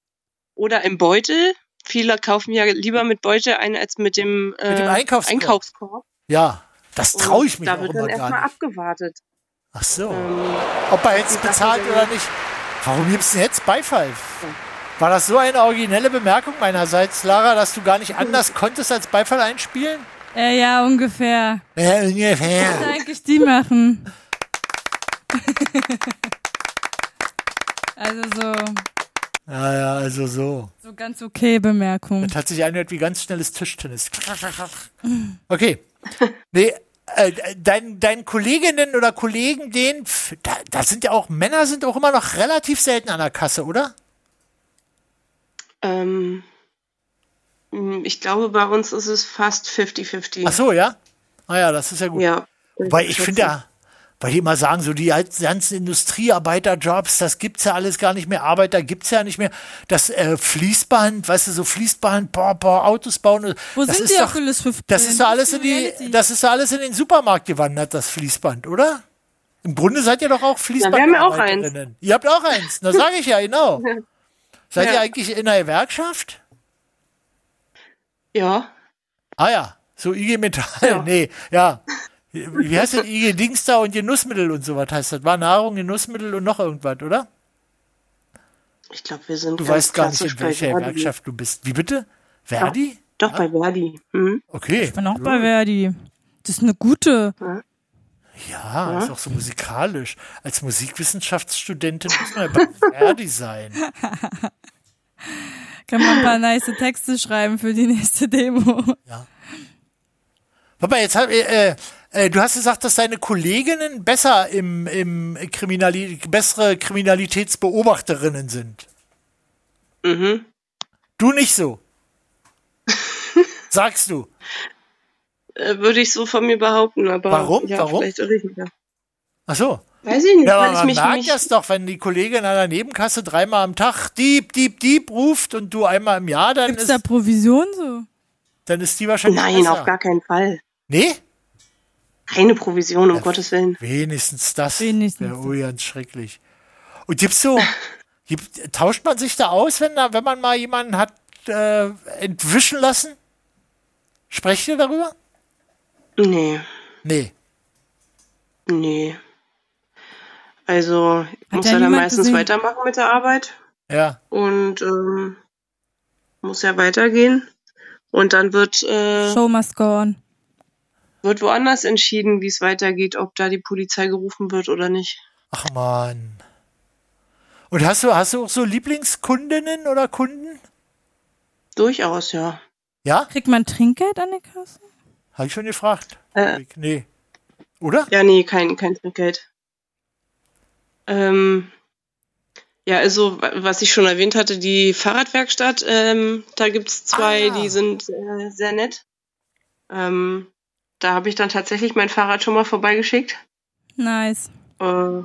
Speaker 11: oder im Beutel. Viele kaufen ja lieber mit Beutel ein als mit dem, äh,
Speaker 1: Mit dem Einkaufskorb.
Speaker 11: Einkaufskorb.
Speaker 1: Ja, das traue ich mir
Speaker 11: da
Speaker 1: auch
Speaker 11: wird
Speaker 1: immer gar
Speaker 11: dann erstmal Ähm,
Speaker 1: nicht.
Speaker 11: abgewartet.
Speaker 1: Ach so. Ob er jetzt bezahlt oder nicht. Warum gibst du denn jetzt Beifall?
Speaker 11: Oh.
Speaker 1: War das so eine originelle Bemerkung meinerseits, Lara, dass du gar nicht
Speaker 11: *laughs*
Speaker 1: anders konntest als Beifall einspielen?
Speaker 2: Äh, ja, ungefähr.
Speaker 1: Äh,
Speaker 2: Was
Speaker 1: ungefähr.
Speaker 2: eigentlich die machen? *laughs* also so,
Speaker 1: Ja, ja, also so.
Speaker 2: so ganz okay Bemerkung.
Speaker 1: Das hat sich angehört wie ganz schnelles Tischtennis.
Speaker 2: *laughs*
Speaker 1: Okay. Nee, äh, dein, deinen Kolleginnen oder Kollegen, den, pf, da, da sind ja auch Männer, sind auch immer noch relativ selten an der Kasse, oder?
Speaker 11: Ähm, mh, ich glaube, bei uns ist es fast 50-50.
Speaker 1: Ach so, ja? Ah ja, das ist ja gut.
Speaker 11: Ja.
Speaker 1: Wobei ich finde ja, weil die immer sagen, so die alten- ganzen Industriearbeiterjobs, das gibt's ja alles gar nicht mehr, Arbeiter gibt's ja nicht mehr. Das äh, Fließband, weißt du, so Fließband, boah, boah, Autos bauen.
Speaker 2: Wo
Speaker 1: das
Speaker 2: sind
Speaker 1: ist
Speaker 2: die
Speaker 1: doch,
Speaker 2: Achilles 15?
Speaker 1: das
Speaker 11: Äh,
Speaker 1: ist doch alles in die,
Speaker 2: Reality.
Speaker 1: das ist doch alles in den Supermarkt gewandert, das Fließband, oder? Im Grunde seid ihr doch auch Fließband.
Speaker 11: haben ja auch
Speaker 1: Ihr habt auch eins, das sage ich ja,
Speaker 11: *laughs*
Speaker 1: genau. Seid
Speaker 11: Ja.
Speaker 1: ihr eigentlich in einer Gewerkschaft?
Speaker 11: Ja.
Speaker 1: Ah ja, so IG Metall, nee, ja. Wie heißt das? IG Dings da und Genussmittel und sowas heißt das. War Nahrung, Genussmittel und noch irgendwas, oder?
Speaker 11: Ich glaube, wir sind
Speaker 1: Du
Speaker 11: ganz
Speaker 1: weißt gar nicht, in
Speaker 11: klassisch bei
Speaker 1: welcher
Speaker 11: Verdi.
Speaker 1: Gewerkschaft du bist. Wie bitte? Verdi?
Speaker 11: Doch, bei Verdi. Mhm.
Speaker 1: Okay.
Speaker 2: Ich bin auch bei Verdi. Das ist eine gute.
Speaker 1: Ja, ist auch so musikalisch. Als Musikwissenschaftsstudentin muss man ja bei Verdi sein.
Speaker 2: Kann man ein paar nice Texte schreiben für die nächste Demo.
Speaker 1: Papa, jetzt hab, äh, äh, Äh, du hast gesagt, dass deine Kolleginnen besser im, im Kriminali bessere Kriminalitätsbeobachterinnen sind.
Speaker 11: Mhm.
Speaker 1: Du nicht
Speaker 11: *laughs*
Speaker 1: so. Sagst du.
Speaker 11: Äh, Würde ich so von mir behaupten, aber.
Speaker 1: Warum?
Speaker 11: Ja,
Speaker 1: Warum?
Speaker 11: Vielleicht irre ich mich ja.
Speaker 1: Ach so.
Speaker 11: Weiß ich nicht,
Speaker 1: Ja, aber
Speaker 11: weil ich
Speaker 1: man
Speaker 11: mich
Speaker 1: merkt
Speaker 11: nicht-
Speaker 1: das doch, wenn die Kollegin an der Nebenkasse dreimal am Tag Dieb, Dieb, Dieb ruft und du einmal im Jahr, dann
Speaker 2: Ist
Speaker 1: ist,
Speaker 2: da Provision so?
Speaker 1: dann ist die wahrscheinlich
Speaker 11: Nein,
Speaker 1: besser.
Speaker 11: auf gar keinen Fall.
Speaker 1: Nee?
Speaker 11: Keine Provision, um Gottes Willen.
Speaker 1: Wenigstens das. Wenigstens. Ja, ui, ganz schrecklich. Und gibt's so, gibt, tauscht man sich da aus, wenn, da, wenn man mal jemanden hat äh, entwischen lassen? Sprecht ihr darüber?
Speaker 11: Nee.
Speaker 1: Nee.
Speaker 11: Nee. Also, ich muss ja dann meistens weitermachen mit der Arbeit
Speaker 1: Ja.
Speaker 11: und ähm, muss ja weitergehen. Und dann wird, äh,
Speaker 2: Show must go on.
Speaker 11: wird woanders entschieden, wie es weitergeht, ob da die Polizei gerufen wird oder nicht.
Speaker 1: Ach man. Und hast du, hast du auch so Lieblingskundinnen oder Kunden?
Speaker 11: Durchaus, ja.
Speaker 1: Ja?
Speaker 2: Kriegt man Trinkgeld an den Kassen?
Speaker 1: Habe ich schon gefragt.
Speaker 11: Äh,
Speaker 1: nee. Oder?
Speaker 11: Ja, nee, kein, kein Trinkgeld. Ähm, ja, also, wa- was ich schon erwähnt hatte, die Fahrradwerkstatt, ähm, da gibt's zwei, die sind äh, sehr nett. Ähm, da habe ich dann tatsächlich mein Fahrrad schon mal vorbeigeschickt.
Speaker 2: Nice.
Speaker 11: Äh,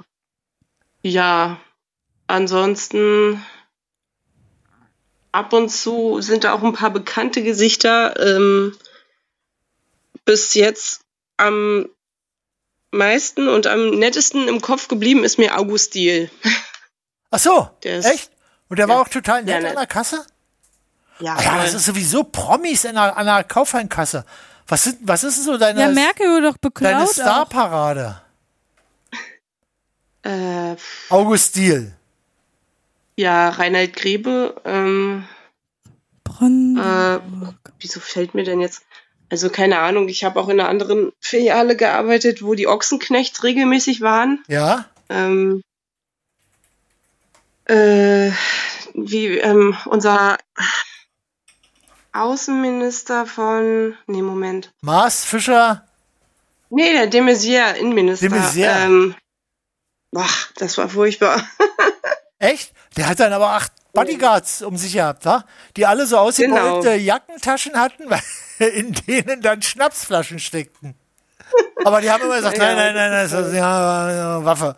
Speaker 11: ja, ansonsten ab und zu sind da auch ein paar bekannte Gesichter. Ähm, bis jetzt am meisten und am nettesten im Kopf geblieben ist mir August Diel.
Speaker 1: Ach so,
Speaker 11: Der ist-
Speaker 1: echt? Und der war auch total nett
Speaker 11: Ja, ne.
Speaker 1: an der Kasse?
Speaker 11: Ja,
Speaker 1: Ah ja,
Speaker 11: voll.
Speaker 1: das ist sowieso Promis an der, an der Kaufhandkasse. Was, sind, was ist denn so deine,
Speaker 2: Ja, Merkel wurde doch beklaut.
Speaker 1: deine
Speaker 2: auch.
Speaker 1: Starparade?
Speaker 11: Äh,
Speaker 1: August Diel.
Speaker 11: ja, Reinhard Grebe. Ähm,
Speaker 2: Bronn.
Speaker 11: Äh, wieso fällt mir denn jetzt? Also keine Ahnung, ich habe auch in einer anderen Filiale gearbeitet, wo die Ochsenknechts regelmäßig waren.
Speaker 1: Ja?
Speaker 11: Ähm, äh, wie ähm, unser Außenminister von. Nee, Moment.
Speaker 1: Mars, Fischer,
Speaker 11: Nee, der de Maizière, Innenminister.
Speaker 1: De Maizière.
Speaker 11: Ähm, boah, das war furchtbar. *laughs*
Speaker 1: echt? Der hat dann aber acht Bodyguards um sich gehabt, wa? Die alle so ausgebeulte
Speaker 11: Genau.
Speaker 1: Jackentaschen hatten, *laughs* weil- in denen dann Schnapsflaschen steckten. Aber die haben immer gesagt,
Speaker 11: Ja,
Speaker 1: nein, nein,
Speaker 11: das
Speaker 1: nein, nein,
Speaker 11: ist
Speaker 1: das ist ja eine Waffe.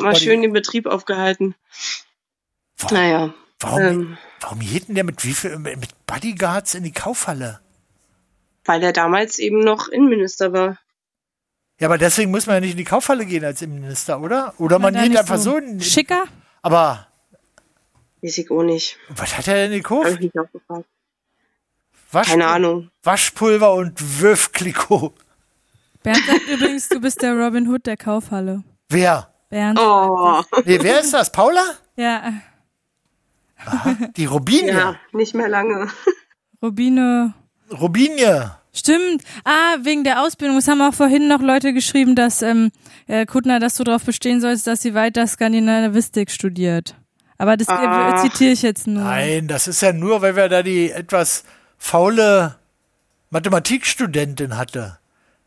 Speaker 11: Mal schön den Betrieb aufgehalten. Naja.
Speaker 1: Warum,
Speaker 11: Ähm.
Speaker 1: warum hielt denn der mit wie viel, mit Bodyguards in die Kaufhalle?
Speaker 11: Weil er damals eben noch Innenminister war.
Speaker 1: Ja, aber deswegen muss man ja nicht in die Kaufhalle gehen als Innenminister, oder? Oder man
Speaker 2: da
Speaker 1: geht
Speaker 2: nicht
Speaker 1: einfach
Speaker 2: so
Speaker 1: so. in-
Speaker 2: Schicker?
Speaker 1: Aber
Speaker 11: Weiß ich auch nicht.
Speaker 1: was hat er denn
Speaker 11: Habe
Speaker 1: gekauft?
Speaker 11: ich mich auch gefragt.
Speaker 1: Waschpul-
Speaker 11: Keine Also, Ahnung.
Speaker 1: Waschpulver und Würfkliko.
Speaker 2: Bernd sagt übrigens, du bist der Robin Hood der Kaufhalle.
Speaker 1: Wer?
Speaker 2: Bernd.
Speaker 11: Oh.
Speaker 1: Nee, wer ist das? Paula?
Speaker 2: Ja,
Speaker 1: Die Robinie.
Speaker 11: Ja, nicht mehr lange. *laughs*
Speaker 2: Robine.
Speaker 1: Robinie.
Speaker 2: Stimmt. Ah, wegen der Ausbildung. Es haben auch vorhin noch Leute geschrieben, dass ähm, äh, Kuttner, dass du darauf bestehen sollst, dass sie weiter Skandinavistik studiert. Aber das äh,
Speaker 1: Ah.
Speaker 2: zitiere ich jetzt nur.
Speaker 1: Nein, das ist ja nur, weil wir da die etwas faule Mathematikstudentin hatte.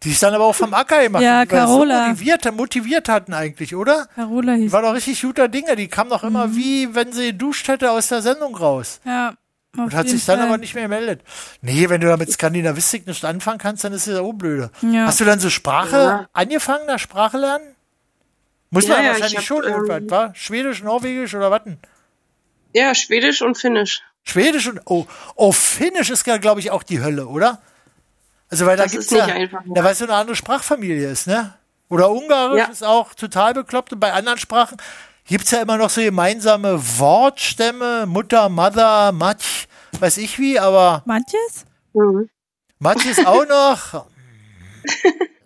Speaker 1: Die sich dann aber auch vom Acker gemacht
Speaker 2: Ja,
Speaker 1: hat, die wir
Speaker 2: Carola.
Speaker 1: So motiviert, motiviert hatten eigentlich, oder?
Speaker 2: Carola hieß.
Speaker 1: Die war doch richtig guter Dinge. Die kam doch immer
Speaker 2: Mhm.
Speaker 1: wie, wenn sie geduscht hätte, aus der Sendung raus.
Speaker 2: Ja. auf
Speaker 1: Und hat
Speaker 2: jeden
Speaker 1: sich dann
Speaker 2: Fall.
Speaker 1: aber nicht mehr gemeldet. Nee, wenn du da mit Skandinavistik nicht anfangen kannst, dann ist das ja auch blöde.
Speaker 2: Ja.
Speaker 1: Hast du dann so Sprache
Speaker 2: Ja.
Speaker 1: angefangen, da Sprache lernen? Muss
Speaker 11: Ja,
Speaker 1: man
Speaker 11: ja,
Speaker 1: wahrscheinlich
Speaker 11: ich hab,
Speaker 1: schon
Speaker 11: ähm,
Speaker 1: irgendwas, wa? Schwedisch, Norwegisch oder was?
Speaker 11: Ja, Schwedisch und Finnisch.
Speaker 1: Schwedisch und oh, oh Finnisch ist ja, glaube ich, auch die Hölle, oder? Also weil da
Speaker 11: Das
Speaker 1: gibt's
Speaker 11: ist nicht
Speaker 1: ja,
Speaker 11: einfach, ja.
Speaker 1: da weil es so eine andere Sprachfamilie ist, ne? Oder Ungarisch
Speaker 11: Ja.
Speaker 1: ist auch total bekloppt und bei anderen Sprachen gibt's ja immer noch so gemeinsame Wortstämme, Mutter, Mother, Matsch, weiß ich wie, aber
Speaker 2: Manches?
Speaker 1: Matsch ist auch noch.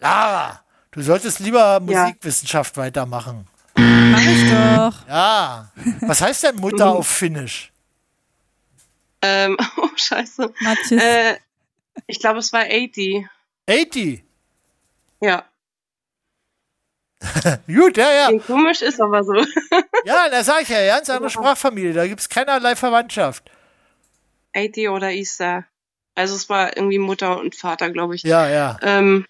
Speaker 1: Lara, du solltest lieber Musikwissenschaft weitermachen.
Speaker 2: Mach ich doch.
Speaker 1: Ja. Was heißt denn Mutter auf Finnisch?
Speaker 11: Ähm, *laughs* oh, scheiße.
Speaker 2: Matthias.
Speaker 11: Äh, ich glaube, es war 80.
Speaker 1: 80.
Speaker 11: Ja.
Speaker 1: Gut, ja, ja.
Speaker 11: Klingt komisch, ist aber so.
Speaker 1: Ja, da sag ich ja, ganz andere Sprachfamilie, da gibt's keinerlei Verwandtschaft.
Speaker 11: 80 oder Isa. Also es war irgendwie Mutter und Vater, glaube ich.
Speaker 1: Ja, ja.
Speaker 11: Ähm,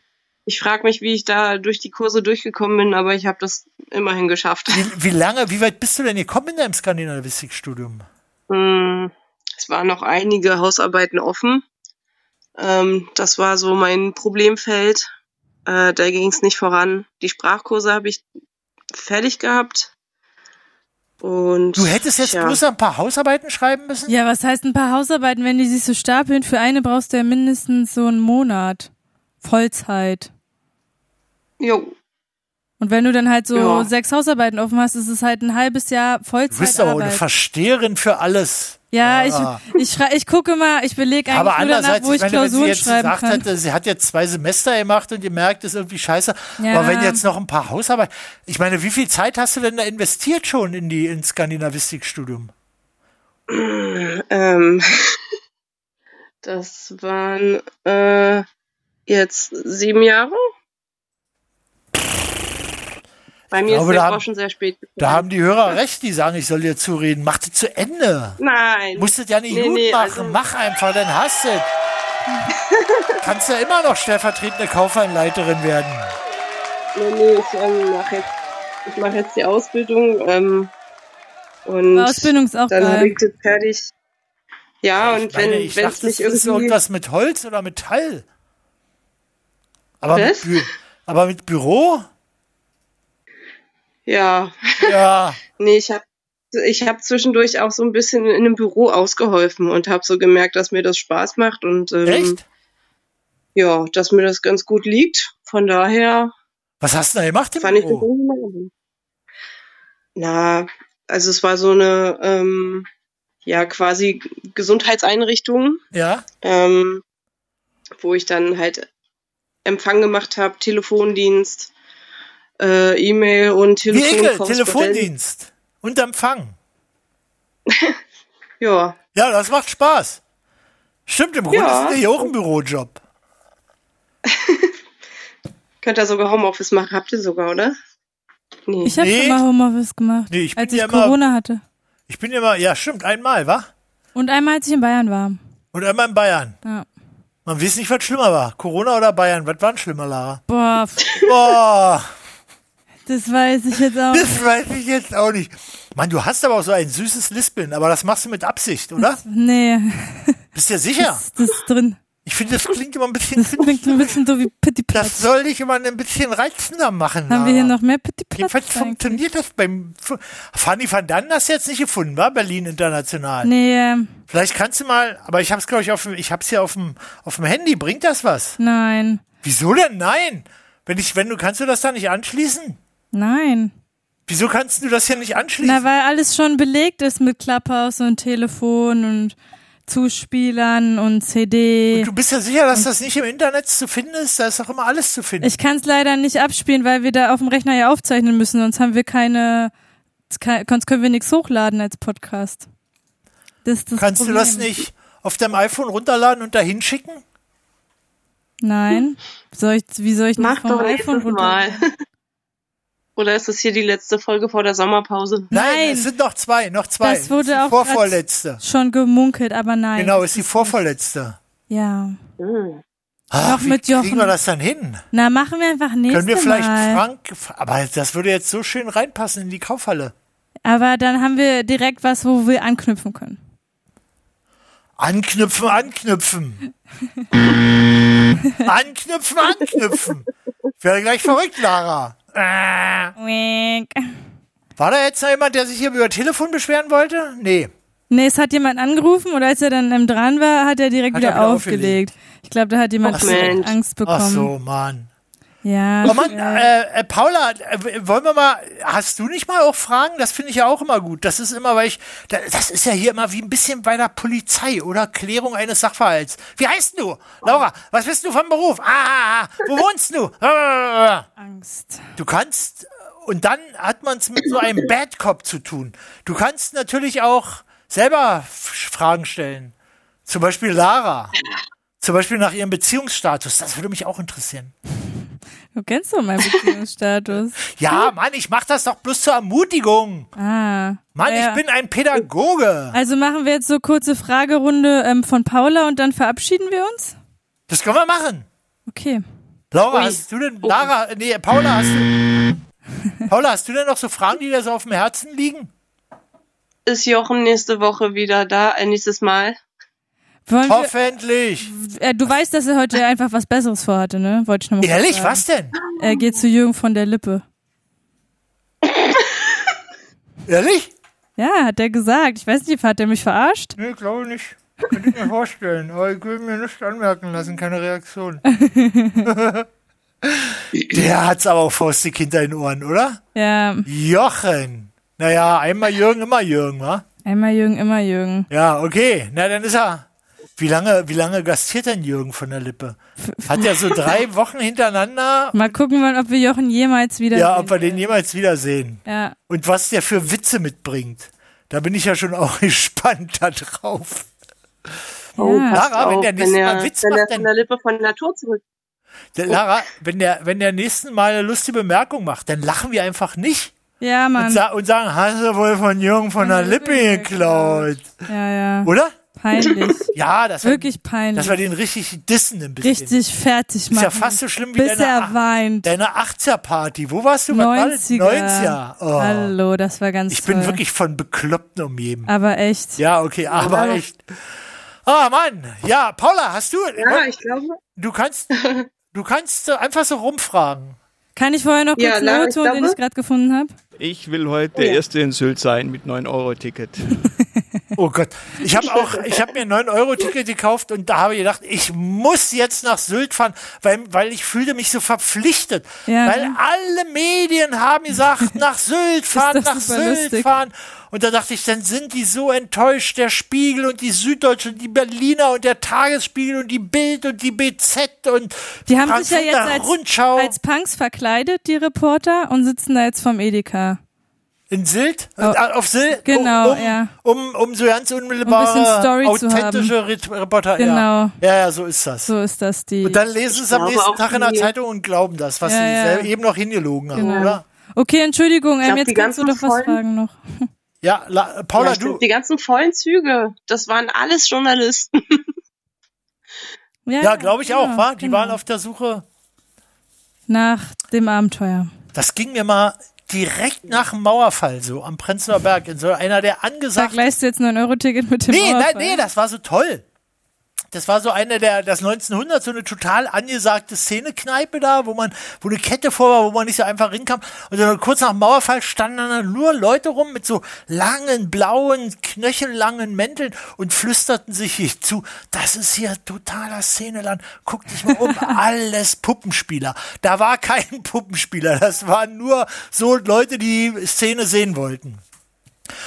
Speaker 11: Ich frage mich, wie ich da durch die Kurse durchgekommen bin, aber ich habe das
Speaker 1: *laughs*
Speaker 11: immerhin geschafft.
Speaker 1: Wie, wie lange, wie weit bist du denn gekommen in deinem Skandinavistikstudium?
Speaker 11: Hm, Es waren noch einige Hausarbeiten offen. Ähm, das war so mein Problemfeld. Äh, da ging es nicht voran. Die Sprachkurse habe ich fertig gehabt. Und
Speaker 1: Du hättest jetzt
Speaker 11: tja.
Speaker 1: bloß ein paar Hausarbeiten schreiben müssen?
Speaker 2: Ja, was heißt ein paar Hausarbeiten, wenn die sich so stapeln? Für eine brauchst du ja mindestens so einen Monat. Vollzeit.
Speaker 11: Jo.
Speaker 2: Und wenn du dann halt so
Speaker 1: Ja.
Speaker 2: sechs Hausarbeiten offen hast, ist es halt ein halbes Jahr
Speaker 1: Du
Speaker 2: Vollzeit.
Speaker 1: bist aber auch eine Versteherin für alles.
Speaker 2: ja,
Speaker 1: Ah.
Speaker 2: ich, ich, schrei, ich gucke mal, ich belege
Speaker 1: Aber
Speaker 2: eigentlich nur danach,
Speaker 1: andererseits,
Speaker 2: wo ich,
Speaker 1: ich meine, wenn sie
Speaker 2: Klausuren
Speaker 1: jetzt
Speaker 2: schreiben
Speaker 1: gesagt
Speaker 2: kann.
Speaker 1: hätte, sie hat jetzt zwei Semester gemacht und ihr merkt, ist irgendwie scheiße.
Speaker 2: Ja.
Speaker 1: Aber wenn jetzt noch ein paar Hausarbeiten. Ich meine, wie viel Zeit hast du denn da investiert schon in die ins Skandinavistikstudium?
Speaker 11: Ähm, *laughs* das waren äh, jetzt sieben Jahre. Bei mir
Speaker 1: Ich glaube,
Speaker 11: ist
Speaker 1: da
Speaker 11: der
Speaker 1: haben-
Speaker 11: Groschen sehr spät.
Speaker 1: Da haben die Hörer recht, die sagen, ich soll dir zureden. Mach das zu Ende.
Speaker 11: Nein.
Speaker 1: Musstet ja nicht gut machen.
Speaker 11: also
Speaker 1: Mach einfach, dann hast du.
Speaker 11: *laughs*
Speaker 1: Kannst ja immer noch stellvertretende Kaufanleiterin werden.
Speaker 11: Nee, nee, ich ähm, mache jetzt, ich mach jetzt die Ausbildung. Ähm, und
Speaker 2: Ausbildungsaufgabe.
Speaker 11: Dann habe ich das fertig. Ja, Ah, und
Speaker 1: Meine,
Speaker 11: wenn
Speaker 1: ich
Speaker 11: wenn es
Speaker 1: dachte, es
Speaker 11: nicht
Speaker 1: ist
Speaker 11: irgendwie.
Speaker 1: irgendwas mit Holz oder Metall. Aber,
Speaker 11: Was?
Speaker 1: mit, Bü aber mit Büro?
Speaker 11: Ja.
Speaker 1: Ja.
Speaker 11: nee, ich habe ich hab zwischendurch auch so ein bisschen in einem Büro ausgeholfen und habe so gemerkt, dass mir das Spaß macht und *laughs* ähm,
Speaker 1: Echt?
Speaker 11: ja, dass mir das ganz gut liegt. Von daher
Speaker 1: Was hast du denn gemacht im
Speaker 11: fand ich das
Speaker 1: Büro?
Speaker 11: irgendwie mal gut. Na, also es war so eine ähm, ja quasi Gesundheitseinrichtung,
Speaker 1: Ja?
Speaker 11: ähm, wo ich dann halt Empfang gemacht habe, Telefondienst, äh, E-Mail und
Speaker 1: Wie Ekel,
Speaker 11: Telefon
Speaker 1: Telefondienst und Empfang.
Speaker 11: ja.
Speaker 1: Ja, das macht Spaß. Stimmt, im Grunde
Speaker 11: Ja.
Speaker 1: ist das ja auch ein Bürojob.
Speaker 11: Könnt ihr sogar Homeoffice machen, habt ihr sogar, oder? Nee.
Speaker 2: Ich habe schon mal Homeoffice gemacht,
Speaker 1: Nee, ich bin
Speaker 2: als ich
Speaker 1: ja immer-
Speaker 2: Corona hatte.
Speaker 1: Ich bin ja mal, ja, stimmt, einmal, wa?
Speaker 2: Und einmal, als ich in Bayern war.
Speaker 1: Und einmal in Bayern.
Speaker 2: Ja.
Speaker 1: Man weiß nicht, was schlimmer war. Corona oder Bayern? Was war denn schlimmer,
Speaker 11: *laughs*
Speaker 1: Lara?
Speaker 2: Boah, pf,
Speaker 1: Boah,
Speaker 2: das weiß ich jetzt auch.
Speaker 1: das weiß ich jetzt auch nicht. Mann, du hast aber auch so ein süßes Lispeln, aber das machst du mit Absicht, oder?
Speaker 2: Nee,
Speaker 1: Bist du ja sicher?
Speaker 2: das ist drin.
Speaker 1: Ich finde, das klingt immer ein
Speaker 11: *laughs*
Speaker 1: bisschen. Das
Speaker 2: klingt ein bisschen so wie Pitti
Speaker 1: Das soll dich immer ein bisschen reizender machen.
Speaker 2: Haben wir hier
Speaker 1: Lara.
Speaker 2: noch mehr Pitti
Speaker 1: Jedenfalls funktioniert das beim. Fu- Fanny van Dann hast du jetzt nicht gefunden, war Berlin International.
Speaker 2: Nee, ähm,
Speaker 1: Vielleicht kannst du mal, aber ich hab's, glaube ich, auf dem, ich hab's hier auf dem, auf dem Handy. Bringt das was?
Speaker 2: nein,
Speaker 1: Wieso denn nein? Wenn ich, wenn du, kannst du das da nicht anschließen?
Speaker 2: nein.
Speaker 1: Wieso kannst du das hier nicht anschließen?
Speaker 2: Na, weil alles schon belegt ist mit Clubhouse und Telefon und Zuspielern und CD.
Speaker 1: du bist ja sicher, dass das nicht im Internet zu finden ist? Da ist doch immer alles zu finden.
Speaker 2: Ich kann es leider nicht abspielen, weil wir da auf dem Rechner ja aufzeichnen müssen, sonst haben wir keine, ke- sonst können wir nichts hochladen als Podcast. Das ist das
Speaker 1: kannst
Speaker 2: Problem.
Speaker 1: du das nicht auf deinem iPhone runterladen und dahin schicken?
Speaker 2: Nein. Soll ich, wie soll ich denn
Speaker 11: Mach
Speaker 2: vom
Speaker 11: doch
Speaker 2: iPhone
Speaker 11: nächstes
Speaker 2: runter-
Speaker 11: Mal. *laughs* Oder ist das hier die letzte Folge vor der Sommerpause?
Speaker 1: Nein, es sind noch zwei, noch zwei.
Speaker 2: Das wurde
Speaker 1: ist die
Speaker 2: auch
Speaker 1: vorvorletzte.
Speaker 2: Schon gemunkelt, aber nein.
Speaker 1: Genau, ist die vorvorletzte.
Speaker 2: Ja.
Speaker 1: Ach,
Speaker 2: Noch
Speaker 1: wie
Speaker 2: mit Jochen.
Speaker 1: kriegen wir das dann hin?
Speaker 2: Na, machen wir einfach nächstes
Speaker 1: Können wir vielleicht
Speaker 2: Mal.
Speaker 1: Frank, aber das würde jetzt so schön reinpassen in die Kaufhalle.
Speaker 2: Aber dann haben wir direkt was, wo wir anknüpfen können.
Speaker 1: Anknüpfen,
Speaker 2: *laughs*
Speaker 1: anknüpfen. anknüpfen, anknüpfen. Ich werde gleich verrückt, Lara. Äh.
Speaker 2: Wink.
Speaker 1: War da jetzt noch jemand, der sich hier über Telefon beschweren wollte? Nee.
Speaker 2: Nee, es hat jemand angerufen und als er dann ähm, dran war, hat er direkt
Speaker 1: Hat er
Speaker 2: wieder,
Speaker 1: wieder
Speaker 2: aufgelegt. Ich glaube, da hat jemand
Speaker 1: Ach so.
Speaker 2: direkt Angst bekommen.
Speaker 1: Ach so, Mann.
Speaker 2: Ja.
Speaker 1: Oh Mann, äh, äh, Paula, äh, wollen wir mal, hast du nicht mal auch Fragen? Das finde ich ja auch immer gut. Das ist immer, weil ich, da- das ist ja hier immer wie ein bisschen bei der Polizei oder Klärung eines Sachverhalts. Wie heißt du? Laura, was bist du vom Beruf? Ah, ah, ah. wo wohnst du?
Speaker 2: Angst.
Speaker 1: Du kannst, äh, und dann hat man es mit so einem Bad Cop zu tun. Du kannst natürlich auch selber F- Fragen stellen. Zum Beispiel Lara. Zum Beispiel nach ihrem Beziehungsstatus. Das würde mich auch interessieren.
Speaker 2: Du kennst doch meinen Beziehungsstatus.
Speaker 1: *laughs* Ja, Mann, ich mach das doch bloß zur Ermutigung.
Speaker 2: Ah.
Speaker 1: Mann,
Speaker 2: Ja.
Speaker 1: ich bin ein Pädagoge.
Speaker 2: Also machen wir jetzt so kurze Fragerunde ähm, von Paula und dann verabschieden wir uns?
Speaker 1: Das können wir machen.
Speaker 2: Okay.
Speaker 1: Laura, hast du denn, Lara, nee, Paula, hast du, Paula, hast du denn noch so Fragen, die dir so auf dem Herzen liegen?
Speaker 11: Ist Jochen nächste Woche wieder da, äh, nächstes Mal?
Speaker 2: Wollen wir-
Speaker 1: Hoffentlich.
Speaker 2: Äh, du weißt, dass er heute einfach was Besseres vorhatte, ne? Wollte ich nochmal
Speaker 1: Ehrlich? Was denn?
Speaker 2: Er geht zu Jürgen von der Lippe.
Speaker 1: Ehrlich?
Speaker 2: Ja, hat er gesagt. Ich weiß nicht, hat er mich verarscht?
Speaker 1: Nee, glaube nicht. Könnte ich mir vorstellen, aber ich will mir nichts anmerken lassen, keine Reaktion. *laughs* Der hat's aber auch faustig hinter den Ohren, oder?
Speaker 2: Ja.
Speaker 1: Jochen. Naja, einmal Jürgen, immer Jürgen, wa?
Speaker 2: Einmal Jürgen, immer Jürgen.
Speaker 1: Ja, okay. Na, dann ist er. Wie lange, wie lange gastiert denn Jürgen von der Lippe? Hat er so
Speaker 2: *laughs*
Speaker 1: drei Wochen hintereinander?
Speaker 2: Mal gucken, wann, ob wir Jochen jemals wieder.
Speaker 1: Ja, ob wir den jemals wiedersehen.
Speaker 2: Ja.
Speaker 1: Und was der für Witze mitbringt. Da bin ich ja schon auch *laughs* gespannt da drauf.
Speaker 11: Oh, passt
Speaker 1: Lara, wenn
Speaker 11: auf,
Speaker 1: der nächste
Speaker 11: wenn
Speaker 1: Mal
Speaker 11: er-
Speaker 1: Witz
Speaker 11: wenn er
Speaker 1: macht, dann
Speaker 11: von der Lippe von Natur zurück.
Speaker 1: Der,
Speaker 2: Oh.
Speaker 1: Lara, wenn der, wenn der nächsten Mal eine lustige Bemerkung macht, dann lachen wir einfach nicht.
Speaker 2: Ja,
Speaker 1: Und,
Speaker 2: Mann.
Speaker 1: sa und sagen, hast du wohl von Jürgen von
Speaker 2: Hm,
Speaker 1: der Lippe geklaut.
Speaker 2: Ja, ja.
Speaker 1: Oder? *laughs*
Speaker 2: Peinlich.
Speaker 1: Ja, das war,
Speaker 2: Wirklich peinlich.
Speaker 1: Dass wir den richtig dissen ein bisschen.
Speaker 2: Richtig fertig machen.
Speaker 1: Ist ja fast so schlimm wie
Speaker 2: Bis er
Speaker 1: deine,
Speaker 2: weint.
Speaker 1: deine 80er-Party. Wo warst du? Was war das?
Speaker 2: 90er.
Speaker 1: 90er. Oh.
Speaker 2: Hallo, das war ganz
Speaker 1: Ich bin
Speaker 2: toll.
Speaker 1: wirklich von Bekloppten umgeben.
Speaker 2: Aber echt.
Speaker 1: Ja, okay, aber
Speaker 2: Äh. Ah. Ja.
Speaker 1: echt. Ah, Mann. Ja, Paula, hast du...
Speaker 11: Ja, ich glaube.
Speaker 1: Du kannst, du kannst so einfach so rumfragen.
Speaker 2: Kann ich vorher noch kurz
Speaker 11: Ja,
Speaker 2: einen
Speaker 11: Lara, ich
Speaker 2: O-Ton, den
Speaker 11: glaube-
Speaker 2: ich gerade gefunden habe?
Speaker 18: Ich will heute der Erste in Sylt sein mit 9-Euro-Ticket.
Speaker 1: Oh Gott. Ich habe auch,
Speaker 2: *laughs*
Speaker 1: ich habe mir ein 9-Euro-Ticket gekauft und da habe ich gedacht, ich muss jetzt nach Sylt fahren, weil, weil ich fühlte mich so verpflichtet.
Speaker 2: Ja,
Speaker 1: weil
Speaker 2: ne?
Speaker 1: alle Medien haben
Speaker 2: *laughs*
Speaker 1: gesagt, nach Sylt fahren,
Speaker 2: doch
Speaker 1: nach
Speaker 2: super
Speaker 1: Sylt
Speaker 2: lustig.
Speaker 1: fahren. Und da dachte ich, dann sind die so enttäuscht, der Spiegel und die Süddeutsche und die Berliner und der Tagesspiegel und die Bild und die BZ und
Speaker 2: Die haben sich ja
Speaker 1: Frankfurter
Speaker 2: jetzt als,
Speaker 1: Rundschau.
Speaker 2: als Punks verkleidet, die Reporter, und sitzen da jetzt vom Edeka.
Speaker 1: In Sylt? Äh, Auf Sylt?
Speaker 2: Oh. genau,
Speaker 1: um, um,
Speaker 2: ja.
Speaker 1: Um, um so ganz unmittelbare,
Speaker 2: Um ein bisschen Story zu
Speaker 1: authentische Re- Reporter. Ja.
Speaker 2: Genau.
Speaker 1: ja, ja, so ist das.
Speaker 2: So ist das die.
Speaker 1: Und dann lesen sie es am
Speaker 2: glaube
Speaker 1: nächsten
Speaker 2: auch
Speaker 1: Tag in der
Speaker 2: die-
Speaker 1: Zeitung und glauben das, was
Speaker 2: Ja,
Speaker 1: sie
Speaker 2: ja. Genau.
Speaker 1: selber eben noch hingelogen haben, oder?
Speaker 2: Okay, Entschuldigung,
Speaker 11: Ich
Speaker 2: ähm,
Speaker 11: glaub,
Speaker 2: jetzt
Speaker 11: die
Speaker 2: kannst du doch
Speaker 11: ganzen
Speaker 2: was
Speaker 11: Folgen-
Speaker 2: fragen noch.
Speaker 1: Ja, la, Paula,
Speaker 11: ja,
Speaker 1: du.
Speaker 11: stimmt, Die ganzen vollen Züge, das waren alles Journalisten.
Speaker 1: Ja, glaube
Speaker 2: genau,
Speaker 1: ich auch, wa? Die waren auf der Suche.
Speaker 2: Nach dem Abenteuer.
Speaker 1: Das ging mir mal direkt nach dem Mauerfall so am Prenzlauer Berg in so einer der angesagten
Speaker 2: Vergleichst du jetzt 9-Euro-Ticket mit dem
Speaker 1: Nee, nein,
Speaker 2: Mauerfall?
Speaker 1: nee, das war so toll. Das war so eine der, das 1900, so eine total angesagte Szene-Kneipe da, wo man, wo eine Kette vor war, wo man nicht so einfach rinkam. Und dann kurz nach dem Mauerfall standen dann nur Leute rum mit so langen, blauen, knöchellangen Mänteln und flüsterten sich hier zu, das ist hier totaler Szeneland. Guck dich mal um, alles Puppenspieler. Da war kein Puppenspieler, das waren nur so Leute, die Szene sehen wollten.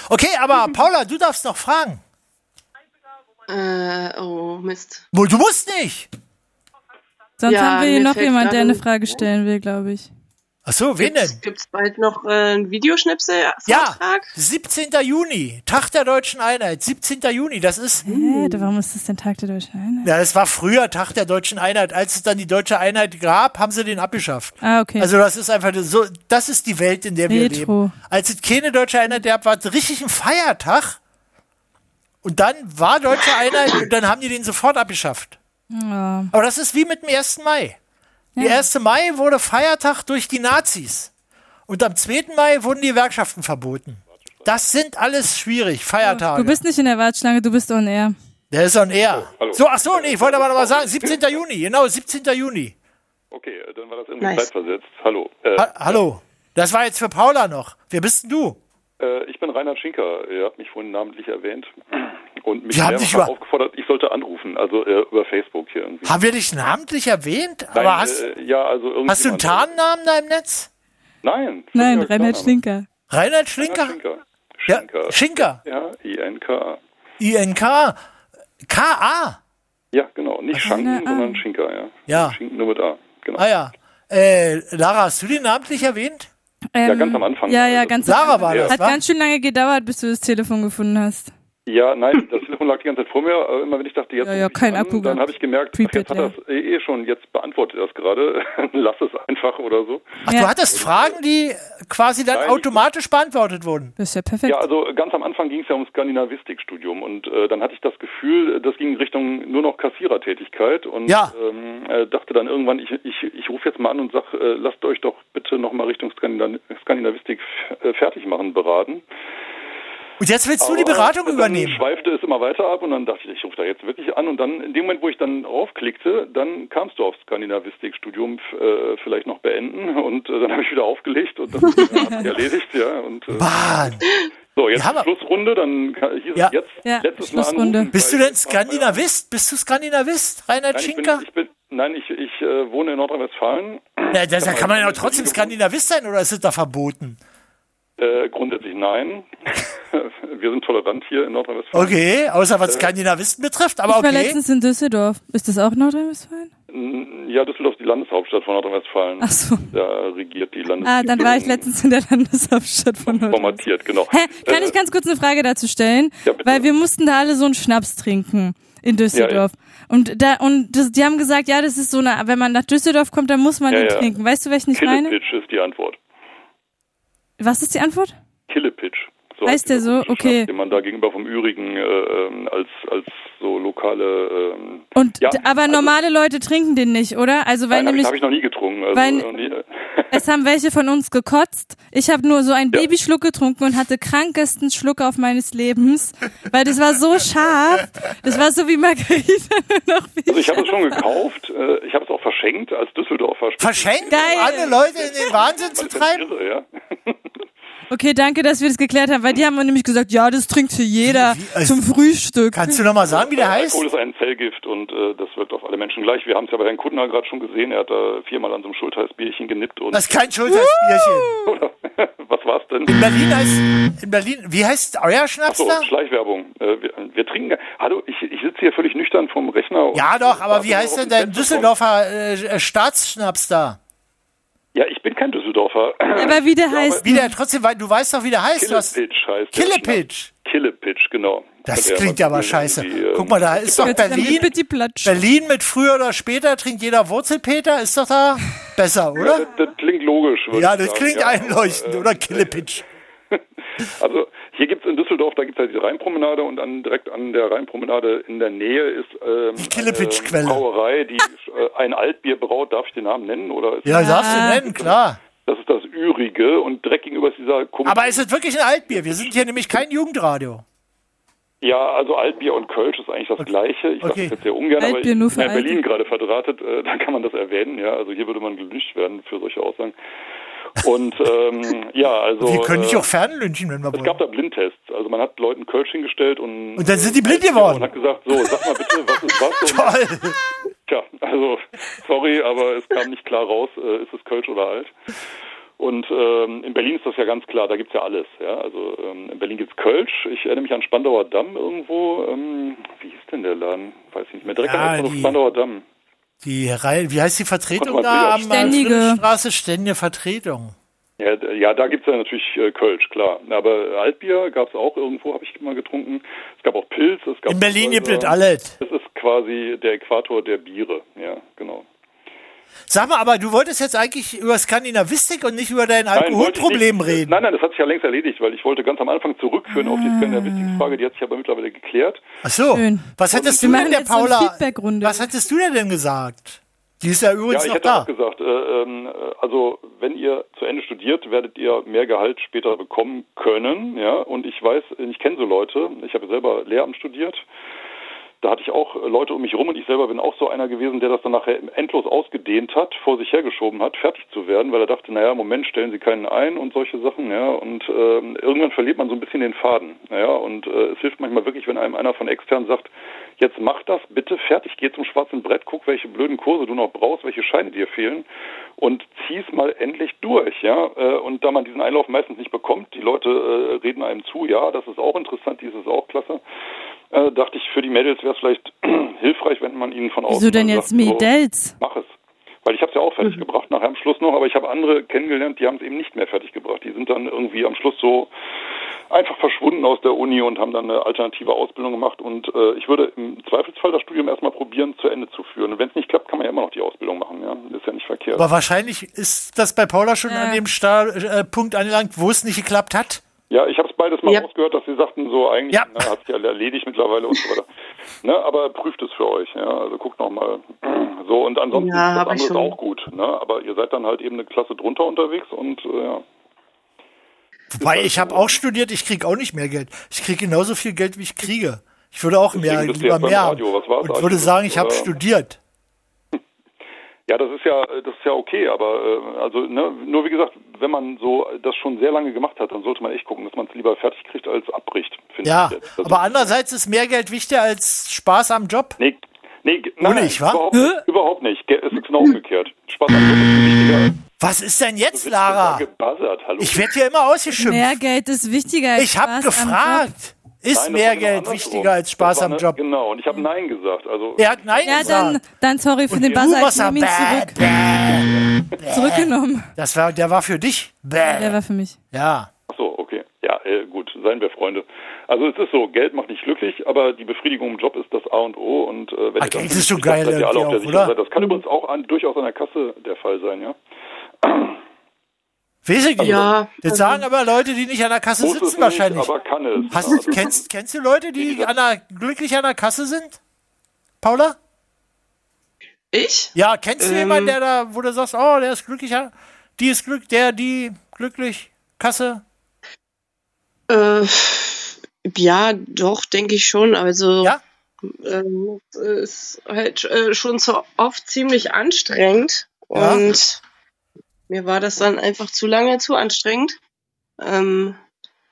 Speaker 1: Okay, aber Paula, du darfst noch fragen.
Speaker 11: *laughs* äh, oh Mist.
Speaker 1: Wo, Du musst nicht.
Speaker 2: Sonst
Speaker 11: Ja,
Speaker 2: haben wir hier
Speaker 11: mir
Speaker 2: noch
Speaker 11: fällt
Speaker 2: jemand,
Speaker 11: gerade
Speaker 2: der eine
Speaker 11: nicht
Speaker 2: Frage stellen will, glaube ich.
Speaker 1: Ach so, wen denn?
Speaker 11: Gibt's bald noch äh, einen Videoschnipsel?
Speaker 1: Ja, 17. Juni, Tag der deutschen Einheit, 17. Juni, das ist
Speaker 2: Hä, da- warum ist das denn Tag der Deutschen Einheit?
Speaker 1: Ja, das war früher Tag der deutschen Einheit, als es dann die deutsche Einheit gab, haben sie den abgeschafft.
Speaker 2: Ah, okay.
Speaker 1: Also das ist einfach so, das ist die Welt, in der wir
Speaker 2: Retro.
Speaker 1: leben. Als es keine deutsche Einheit gab, war es richtig ein Feiertag. Und dann war deutsche Einheit und dann haben die den sofort abgeschafft.
Speaker 2: Ja.
Speaker 1: Aber das ist wie mit dem 1. Mai. Der 1. Mai wurde Feiertag durch die Nazis. Und am 2. Mai wurden die Gewerkschaften verboten. Das sind alles schwierig, Feiertage.
Speaker 2: Du bist nicht in der Warteschlange, du bist on air.
Speaker 1: der ist on air. So, ach so, nee, ich wollte aber noch mal sagen, 17. Juni, genau, 17. Juni.
Speaker 15: Okay, äh, dann war das irgendwie
Speaker 1: Nice.
Speaker 15: zeitversetzt. Hallo. Äh,
Speaker 1: Ha hallo, das war jetzt für Paula noch. Wer bist denn du?
Speaker 15: äh, ich bin Reinhard Schinker. Ihr habt mich vorhin namentlich erwähnt und mich
Speaker 1: Wir haben
Speaker 15: mehrfach
Speaker 1: dich über-
Speaker 15: aufgefordert, ich sollte anrufen, also äh, über Facebook hier irgendwie.
Speaker 1: Haben wir dich namentlich erwähnt?
Speaker 15: Nein,
Speaker 1: aber hast,
Speaker 15: äh, ja, also irgendjemand-
Speaker 1: hast du einen Tarnnamen da im Netz?
Speaker 15: Nein.
Speaker 2: Nein,
Speaker 15: Schinker ist
Speaker 2: Reinhard
Speaker 15: Name.
Speaker 2: Schlinker.
Speaker 1: Reinhard Schlinker?
Speaker 15: Schinker.
Speaker 1: Schinker. Ja, Schinker.
Speaker 15: Ja, I-N-K.
Speaker 1: INK. KA.
Speaker 15: Ja, genau. Nicht Schanken, sondern Schinker, ja.
Speaker 1: Ja.
Speaker 15: Schinken nur mit A. Genau.
Speaker 1: Ah ja. Äh, Lara, hast du den namentlich erwähnt?
Speaker 15: Ja, ganz am Anfang.
Speaker 2: Ähm, Ja, ja,
Speaker 15: Also,
Speaker 2: ganz
Speaker 1: Sarah war das,
Speaker 2: Hat
Speaker 1: wa?
Speaker 2: ganz schön lange gedauert, bis du das Telefon gefunden hast.
Speaker 15: Ja, nein, das Telefon Telefon lag die ganze Zeit vor mir. Äh, Immer wenn ich dachte, jetzt
Speaker 2: Ja, ja,
Speaker 15: ruf ich
Speaker 2: kein
Speaker 15: an,
Speaker 2: Akku
Speaker 15: dann
Speaker 2: gehabt.
Speaker 15: habe ich gemerkt, ach,
Speaker 2: Prepaid
Speaker 15: jetzt hat er es eh eh schon, jetzt beantwortet er es gerade. *laughs* Lass es einfach oder so.
Speaker 1: Ach, du hattest Fragen, die quasi dann automatisch beantwortet wurden.
Speaker 2: Das ist ja perfekt.
Speaker 15: Ja, also ganz am Anfang ging es ja ums Skandinavistikstudium und äh, dann hatte ich das Gefühl, das ging in Richtung nur noch Kassierertätigkeit und
Speaker 1: Ja.
Speaker 15: ähm, äh, dachte dann irgendwann, ich, ich, ich rufe jetzt mal an und sag, äh, lasst euch doch bitte nochmal Richtung Skandina- Skandinavistik f- äh, fertig machen beraten.
Speaker 1: Und jetzt willst du die
Speaker 15: Aber, äh,
Speaker 1: Beratung
Speaker 15: dann
Speaker 1: übernehmen.
Speaker 15: schweifte es immer weiter ab und dann dachte ich, ich rufe da jetzt wirklich an. Und dann, in dem Moment, wo ich dann raufklickte, dann kamst du aufs Skandinavistik-Studium f- äh, vielleicht noch beenden. Und äh, dann habe ich wieder aufgelegt und
Speaker 1: *laughs*
Speaker 15: das hat sich erledigt, ja. Und, äh, So, jetzt Schlussrunde, dann kann- hieß es jetzt letztes Mal anrufen.
Speaker 1: Bist du
Speaker 15: weil-
Speaker 1: denn Skandinavist? Bist du Skandinavist, Reinhard
Speaker 15: Nein, ich bin,
Speaker 1: Schinker?
Speaker 15: ich bin, nein, ich, ich äh, wohne in Nordrhein-Westfalen.
Speaker 1: Na, da, da kann man ja auch trotzdem Skandinavist sein oder ist es da verboten?
Speaker 15: Äh, grundsätzlich nein. *laughs* Wir sind tolerant hier in Nordrhein-Westfalen.
Speaker 1: Okay, außer
Speaker 15: Äh.
Speaker 1: was Skandinavisten betrifft, aber
Speaker 2: ich war
Speaker 1: okay.
Speaker 2: letztens in Düsseldorf. Ist das auch Nordrhein-Westfalen?
Speaker 15: N- Ja, Düsseldorf ist die Landeshauptstadt von Nordrhein-Westfalen.
Speaker 2: Ach so.
Speaker 15: Da regiert die Landes.
Speaker 2: Ah, dann war ich letztens in der Landeshauptstadt von Nordrhein.
Speaker 15: formatiert, genau.
Speaker 2: Hä, kann
Speaker 15: Äh,
Speaker 2: ich ganz kurz eine Frage dazu stellen? Weil wir mussten da alle so einen Schnaps trinken in Düsseldorf. Und da und das, die haben gesagt, ja, das ist so eine, wenn man nach Düsseldorf kommt, dann muss man
Speaker 15: Ja,
Speaker 2: den
Speaker 15: ja.
Speaker 2: trinken. Weißt du, welchen ich meine?
Speaker 15: Killepitch ist die Antwort.
Speaker 2: Was ist die Antwort?
Speaker 15: Killepitch. So
Speaker 2: heißt der so? Okay.
Speaker 15: den man da gegenüber vom Übrigen äh, ähm, als, als so lokale. Ähm,
Speaker 2: Und
Speaker 15: ja,
Speaker 2: d- aber normale Leute trinken den nicht, oder? Also weil
Speaker 15: Nein, habe ich,
Speaker 2: nämlich
Speaker 15: hab ich noch nie getrunken. Also,
Speaker 2: weil-
Speaker 15: noch nie,
Speaker 2: es haben welche von uns gekotzt. Ich habe nur so einen Babyschluck getrunken und hatte krankesten Schluck auf meines Lebens, weil das war so scharf. Das war so wie Margarita. *laughs*
Speaker 15: *laughs* also ich habe es schon gekauft. Äh, ich habe es auch verschenkt als Düsseldorfer.
Speaker 1: Verschenkt? Geil. Alle um Leute in den Wahnsinn zu treiben?
Speaker 15: Ja.
Speaker 2: Okay, danke, dass wir das geklärt haben, weil die haben nämlich gesagt, ja, das trinkt hier jeder
Speaker 1: also
Speaker 2: zum Frühstück. Kannst
Speaker 1: du nochmal sagen, wie der heißt?
Speaker 15: Alkohol ist ein Zellgift und äh, das wirkt auf alle Menschen gleich. Wir haben es ja bei Herrn Kuttner gerade schon gesehen. Er hat da viermal an so einem Schultheißbierchen genippt. Und
Speaker 1: Das ist kein Schultersbierchen.
Speaker 15: *laughs* Was war's denn?
Speaker 1: In Berlin heißt, in Berlin, wie heißt euer Schnaps
Speaker 15: Achso,
Speaker 1: da?
Speaker 15: Schleichwerbung. Äh, wir, wir trinken. Hallo, ich, ich sitze hier völlig nüchtern vom Rechner. und-
Speaker 1: Ja doch, aber wie
Speaker 15: Warte,
Speaker 1: heißt
Speaker 15: auf
Speaker 1: denn
Speaker 15: den
Speaker 1: dein
Speaker 15: Fenster-
Speaker 1: Düsseldorfer äh, äh, Staatsschnaps da?
Speaker 15: Ja, ich bin
Speaker 1: *laughs*
Speaker 15: kein Düsseldorfer.
Speaker 2: wie der
Speaker 1: heißt. Wie der trotzdem, weil du weißt doch, wie der heißt. Was,
Speaker 15: Killepitch heißt der
Speaker 1: Killepitch.
Speaker 15: Schnaps. Killepitch, genau.
Speaker 1: Das
Speaker 15: Hat er
Speaker 1: klingt ja aber
Speaker 15: irgendwie,
Speaker 1: scheiße.
Speaker 15: äh,
Speaker 1: Guck mal, da ist doch Berlin. Berlin mit früher oder später trinkt jeder Wurzelpeter, ist doch da besser,
Speaker 15: Ja,
Speaker 1: oder?
Speaker 15: das, das klingt logisch. würd
Speaker 1: Ja,
Speaker 15: ich
Speaker 1: das
Speaker 15: sagen,
Speaker 1: klingt
Speaker 15: ja.
Speaker 1: einleuchtend,
Speaker 15: Äh,
Speaker 1: oder Killepitch.
Speaker 15: *laughs* Also hier gibt's in Düsseldorf, da gibt's halt die Rheinpromenade und dann direkt an der Rheinpromenade in der Nähe ist ähm,
Speaker 1: Killepitch-Quelle.
Speaker 15: eine Brauerei, die äh, ein Altbier braut. Darf ich den Namen nennen? Oder ist
Speaker 1: Ja,
Speaker 15: das-
Speaker 1: darfst du nennen, klar.
Speaker 15: Das ist das Ürige und direkt gegenüber ist dieser komische...
Speaker 1: Aber ist es wirklich ein Altbier? Wir sind hier nämlich kein Jugendradio.
Speaker 15: Ja, also Altbier und Kölsch ist eigentlich das Gleiche. Ich sage
Speaker 1: Okay.
Speaker 15: das jetzt sehr ungern, aber ich
Speaker 1: Altbier
Speaker 15: bin
Speaker 1: nur
Speaker 15: ja in
Speaker 1: für
Speaker 15: Berlin gerade verdrahtet, äh, da kann man das erwähnen. Ja, Also hier würde man gelünscht werden für solche Aussagen. Und
Speaker 1: *laughs*
Speaker 15: ähm, ja, also...
Speaker 1: wir können dich
Speaker 15: äh,
Speaker 1: auch fernlünchen, wenn wir
Speaker 15: Es
Speaker 1: wollen.
Speaker 15: gab da Blindtests. Also man hat Leuten Kölsch hingestellt und...
Speaker 1: Und dann sind die blind geworden.
Speaker 15: Und hat gesagt, so, sag mal bitte, was
Speaker 1: *laughs*
Speaker 15: ist was? Und,
Speaker 1: Toll!
Speaker 15: Tja, also, sorry, aber es kam nicht klar raus, äh, ist es Kölsch oder alt. Und ähm, in Berlin ist das ja ganz klar, da gibt's ja alles. Ja? Also ähm, in Berlin gibt's Kölsch. Ich erinnere mich an Spandauer Damm irgendwo. Ähm, wie hieß denn der Laden? Weiß ich nicht mehr. Direkt
Speaker 1: Ja,
Speaker 15: am Ausgang
Speaker 1: die-
Speaker 15: des Spandauer Damm.
Speaker 1: Die Reihe, wie heißt die
Speaker 15: Konnte
Speaker 1: Vertretung
Speaker 15: man
Speaker 1: da am
Speaker 15: sicher-
Speaker 2: Ständige.
Speaker 1: Straße? Ständige Vertretung.
Speaker 15: Ja, d- ja, da gibt's ja natürlich äh, Kölsch, klar. Aber Altbier gab's auch irgendwo, habe ich mal getrunken. Es gab auch Pilz. Es gab
Speaker 1: In Berlin gibt
Speaker 15: teilweise-
Speaker 1: es alles.
Speaker 15: Das ist quasi der Äquator der Biere. Ja, genau.
Speaker 1: Sag mal, aber du wolltest jetzt eigentlich über Skandinavistik und nicht über dein
Speaker 15: Nein, wollte ich
Speaker 1: Alkoholproblem
Speaker 15: nicht.
Speaker 1: reden.
Speaker 15: Nein, nein, das hat sich ja längst erledigt, weil ich wollte ganz am Anfang zurückführen auf die
Speaker 1: Ah.
Speaker 15: Skandinavistik-Frage, die hat sich aber mittlerweile geklärt.
Speaker 1: Ach so. Was hättest
Speaker 15: Wir
Speaker 1: du denn
Speaker 15: machen
Speaker 1: der
Speaker 15: jetzt so eine
Speaker 1: Paula? was hättest du denn denn gesagt? Die ist ja übrigens
Speaker 15: ja, ich
Speaker 1: noch
Speaker 15: hätte
Speaker 1: da.
Speaker 15: auch gesagt, äh, ähm, äh, also wenn ihr zu Ende studiert, werdet ihr mehr Gehalt später bekommen können, ja. Und ich weiß, ich kenne so Leute, ich habe selber Lehramt studiert. Da hatte ich auch äh, Leute um mich rum und ich selber bin auch so einer gewesen, der das dann nachher endlos ausgedehnt hat, vor sich hergeschoben hat, fertig zu werden, weil er dachte, naja, Moment, stellen Sie keinen ein und solche Sachen, ja. Und ähm, irgendwann verliert man so ein bisschen den Faden, ja. Und äh, es hilft manchmal wirklich, wenn einem einer von extern sagt, jetzt mach das bitte fertig, geh zum schwarzen Brett, guck, welche blöden Kurse du noch brauchst, welche Scheine dir fehlen und zieh's mal endlich durch, ja. Äh, Und da man diesen Einlauf meistens nicht bekommt, die Leute äh, reden einem zu, ja, das ist auch interessant, dies ist auch klasse. Äh, dachte ich, für die Mädels wäre es vielleicht *clears throat* hilfreich, wenn man ihnen von außen.
Speaker 2: Wieso denn
Speaker 15: mal
Speaker 2: jetzt
Speaker 15: sagt, so,
Speaker 2: Mädels? Mhm.
Speaker 15: Mach es. Weil ich habe es ja auch fertig gebracht, nachher am Schluss noch, aber ich habe andere kennengelernt, die haben es eben nicht mehr fertig gebracht. Die sind dann irgendwie am Schluss so einfach verschwunden aus der Uni und haben dann eine alternative Ausbildung gemacht. Und äh, ich würde im Zweifelsfall das Studium erstmal probieren, zu Ende zu führen. Und wenn es nicht klappt, kann man ja immer noch die Ausbildung machen. Ja? Ist ja nicht verkehrt.
Speaker 1: Aber wahrscheinlich ist das bei Paula schon an dem Sta äh, Punkt angelangt, wo es nicht geklappt hat.
Speaker 15: Ja, ich habe es beides mal rausgehört, dass sie sagten, so eigentlich ne, hat sich ja erledigt mittlerweile und so weiter. ne, aber prüft es für euch, ja. Also guckt nochmal. So, und ansonsten
Speaker 11: Ja,
Speaker 15: ist das
Speaker 11: hab ich
Speaker 15: andere ist
Speaker 11: schon.
Speaker 15: auch gut. Ne? Aber ihr seid dann halt eben eine Klasse drunter unterwegs und äh, ja.
Speaker 1: Wobei, ich habe auch studiert, ich kriege auch nicht mehr Geld. Ich kriege genauso viel Geld, wie ich kriege. Ich würde auch mehr,
Speaker 15: Deswegen bist du
Speaker 1: lieber
Speaker 15: jetzt beim
Speaker 1: mehr haben.
Speaker 15: Radio. Was
Speaker 1: Und
Speaker 15: war's
Speaker 1: würde
Speaker 15: eigentlich?
Speaker 1: sagen, ich habe
Speaker 15: Äh,
Speaker 1: studiert.
Speaker 15: Ja, das ist ja, das ist ja okay, aber äh, also ne, nur wie gesagt, wenn man so das schon sehr lange gemacht hat, dann sollte man echt gucken, dass man es lieber fertig kriegt als abbricht. finde
Speaker 1: Ja,
Speaker 15: ich jetzt. Also, Das
Speaker 1: aber andererseits ist mehr Geld wichtiger als Spaß am Job.
Speaker 15: Nee, nee
Speaker 1: Nur
Speaker 15: nein,
Speaker 1: nicht, wa?
Speaker 15: Überhaupt, nicht, überhaupt nicht. Ge- Es ist genau umgekehrt. Spaß an Job ist viel wichtiger.
Speaker 1: Was ist denn jetzt,
Speaker 15: Du bist
Speaker 1: Lara?
Speaker 15: immer gebuzzert, hallo.
Speaker 1: Ich werde hier immer ausgeschimpft.
Speaker 2: Mehr Geld ist wichtiger als
Speaker 1: Ich habe
Speaker 2: Spaß am Job.
Speaker 1: gefragt, ist
Speaker 15: Nein, das war
Speaker 1: mehr
Speaker 15: genau
Speaker 1: Geld
Speaker 15: andersrum.
Speaker 1: wichtiger als
Speaker 15: Das
Speaker 1: Spaß
Speaker 15: war
Speaker 1: am
Speaker 15: eine-
Speaker 1: Job? Hm.
Speaker 15: Genau, und ich habe Nein gesagt. Also
Speaker 1: Er hat Nein
Speaker 2: Ja,
Speaker 1: gesagt.
Speaker 2: dann, dann sorry für den
Speaker 1: du
Speaker 2: Buzzer, ich
Speaker 1: warst
Speaker 2: nehme ihn zurück. Zurückgenommen.
Speaker 1: Das war, der war für dich. Bäh.
Speaker 2: Der war für mich.
Speaker 1: Ja.
Speaker 15: Ach so, okay. Ja, äh, gut, seien wir Freunde. Also es ist so, Geld macht nicht glücklich, aber die Befriedigung im Job ist das A und O. Und äh, wenn ihr
Speaker 1: Ah, Geld
Speaker 15: das
Speaker 1: ist so
Speaker 15: nicht habt,
Speaker 1: geil
Speaker 15: seid
Speaker 1: irgendwie
Speaker 15: ihr alle auf der
Speaker 1: auch,
Speaker 15: sicheren
Speaker 1: oder? Hm.
Speaker 15: Seite. Das kann übrigens auch an, durchaus an der Kasse der Fall sein, ja.
Speaker 1: Weiß ich nicht.
Speaker 11: Ja.
Speaker 1: Das sagen aber Leute, die nicht an der Kasse
Speaker 15: Muss es
Speaker 1: sitzen
Speaker 15: nicht,
Speaker 1: wahrscheinlich.
Speaker 15: aber kann es.
Speaker 1: Hast,
Speaker 15: Ja,
Speaker 11: Oh.
Speaker 15: also-
Speaker 1: kennst, kennst du Leute, die an der, glücklich an der Kasse sind? Paula?
Speaker 11: Ich?
Speaker 1: Ja, kennst du
Speaker 11: Ähm.
Speaker 1: jemanden, der da, wo du sagst, oh, der ist glücklich, an- die ist glück, der, die, glücklich, Kasse?
Speaker 11: Äh, ja, doch, denke ich schon. Also ähm, es ist halt äh, schon so oft ziemlich anstrengend.
Speaker 1: Ja.
Speaker 11: Und mir war das dann einfach zu lange zu anstrengend. Ähm,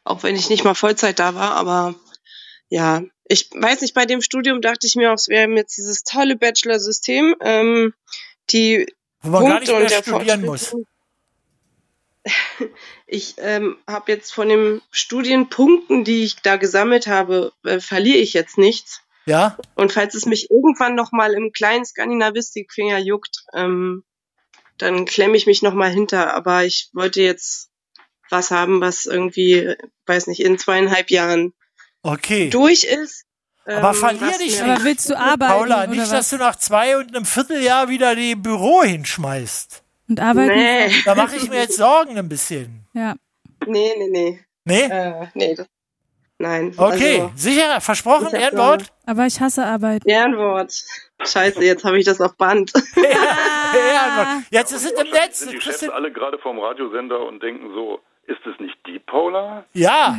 Speaker 11: auch wenn ich nicht mal Vollzeit da war, aber ja, ich weiß nicht, bei dem Studium dachte ich mir auch, wir haben jetzt dieses tolle Bachelor-System, ähm, die
Speaker 1: Wo man gar
Speaker 11: Punkte
Speaker 1: nicht mehr
Speaker 11: und der
Speaker 1: studieren
Speaker 11: Fortschritt
Speaker 1: muss.
Speaker 11: *laughs* ich ähm, habe jetzt von den Studienpunkten, die ich da gesammelt habe, äh, verliere ich jetzt nichts.
Speaker 1: Ja?
Speaker 11: Und falls es mich irgendwann nochmal im kleinen Skandinavistikfinger juckt, ähm, dann klemme ich mich nochmal hinter. Aber ich wollte jetzt was haben, was irgendwie, weiß nicht, in zweieinhalb Jahren
Speaker 1: Okay.
Speaker 11: durch ist.
Speaker 1: Aber
Speaker 11: Ähm,
Speaker 1: verlier
Speaker 11: was
Speaker 1: dich
Speaker 11: mir-
Speaker 1: nicht. Paula, nicht,
Speaker 11: was?
Speaker 1: dass du nach zwei und einem Vierteljahr wieder die Büro hinschmeißt.
Speaker 2: Und arbeiten.
Speaker 11: Nee.
Speaker 1: Da mache ich mir jetzt Sorgen ein bisschen.
Speaker 2: Ja.
Speaker 11: Nee, nee, nee.
Speaker 1: Nee?
Speaker 11: Äh, nee, das, nein.
Speaker 1: Okay,
Speaker 11: also-
Speaker 1: sicher, versprochen,
Speaker 11: Ich hab
Speaker 1: Ehrenwort?
Speaker 2: Aber ich hasse Arbeit.
Speaker 11: Ehrenwort. Scheiße, jetzt habe ich das auf Band. *laughs*
Speaker 1: *laughs* Ehrenwort. Jetzt ist es im Netz.
Speaker 15: Sind die Chefs alle gerade vorm Radiosender und denken so, ist es nicht die Paula?
Speaker 1: Ja,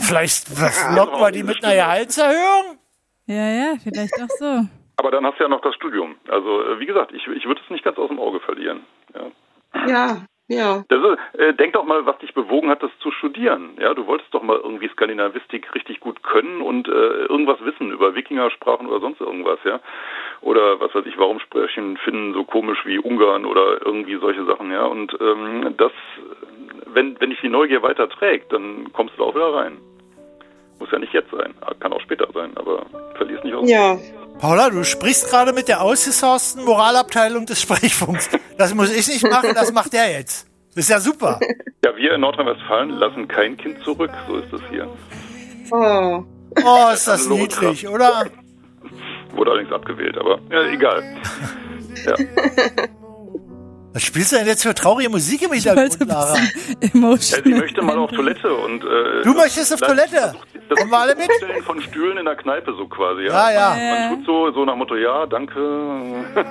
Speaker 1: vielleicht locken wir die mit einer Gehaltserhöhung?
Speaker 2: Ja, ja, vielleicht auch
Speaker 1: *laughs*
Speaker 2: so.
Speaker 15: Aber dann hast du ja noch das Studium. Also äh, wie gesagt, ich, ich würde es nicht ganz aus dem Auge verlieren. Ja.
Speaker 11: ja, ja.
Speaker 15: Das ist, äh, denk doch mal, was dich bewogen hat, das zu studieren. Ja, du wolltest doch mal irgendwie Skandinavistik richtig gut können und äh, irgendwas wissen über Wikingersprachen oder sonst irgendwas, ja. Oder was weiß ich, warum sprechen Finnen so komisch wie Ungarn oder irgendwie solche Sachen, ja. Und ähm, das, wenn, wenn dich die Neugier weiter trägt, dann kommst du da auch wieder rein. Muss ja nicht jetzt sein, kann auch später sein, aber verlier es nicht aus.
Speaker 11: Ja.
Speaker 1: Paula, du sprichst gerade mit der ausgesourcten Moralabteilung des Sprechfunks. Das muss ich nicht machen, das macht der jetzt. Ist ja super.
Speaker 15: Ja, wir in Nordrhein-Westfalen lassen kein Kind zurück, so ist es hier.
Speaker 11: Oh.
Speaker 1: Oh, ist das
Speaker 15: Hallo,
Speaker 1: niedlich, oder?
Speaker 15: Wurde allerdings abgewählt, aber ja, egal. Ja.
Speaker 1: Was spielst du denn jetzt für traurige Musik im Hintergrund, Lara?
Speaker 15: Ja, sie möchte mal auf Toilette und äh,
Speaker 1: Du möchtest auf
Speaker 15: das-
Speaker 1: Toilette.
Speaker 15: Das
Speaker 1: Kommen wir alle mit?
Speaker 15: Stellen von Stühlen in der Kneipe so quasi.
Speaker 1: Ja, Ah, ja.
Speaker 15: Man, man tut so, so nach Motto, ja, danke.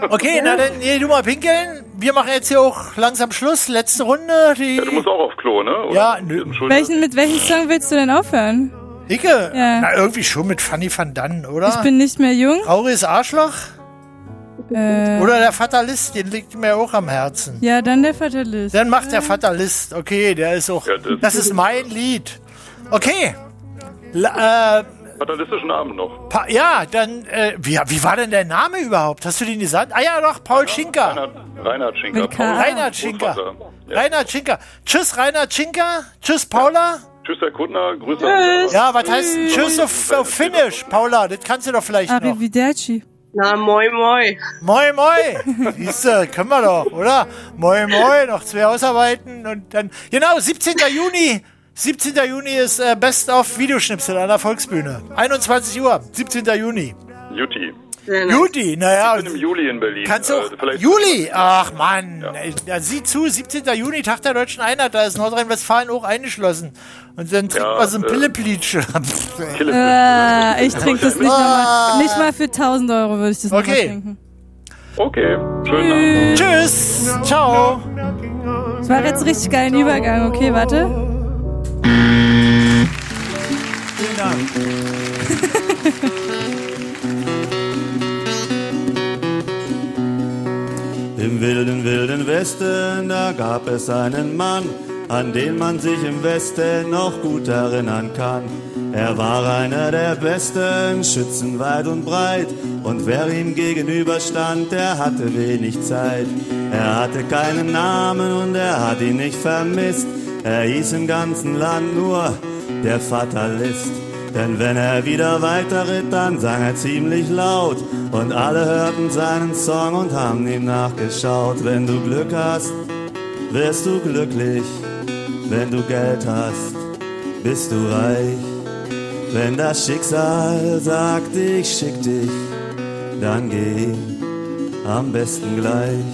Speaker 1: Okay, na dann geh du mal pinkeln. Wir machen jetzt hier auch langsam Schluss. Letzte Runde. Die
Speaker 15: Ja, du musst auch auf Klo, ne? Oder?
Speaker 1: Ja, nö.
Speaker 2: Welchen, mit welchem Song willst du denn aufhören?
Speaker 1: Icke?
Speaker 2: Ja.
Speaker 1: Na, irgendwie schon mit Fanny van Dann, oder?
Speaker 2: Ich bin nicht mehr jung.
Speaker 1: Trauriges Arschloch?
Speaker 2: Äh,
Speaker 1: Oder der Fatalist, den liegt mir auch am Herzen.
Speaker 2: ja, dann der Fatalist.
Speaker 1: Dann macht der Fatalist. Okay, der ist auch.
Speaker 15: Ja, das-
Speaker 1: das ist mein Lied. Okay. La, äh,
Speaker 15: Fatalistischen Abend noch.
Speaker 1: pa ja, dann. Äh, wie, wie war denn der Name überhaupt? Hast du den gesagt? Ah ja, doch, Paul Schinker.
Speaker 15: Reinhard Schinker.
Speaker 1: Mit K. Reinhard Schinker.
Speaker 15: Großvater.
Speaker 1: Reinhard Schinker. Tschüss, Reinhard Schinker. Tschüss, Paula.
Speaker 15: Tschüss, Herr Kuttner. Grüße.
Speaker 1: Ja, was heißt denn Tschüss Ah, auf, auf Finnisch, Paula? Das kannst du doch vielleicht
Speaker 2: Ah,
Speaker 1: noch.
Speaker 2: Arrivederci.
Speaker 11: Na, moin, moin.
Speaker 1: Moin, moin. Siehste, können wir doch, oder? Moin, moin. Noch zwei Hausarbeiten und dann. Genau, 17. Juni. 17. Juni ist äh, Best of Videoschnipsel an der Volksbühne. 21 Uhr, 17. Juni.
Speaker 15: Juti.
Speaker 1: Juti, naja.
Speaker 15: Ich bin im Juli in Berlin.
Speaker 1: Kannst du
Speaker 15: Äh, vielleicht-
Speaker 1: Juli, ach Mann, ey, ja. sieh zu, 17. Juni, Tag der Deutschen Einheit, da ist Nordrhein-Westfalen auch eingeschlossen. Und dann trinkt man so ein
Speaker 15: äh,
Speaker 1: Pilleplitsch.
Speaker 2: Äh, ich trinke das nicht nochmal. Nicht mal für 1000 Euro würde ich das okay.
Speaker 1: Ah. Okay.
Speaker 2: nochmal trinken.
Speaker 1: *laughs*
Speaker 2: schön.
Speaker 15: Okay,
Speaker 1: Tschüss, ciao.
Speaker 2: Das war jetzt richtig geilen Übergang. Okay, warte.
Speaker 19: Im wilden, wilden Westen, da gab es einen Mann, an den man sich im Westen noch gut erinnern kann. Er war einer der Besten, Schützen weit und breit, und wer ihm gegenüberstand, der hatte wenig Zeit. Er hatte keinen Namen und er hat ihn nicht vermisst, er hieß im ganzen Land nur der Fatalist. Denn wenn er wieder weiterritt, dann sang er ziemlich laut. Und alle hörten seinen Song und haben ihm nachgeschaut. Wenn du Glück hast, wirst du glücklich. Wenn du Geld hast, bist du reich. Wenn das Schicksal sagt, ich schick dich, dann geh am besten gleich.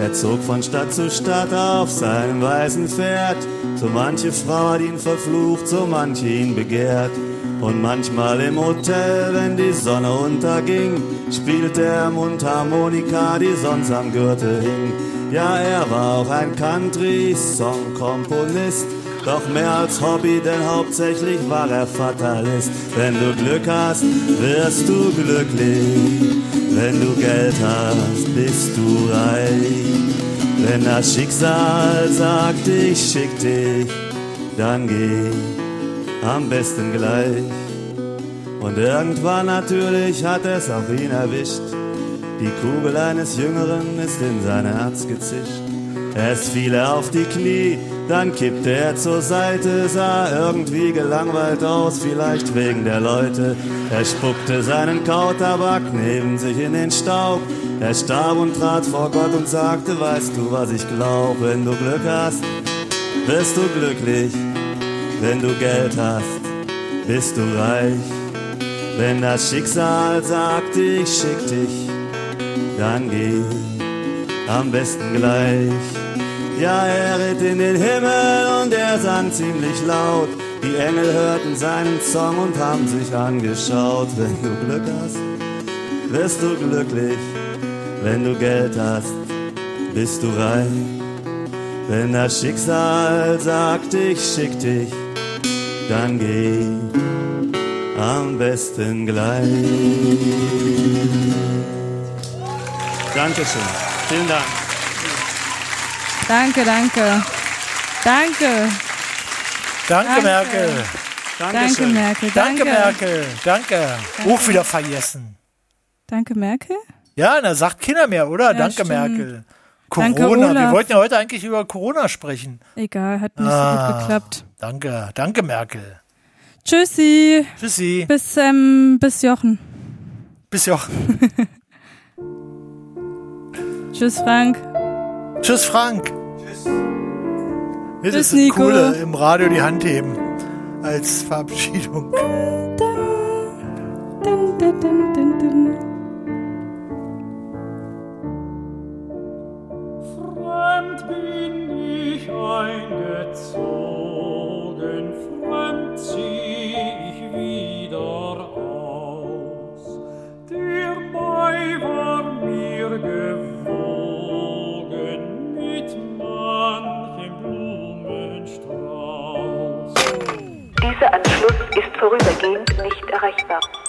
Speaker 19: Er zog von Stadt zu Stadt auf seinem weißen Pferd. So manche Frau hat ihn verflucht, so manche ihn begehrt. Und manchmal im Hotel, wenn die Sonne unterging, spielte er Mundharmonika, die sonst am Gürtel hing. Ja, er war auch ein Country-Song-Komponist. Doch mehr als Hobby, denn hauptsächlich war er Fatalist. Wenn du Glück hast, wirst du glücklich. Wenn du Geld hast, bist du reich. Wenn das Schicksal sagt, ich schick dich, dann geh am besten gleich. Und irgendwann natürlich hat es auch ihn erwischt. Die Kugel eines Jüngeren ist in sein Herz gezischt. Erst fiel er auf die Knie, dann kippte er zur Seite, sah irgendwie gelangweilt aus, vielleicht wegen der Leute. Er spuckte seinen Kautabak neben sich in den Staub. Er starb und trat vor Gott und sagte, weißt du, was ich glaub, wenn du Glück hast, wirst du glücklich. Wenn du Geld hast, bist du reich. Wenn das Schicksal sagt, ich schick dich, dann geh am besten gleich. Ja, er ritt in den Himmel und er sang ziemlich laut. Die Engel hörten seinen Song und haben sich angeschaut. Wenn du Glück hast, wirst du glücklich. Wenn du Geld hast, bist du reich. Wenn das Schicksal sagt, ich schick dich, dann geh am besten gleich. Dankeschön. Vielen Dank.
Speaker 2: Danke, danke. Danke.
Speaker 1: Danke,
Speaker 2: Danke.
Speaker 1: Merkel.
Speaker 2: Dankeschön. Danke, Merkel.
Speaker 1: Danke,
Speaker 2: Danke.
Speaker 1: Merkel. Danke.
Speaker 2: Danke.
Speaker 1: Auch wieder vergessen.
Speaker 2: Danke, Merkel.
Speaker 1: Ja, da sagt keiner mehr, oder?
Speaker 2: Ja,
Speaker 1: Danke,
Speaker 2: stimmt.
Speaker 1: Merkel. Corona.
Speaker 2: Danke,
Speaker 1: Wir
Speaker 2: Olaf.
Speaker 1: wollten ja heute eigentlich über Corona sprechen.
Speaker 2: Egal, hat nicht so
Speaker 1: Ah.
Speaker 2: gut geklappt.
Speaker 1: Danke, danke, Merkel.
Speaker 2: Tschüssi.
Speaker 1: Tschüssi.
Speaker 2: Bis, ähm, bis Jochen.
Speaker 1: Bis Jochen.
Speaker 2: Tschüss, Frank.
Speaker 1: Tschüss, Frank. Tschüss. Das ist
Speaker 2: Tschüss,
Speaker 1: das
Speaker 2: Nico.
Speaker 1: Coole, im Radio die Hand heben. Als Verabschiedung.
Speaker 2: Dun, dun, dun, dun, dun.
Speaker 20: Fremd bin ich eingezogen, fremd zieh ich wieder aus. Der Mai war mir gewogen mit manchem Blumenstrauß.
Speaker 21: Dieser Anschluss ist vorübergehend nicht erreichbar.